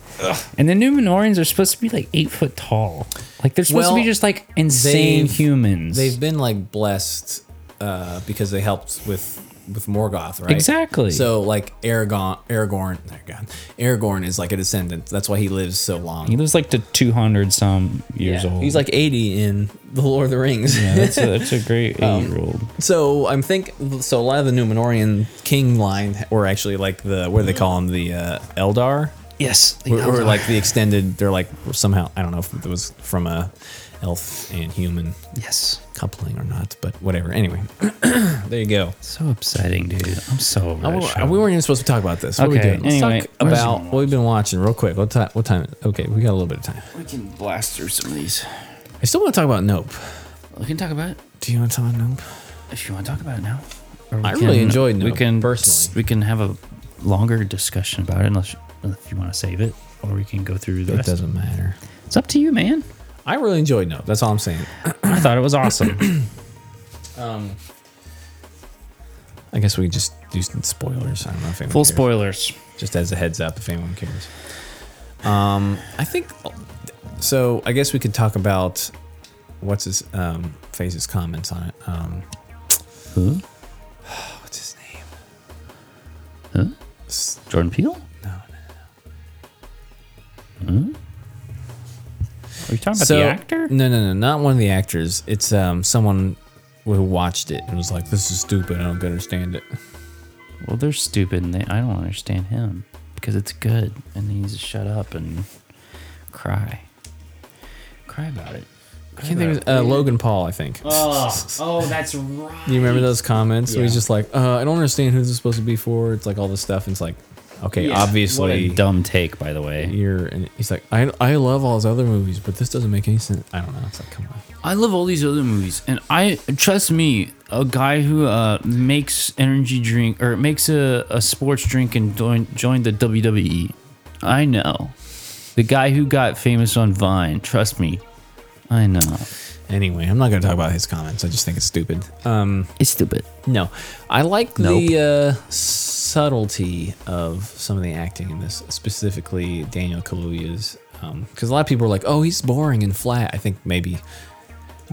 And the Numenorians are supposed to be like eight foot tall. Like they're supposed to Well, be just like insane they've- humans. They've been like blessed uh, because they helped with with Morgoth, right? Exactly. So like Aragorn, Aragorn, oh God, Aragorn is like a descendant. That's why he lives so long. he was like to two hundred some years Yeah. old. He's like eighty in the Lord of the Rings. yeah, that's a, that's a great Um, eight year old. So I'm think so. A lot of the Numenorean king line, or actually like the what do they call them, the uh, Eldar, Yes, or, or like the extended. They're like somehow I don't know if it was from a elf and human yes. coupling or not, but whatever. Anyway, there you go. So upsetting, dude. I'm so over that show. Uh, we weren't even supposed to talk about this. What Okay, are we doing? Let's anyway, talk what- about what we've been watching real quick. What time? What time? Okay, we got a little bit of time. We can blast through some of these. I still want to talk about Nope. we can talk about it Do you want to talk about Nope? if you want to talk about it now. Or we I really enjoyed We Nope, can personally. We can have a longer discussion about it, unless if you want to save it, or we can go through the It rest. doesn't matter. It's up to you, man. I really enjoyed Nope. That's all I'm saying. I thought it was awesome. I guess we can just do some spoilers. I don't know if anyone Full cares. spoilers. Just as a heads up, if anyone cares. Um, I think so. I guess we could talk about what's his um, face's comments on it. Um, Who? what's his name? Jordan Peele? No, no, no. Are you talking about the actor? No, no, no, not one of the actors. It's um someone who watched it and was like, "This is stupid. I don't understand it." Well, they're stupid and they, I don't understand him because it's good and he needs to shut up and cry. Cry about it. I can't think. Of, uh, Logan Paul, I think. oh, that's right. You remember those comments? Where he's Yeah. just like, uh, "I don't understand who this is supposed to be for." It's like all this stuff. And it's like, okay, What a obviously, dumb take, by the way. you're. And he's like, "I I love all his other movies, but this doesn't make any sense." I don't know. It's like, come on. I love all these other movies, and I trust me, a guy who uh, makes energy drink or makes a, a sports drink and join, joined the WWE. I know. The guy who got famous on Vine, trust me. I know. Anyway, I'm not going to talk about his comments. I just think it's stupid. Um, It's stupid. no, I like Nope. the uh, subtlety of some of the acting in this, specifically Daniel Kaluuya's, because a lot of people were like, "Oh, he's boring and flat." I think maybe,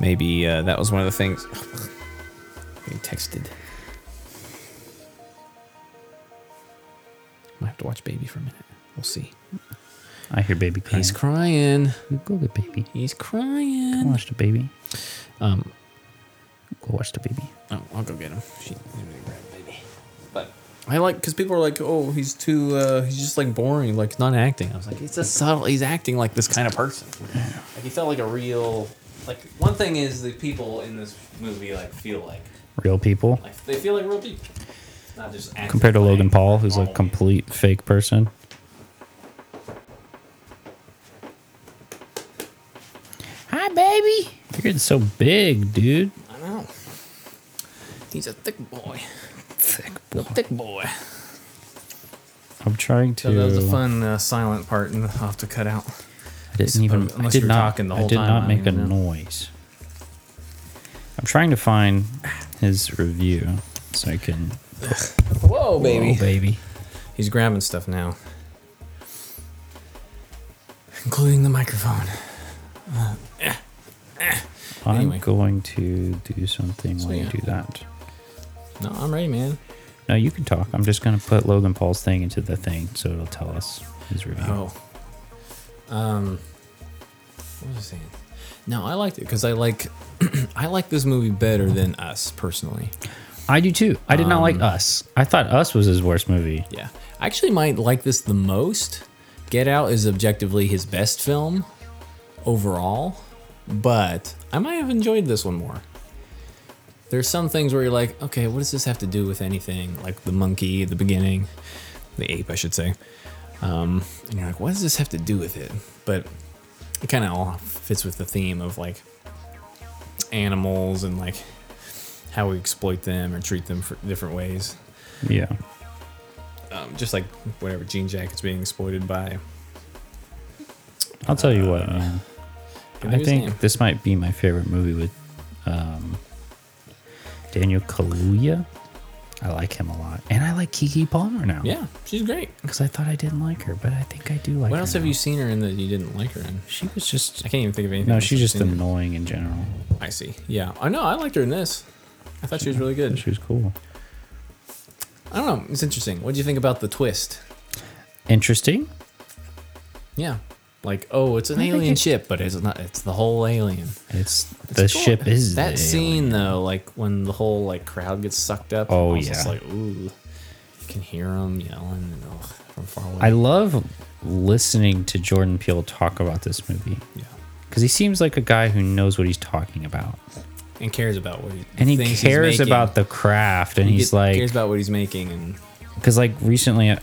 maybe uh, that was one of the things. Being texted. Might have to watch Baby for a minute. We'll see. I hear baby crying. He's crying. Go get baby. He's Go crying. watch the baby. Um, Go watch the baby. Oh, I'll go get him. She, baby. But I like because people are like, "Oh, he's too. Uh, he's just like boring, like not acting." I was like, "It's a subtle. He's acting like this kind of person. Like he felt like a real. Like one thing is the people in this movie like feel like Real people. like they feel like real people, not just acting Compared to like Logan Paul, who's a normal people. complete fake person. Hi, baby. You're getting so big, dude. I know. He's a thick boy. Thick A thick boy. I'm trying to. So that was a fun uh, silent part, and I'll have to cut out. I didn't even. I unless did you were not. talking the I whole did time, I not don't make a even know. noise. I'm trying to find his review so I can. Whoa, baby. Oh, baby. He's grabbing stuff now, including the microphone. I'm Anyway. going to do something while yeah. you do that. No, I'm ready, man. No, you can talk. I'm just gonna put Logan Paul's thing into the thing, so it'll tell us his review. Oh. Um. What was I saying? No, I liked it because I like, I like this movie better than Us personally. I do too. I did not like Us. I thought Us was his worst movie. Yeah, I actually might like this the most. Get Out is objectively his best film overall, but I might have enjoyed this one more. There's some things where you're like, okay, what does this have to do with anything? Like the monkey at the beginning, the ape, I should say. Um, and you're like, what does this have to do with it? But it kind of all fits with the theme of like animals and like how we exploit them or treat them for different ways Yeah. um, just like whatever jean jacket's being exploited by. I'll tell you what, Uh, man. Can I his name? think this might be my favorite movie with um, Daniel Kaluuya. I like him a lot, and I like Kiki Palmer now. yeah, she's great. Because I thought I didn't like her, but I think I do like. What her else have now. you seen her in that you didn't like her in? She was just. I can't even think of anything. No, else she's I've just seen. annoying in general. I see. Yeah. I know. I liked her in this. I thought she was really good. She was cool. I don't know. It's interesting. What do you think about the twist? Interesting. Yeah. Like, oh, it's an think alien it- ship, but it's not. It's the whole alien. It's It's the cool. ship is that the alien. scene though? Like when the whole like crowd gets sucked up. Oh, I was just yeah. like ooh, you can hear them yelling and, ugh, from far away. I love listening to Jordan Peele talk about this movie yeah. because he seems like a guy who knows what he's talking about, And cares about what he and he thinks he's cares making. about the craft, and He he's get- like, cares about what he's making and because like recently, I-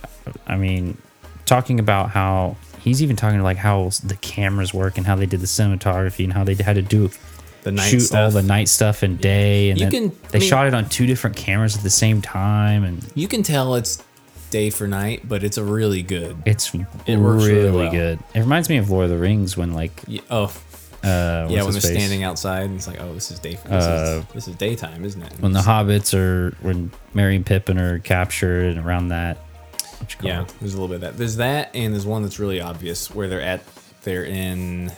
I mean, talking about how he's even talking like how the cameras work and how they did the cinematography and how they had to do the night shoot stuff. all the night stuff and day, and You then can- I they mean- shot it on two different cameras at the same time, and You can tell it's day for night, but it's a really good. it's It works really, really well. good. It reminds me of Lord of the Rings when like Y- Oh, uh, yeah, what's when they're his face? standing outside, and it's like, oh, this is day. This, Uh, is, this is daytime, isn't it? when the hobbits are when Mary and Pippin are captured and around that. What you call yeah, it? there's a little bit of that. There's that, and there's one that's really obvious where they're at. They're in.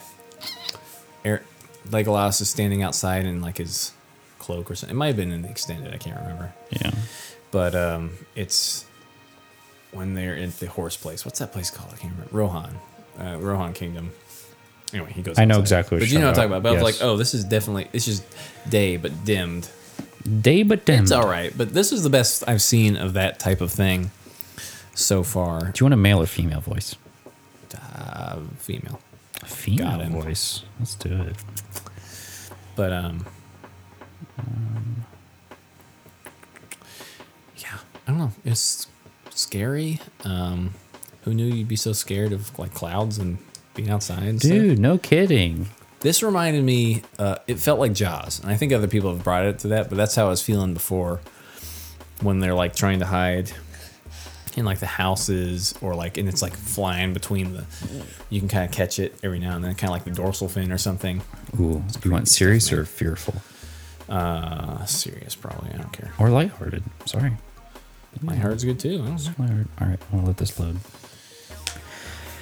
Air, Legolas is standing outside in like his cloak or something. It might have been in the extended. I can't remember. yeah, but um, it's when they're at the horse place. What's that place called? I can't remember. Rohan, uh, Rohan Kingdom. Anyway, he goes. I know exactly what But you're you know what I'm talking talking about. about. But I was Yes. like, oh, this is definitely it's just day but dimmed, Day but damn. It's Mm. Do all right, but this is the best I've seen of that type of thing so far. you want a male or female voice? Uh, female, Female him. voice. Let's do it. but um, yeah, I don't know. It's scary. Um, who knew you'd be so scared of like clouds and being outside? and stuff? Dude, no kidding. This reminded me, uh, it felt like Jaws. And I think other people have brought it to that, but that's how I was feeling before when they're like trying to hide in like the houses or like, and it's like flying between the, you can kind of catch it every now and then, kind of like the dorsal fin or something. Ooh, you want serious or fearful? Uh, serious, probably. I don't care. Or lighthearted. Sorry. My heart's good too. I don't know. Lighthearted. All right, I'll let this load.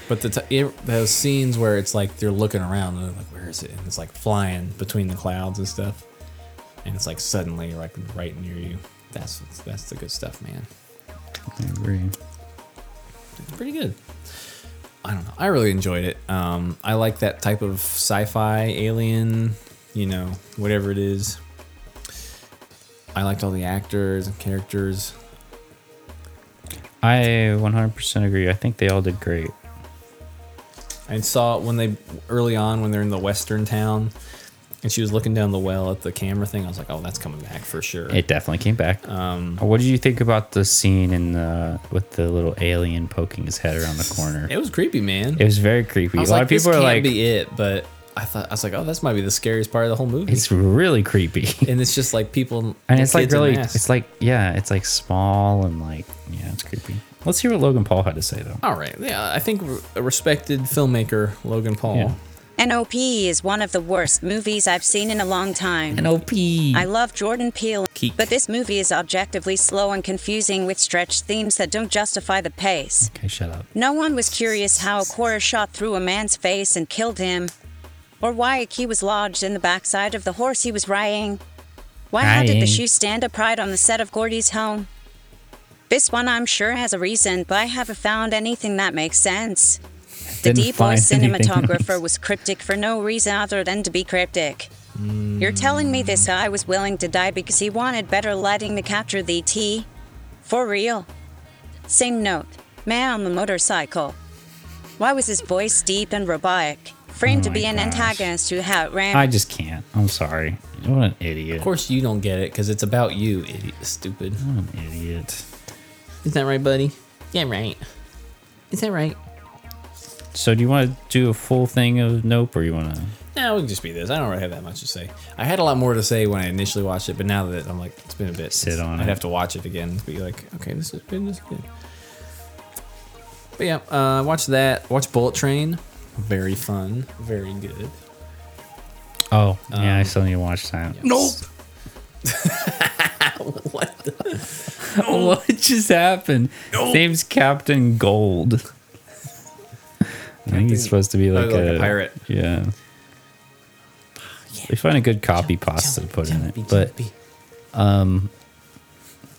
But the, t- it, those scenes where it's like they're looking around and they're like, where is it? And it's like flying between the clouds and stuff. And it's like suddenly like right near you. That's, that's the good stuff, man. I agree. pretty good. I don't know. I really enjoyed it. Um, I like that type of sci-fi alien, you know, whatever it is. I liked all the actors and characters. I 100% agree. I think they all did great. I saw it when they early on when they're in the western town, and she was looking down the well at the camera thing. I was like, oh, that's coming back for sure. It definitely came back. Um, what did you think about the scene in the with the little alien poking his head around the corner? it was creepy, man. It was very creepy. I A was lot like, of people this can't are like, be it, but I thought I was like, oh, this might be the scariest part of the whole movie. it's really creepy. and it's just like people and it's like kids in really, masks. it's like yeah, it's like small and like yeah, it's creepy. Let's hear what Logan Paul had to say though. All right. Yeah, I think re- a respected filmmaker Logan Paul. Yeah. NOP is one of the worst movies I've seen in a long time. NOP. I love Jordan Peele, Keek. but this movie is objectively slow and confusing with stretched themes that don't justify the pace. Okay, shut up. No one was curious how a quarter shot through a man's face and killed him, or why a key was lodged in the backside of the horse he was riding. Why how did the Riding. shoe stand upright on the set of Gordy's home? This one I'm sure has a reason, but I haven't found anything that makes sense. The Didn't deep voice find anything cinematographer was cryptic for no reason other than to be cryptic. Hmm. You're telling me this guy was willing to die because he wanted better lighting to capture the T? For real. Same note. Man on the motorcycle. Why was his voice deep and robotic? Framed Oh to be my an gosh. antagonist who had ran I just can't. I'm sorry. What an idiot. Of course, you don't get it because it's about you, idiot, stupid. What an idiot. Isn't that right, buddy? Yeah, right. Is that right? So do you want to do a full thing of Nope, or you want to? No, it can just be this. I don't really have that much to say. I had a lot more to say when I initially watched it, but now that I'm like, it's been a bit. Sit on I'd it. have to watch it again. to Be like, okay, this has been this is good. But yeah, uh, watch that. Watch Bullet Train. Very fun. Very good. Oh, yeah, I still need to watch that. Nope. What just happened? His name's Captain Gold. I think he's supposed to be like, Oh, like a pirate. Yeah. They find a good copy pasta to put in it, but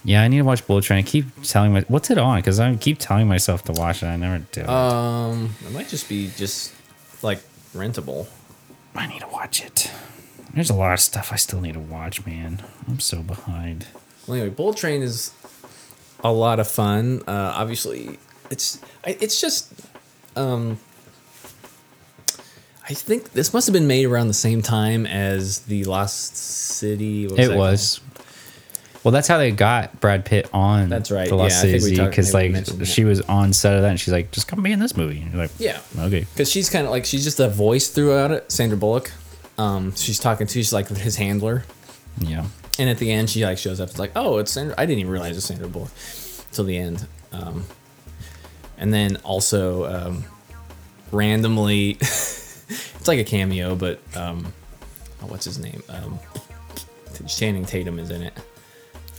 yeah, I need to watch Bullet Train. I keep telling my what's it on because I keep telling myself to watch it. I never do. um, it might just be just like rentable. I need to watch it. There's a lot of stuff I still need to watch, man. I'm so behind. Well, anyway, Bull Train is a lot of fun. Uh, obviously, it's I- it's just um, I think this must have been made around the same time as the Lost City. what It that was. Well, that's how they got Brad Pitt on. That's right. The Lost Yeah, I think we City talked- because maybe we like mentioned that. she was on set of that, and she's like, "Just come be in this movie." And you're like, Yeah. okay." because she's kind of like she's just a voice throughout it. Sandra Bullock. Um, she's talking to she's like his handler, Yeah. and at the end she like shows up. It's like oh, it's Sandra. I didn't even realize it's Sandra Bullock till the end. Um, and then also um, randomly, it's like a cameo, but um, oh, what's his name? Um, Channing Tatum is in it.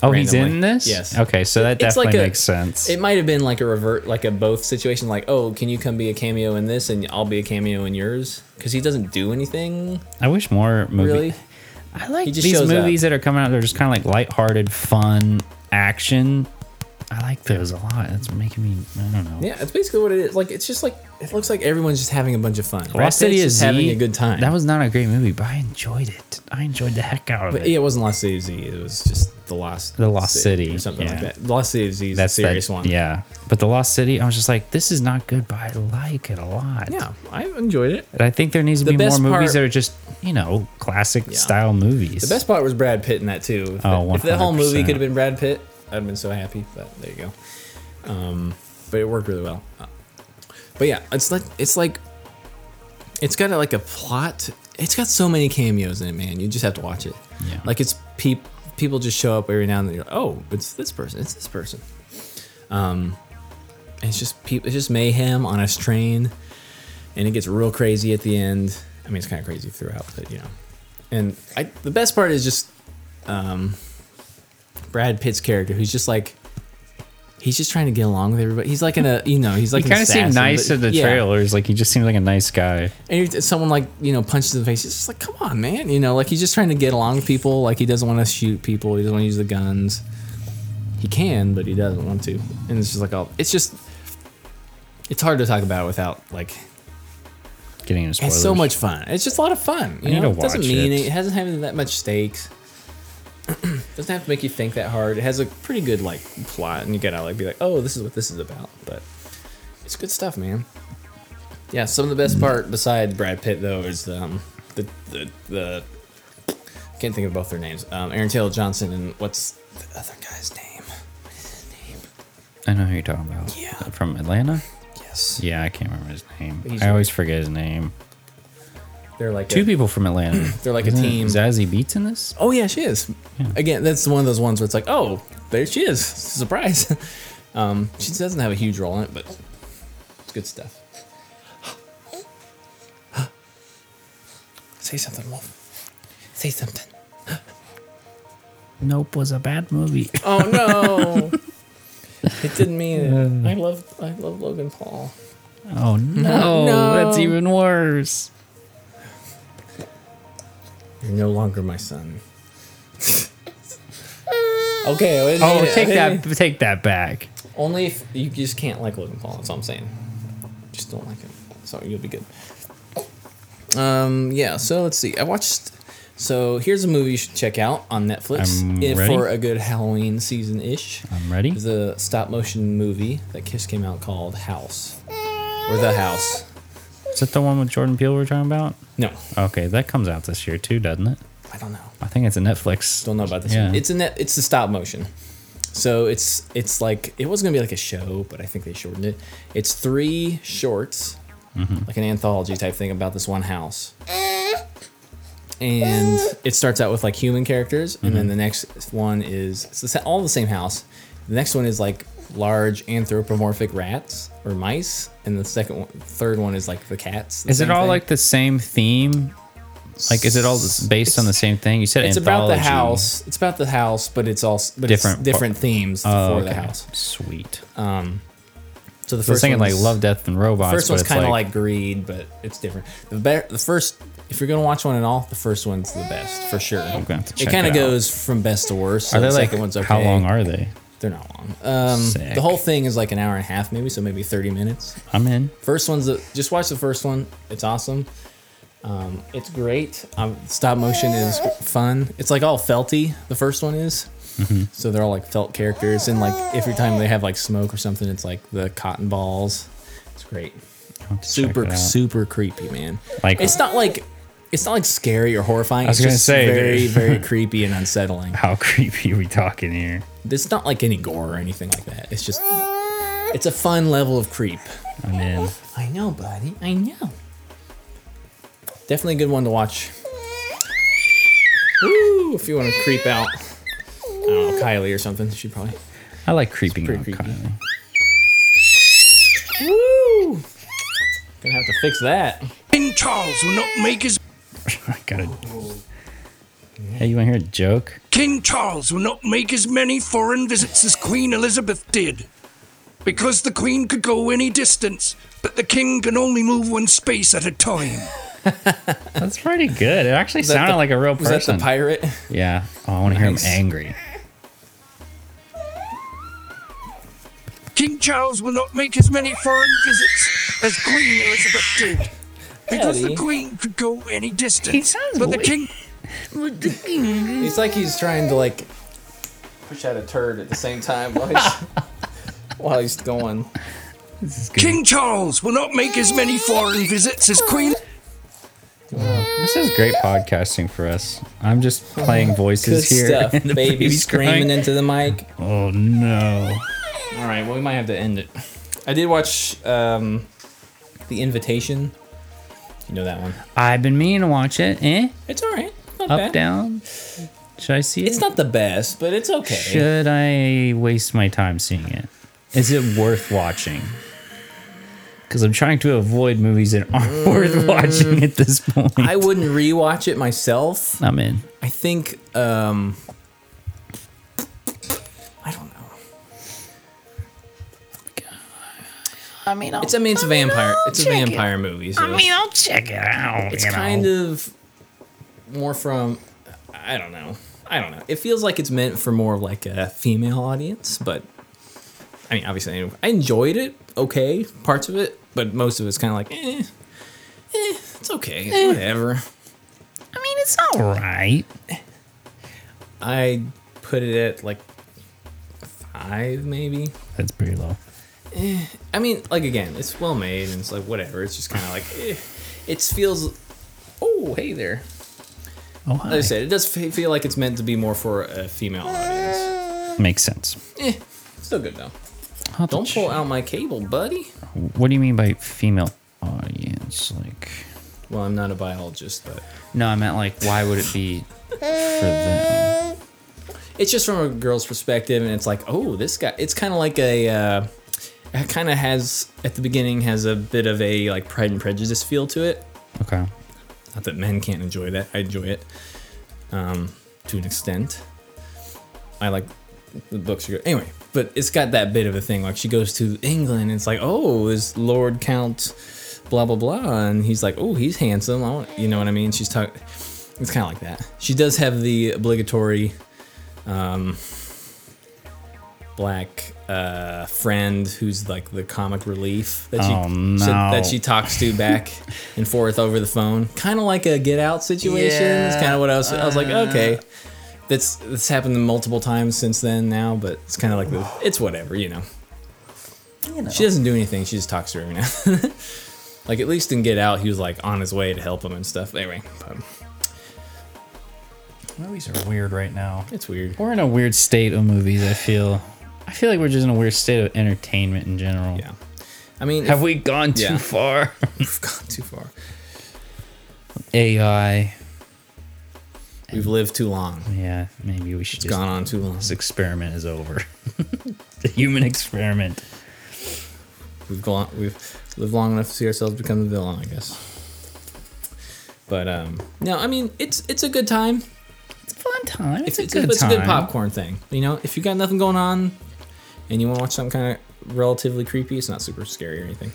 Oh, he's randomly. in this. Yes. Okay, so that It's definitely like a- makes sense. It might have been like a revert, like a both situation. Like, oh, can you come be a cameo in this, and I'll be a cameo in yours? Because he doesn't do anything I wish more movies. really. I like He just these shows up. movies that are coming out. They're just kind of like lighthearted, fun action, I like those a lot. That's making me. I don't know. Yeah, it's basically what it is. Like it's just like it looks like everyone's just having a bunch of fun. Lost City is having a good time. That was not a great movie, but I enjoyed it. I enjoyed the heck out of But it. yeah, it wasn't Lost City of Z. It was just the Lost The Lost City, or something like yeah. that. Lost City of Z is a that- serious one. Yeah, but the Lost City, I was just like, this is not good, but I like it a lot. yeah, I enjoyed it. And I think there needs to The be more best movies part- that are just you know classic style movies. The best part was Brad Pitt in that too. If, Oh, that, if that whole movie 100%. could have been Brad Pitt, I'd have been so happy. But there you go. Um, but it worked really well. Uh, But yeah, it's like it's like it's got a, like a plot. It's got so many cameos in it, man. You just have to watch it. Yeah. Like it's peop, people just show up every now and then. You're like, oh, it's this person. It's this person. Um, and it's just peop, it's just mayhem on a train, and it gets real crazy at the end. I mean, it's kind of crazy throughout, but you know. And I, the best part is just um, Brad Pitt's character, who's just like he's just trying to get along with everybody. He's like in a you know he's like he kind of seemed nice in at the trailers. Like he just seemed like a nice guy. and if someone like you know punches in the face, it's just like, come on, man. You know, like he's just trying to get along with people. Like he doesn't want to shoot people. He doesn't want to use the guns. He can, but he doesn't want to. And it's just like, oh, it's just, it's hard to talk about without like. Getting into spoilers. It's so much fun. It's just a lot of fun. You need know, to it doesn't watch mean it. it. it hasn't had that much stakes. doesn't have to make you think that hard. It has a pretty good like plot, and you gotta like be like, oh, this is what this is about. But it's good stuff, man. Yeah, some of the best part besides Brad Pitt though is um, the the the I can't think of both their names. Um, Aaron Taylor Johnson and what's the other guy's name? I know who you're talking about. Yeah. From Atlanta. Yes. Yeah, I can't remember his name. He's I always forget his name. They're like Two a- people from Atlanta. They're like a Isn't it team. Zazie Beats in this. Oh yeah, she is. Again, that's one of those ones where it's like, oh, there she is, surprise. um, she doesn't have a huge role in it, but it's good stuff. Say something, Wolf. Say something. Nope was a bad movie. Oh no, it didn't mean Uh. it. I love, I love Logan Paul. Oh no, No. that's even worse. You're no longer my son. okay. I didn't mean it. Oh, I take didn't that, take that back. Only if you just can't like Logan Paul. That's all I'm saying. Just don't like him. So you'll be good. Um, yeah. So let's see. I watched. So here's a movie you should check out on Netflix I'm if- ready. for a good Halloween season ish. I'm ready. It's a stop motion movie that Kiss came out called House or The House. Is that the one with Jordan Peele we're talking about? No, Okay, that comes out this year too, doesn't it? I don't know. I think it's a Netflix. don't know about this. Yeah. One. It's a net. It's a stop motion. So it's it's like it was gonna be like a show, but I think they shortened it. It's three shorts, Mm-hmm. like an anthology type thing about this one house. And it starts out with like human characters, and Mm-hmm. then the next one is it's the, sa- all the same house. The next one is like large anthropomorphic rats or mice, and the second one, third one is like the cats. the Is it same all thing. like the same theme? Like, is it all just based on the same thing? You said it's about anthology. the house. It's about the house, but it's also but Different different par- different themes Oh, for okay. the house. Sweet. So the I was first thinking like one's- Love, Death, and Robots. First but one's it's kind of like, greed, but it's different. The be- the first, if you're gonna watch one at all, the first one's the best for sure. gonna have to it check kind it of out. goes from best to worst. So Are they the like? second one's okay. How long are they? They're not long. Um, Sick. the whole thing is like an hour and a half, maybe, so maybe thirty minutes. I'm in. First one's the, just watch the first one. It's awesome. Um, it's great. Um, stop motion is fun. It's like all felty. The first one is. Mm-hmm. So they're all like felt characters, and like every time they have like smoke or something, it's like the cotton balls. It's great. I'll have to check it Super out. super creepy, man. Like- it's not like it's not like scary or horrifying. I was it's gonna just say, very dude. very creepy and unsettling. How creepy are we talking here? It's not like any gore or anything like that. It's just it's a fun level of creep. I'm in. I know, buddy. I know. Definitely a good one to watch. Ooh, if you want to creep out, I don't know, Kylie or something. She probably. I like creeping pretty out, creepy. Kylie. Woo! Gonna have to fix that. King Charles will not make his I gotta. Hey, you want to hear a joke? King Charles will not make as many foreign visits as Queen Elizabeth did. Because the Queen could go any distance, but the King can only move one space at a time. That's pretty good. It actually sounded the- like a real Was person. that the pirate? Yeah. Oh, I want to hear him Nice. angry. King Charles will not make as many foreign visits as Queen Elizabeth did. Because Daddy. the Queen could go any distance. sounds but the weak. King. But the King. It's like he's trying to like push out a turd at the same time while he's, while he's going. King Charles will not make as many foreign visits as Queen. This is great podcasting for us. I'm just playing voices Good here. stuff. and the Baby baby's screaming crying. into the mic. Oh no. All right, well we might have to end it. I did watch um, the invitation. You know that one. I've been meaning to watch it. Eh? It's all right. Not Up bad. down. Should I see it? It's not the best, but it's okay. Should I waste my time seeing it? Is it worth watching? Because I'm trying to avoid movies that aren't worth watching at this point. Mm. I wouldn't rewatch it myself. I'm in. I think um I mean, it's I mean it's a vampire it's a check it. vampire movie. so I'll check it out. it's kind of more from I don't know. I don't know. It feels like it's meant for more of like a female audience, but I mean obviously I enjoyed it. Okay, parts of it, but most of it's kind of like eh, eh, it's okay, it's Eh. whatever. I mean, it's all right. I put it at like five, maybe. That's pretty low. Eh, I mean, like again, it's well made and it's like whatever. It's just kind of like eh. it feels. Oh, hey there. Oh, Like I said, it does fe- feel like it's meant to be more for a female audience. Makes sense. Eh, still good though. I'll Don't pull out my cable, buddy. What do you mean by female audience? Like, Well, I'm not a biologist, but no, I meant like, why would it be for them? it's just from a girl's perspective, and it's like, oh, this guy. It's kind of like a. Uh, it kind of has at the beginning has a bit of a like Pride and Prejudice feel to it. Okay. Not that men can't enjoy that. I enjoy it um, to an extent. I like the books. Are good. Anyway, but it's got that bit of a thing. Like she goes to England, and it's like, oh, is Lord Count, blah blah blah, and he's like, oh, he's handsome. I want, you know what I mean? She's talking. It's kind of like that. She does have the obligatory um, black uh, friend who's like the comic relief that she Oh, no. that she talks to back and forth over the phone, kind of like a get out situation. It's Yeah, kind of what I was. I was like, uh, okay, that's that's happened multiple times since then now, but it's kind of like the, it's whatever, you know. She doesn't do anything. She just talks to her every now. and then. like at least in Get Out, he was like on his way to help him and stuff. Anyway, um, but Movies are weird right now. it's weird. We're in a weird state of movies. I feel. I feel like we're just in a weird state of entertainment in general. Yeah. I mean, Have if- we gone too yeah. far? We've gone too far. AI. We've lived too long. Yeah, maybe we should. It's gone on too long. This experiment is over. the human experiment. We've gone. We've lived long enough to see ourselves become the villain, I guess. But um, no, I mean it's it's a good time. It's a fun time. If It's, it's, a good it's time. a good popcorn thing. You know, if you got nothing going on and you want to watch something kind of relatively creepy, it's not super scary or anything.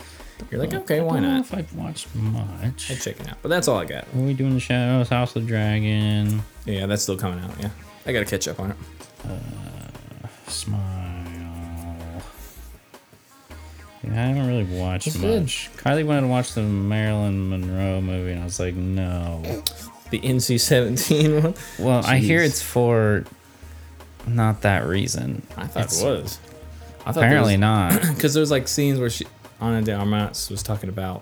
You're like, Well, okay, I why don't know not? if I've watched much. I'd check it out. But that's all I got. What are we doing? The Shadows, House of Dragon, Yeah, that's still coming out. Yeah, I gotta catch up on it. Smile. Yeah, I haven't really watched That's good. much. Kylie wanted to watch the Marilyn Monroe movie, and I was like, no. The NC-17 one. Well, I hear Jeez. it's for not that reason. I thought It's- it was. I thought Apparently not. because there's like scenes where she Anna de Armas was talking about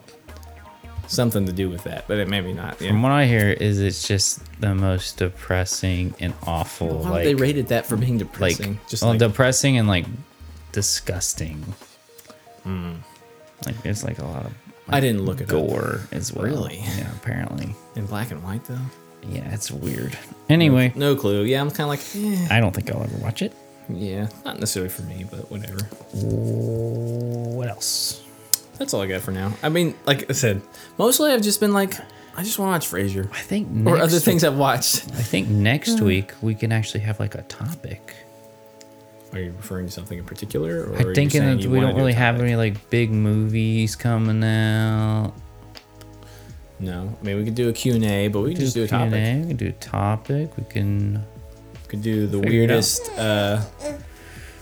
something to do with that, but it maybe not. Yeah. From what I hear, is it's just the most depressing and awful. Why like would they rated that for being depressing? like Just well, like depressing and like disgusting. Hmm. Like there's like a lot of like, I didn't look it up. gore as well. Really? Yeah, apparently. in black and white though. Yeah, it's weird. Anyway, No clue. Yeah, I'm kind of like, eh. I don't think I'll ever watch it. yeah, not necessarily for me, but whatever. What else? That's all I got for now. I mean, like I said, mostly I've just been like, I just want to watch Frasier I think or next other things week- I've watched. I think next week we can actually have like a topic. Are you referring to something in particular? Or are I'm you thinking saying that you we wanna don't do a really have topic? any like big movies coming out. No, I mean we could do a Q and A, but we could just do a Q&A, topic. We can do a topic. We can We could do the Figure it out. weirdest uh,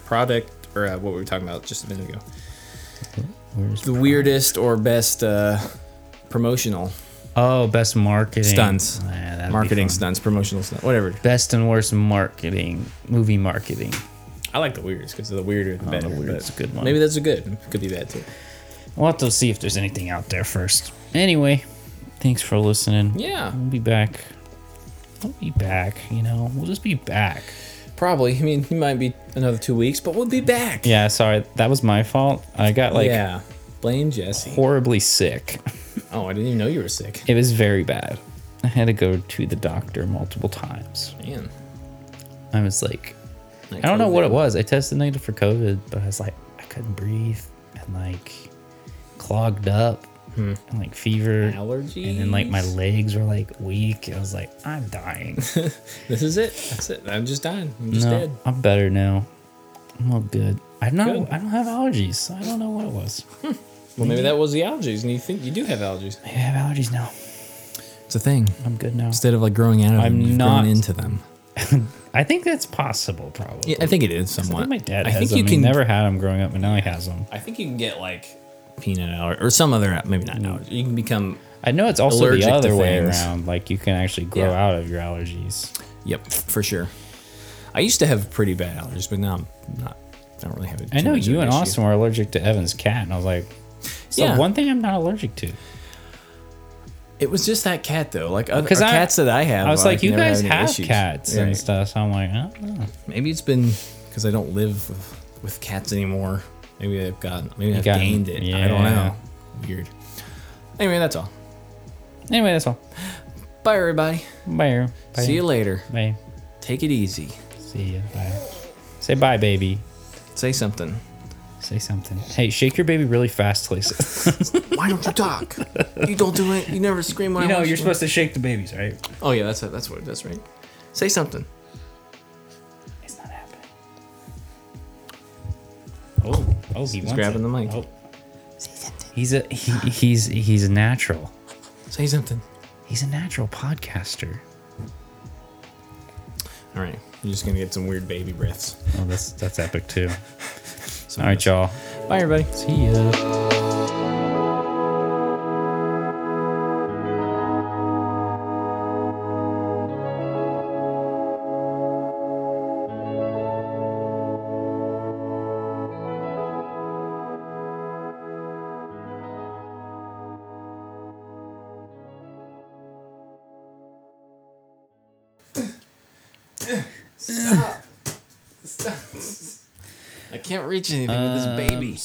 product or uh, what we were talking about just a minute ago. Where's The weirdest or best uh, promotional. Oh, best marketing Stunts. Yeah, that'd be marketing fun. stunts, promotional stunts, whatever. Best and worst marketing, movie marketing. I like the weirdest because the weirder the Oh, better. the weirdest but a good one. Maybe that's a good. Could be bad too. We'll have to see if there's anything out there first. Anyway, thanks for listening. Yeah. We'll be back. We'll be back, you know. We'll just be back. Probably. I mean, it might be another two weeks, but we'll be back. Yeah, sorry. That was my fault. I got like yeah. Blame Jesse. horribly sick. Oh, I didn't even know you were sick. It was very bad. I had to go to the doctor multiple times. Man. I was like, Like I don't know what it COVID. was. I tested negative for COVID, but I was like, I couldn't breathe and like clogged up Hmm. and like fever. Allergies. And then like my legs were like weak. I was like, I'm dying. This is it. That's it. I'm just dying. I'm just no, dead. I'm better now. I'm all good. I know Good. I don't have allergies. So I don't know what it was. Well, maybe that was the allergies, and you think you do have allergies. I have allergies now. It's a thing. I'm good now. Instead of like growing out of I'm them, you've not- grown into them. I think that's possible, probably. Yeah, I think it is I somewhat. think my dad I has think them. you He can never had them growing up, but now he has them. I think you can get like peanut allergy or some other maybe not allergy. You can become I know it's also Allergic the to other way things. around. Like you can actually grow Yeah. out of your allergies. yep for sure. I used to have pretty bad allergies, but now I'm not. I don't really have it. I know you and Austin were allergic to Evan's cat, and I was like, "So Yeah. one thing I'm not allergic to." It was just that cat though, like other 'Cause I- cats that I have. I was like, "You never had guys any have issues." cats and Right. stuff," so I'm like, "I don't know." Maybe it's been because I don't live with, with cats anymore. Maybe I've gotten, maybe I've got- gained it. I don't yeah. know. Weird. Anyway, that's all. Anyway, that's all. Bye, everybody. Bye. Bye. See you later. Bye. Take it easy. See you. Bye. Say bye, baby. Say something. Say something. Hey, shake your baby really fast, please. Why don't you talk? you don't do it. You never scream when you I know watch you're supposed to shake the babies, right? Oh yeah, that's it. That's what. That's right. Say something. It's not happening. Oh, oh, he wants grabbing it. the mic. Oh. He's a he, he's he's a natural. Say something. He's a natural podcaster. All right. You're just gonna get some weird baby breaths. Oh, that's that's epic too. All right, y'all. Bye, everybody. See ya. I can't reach anything with this baby.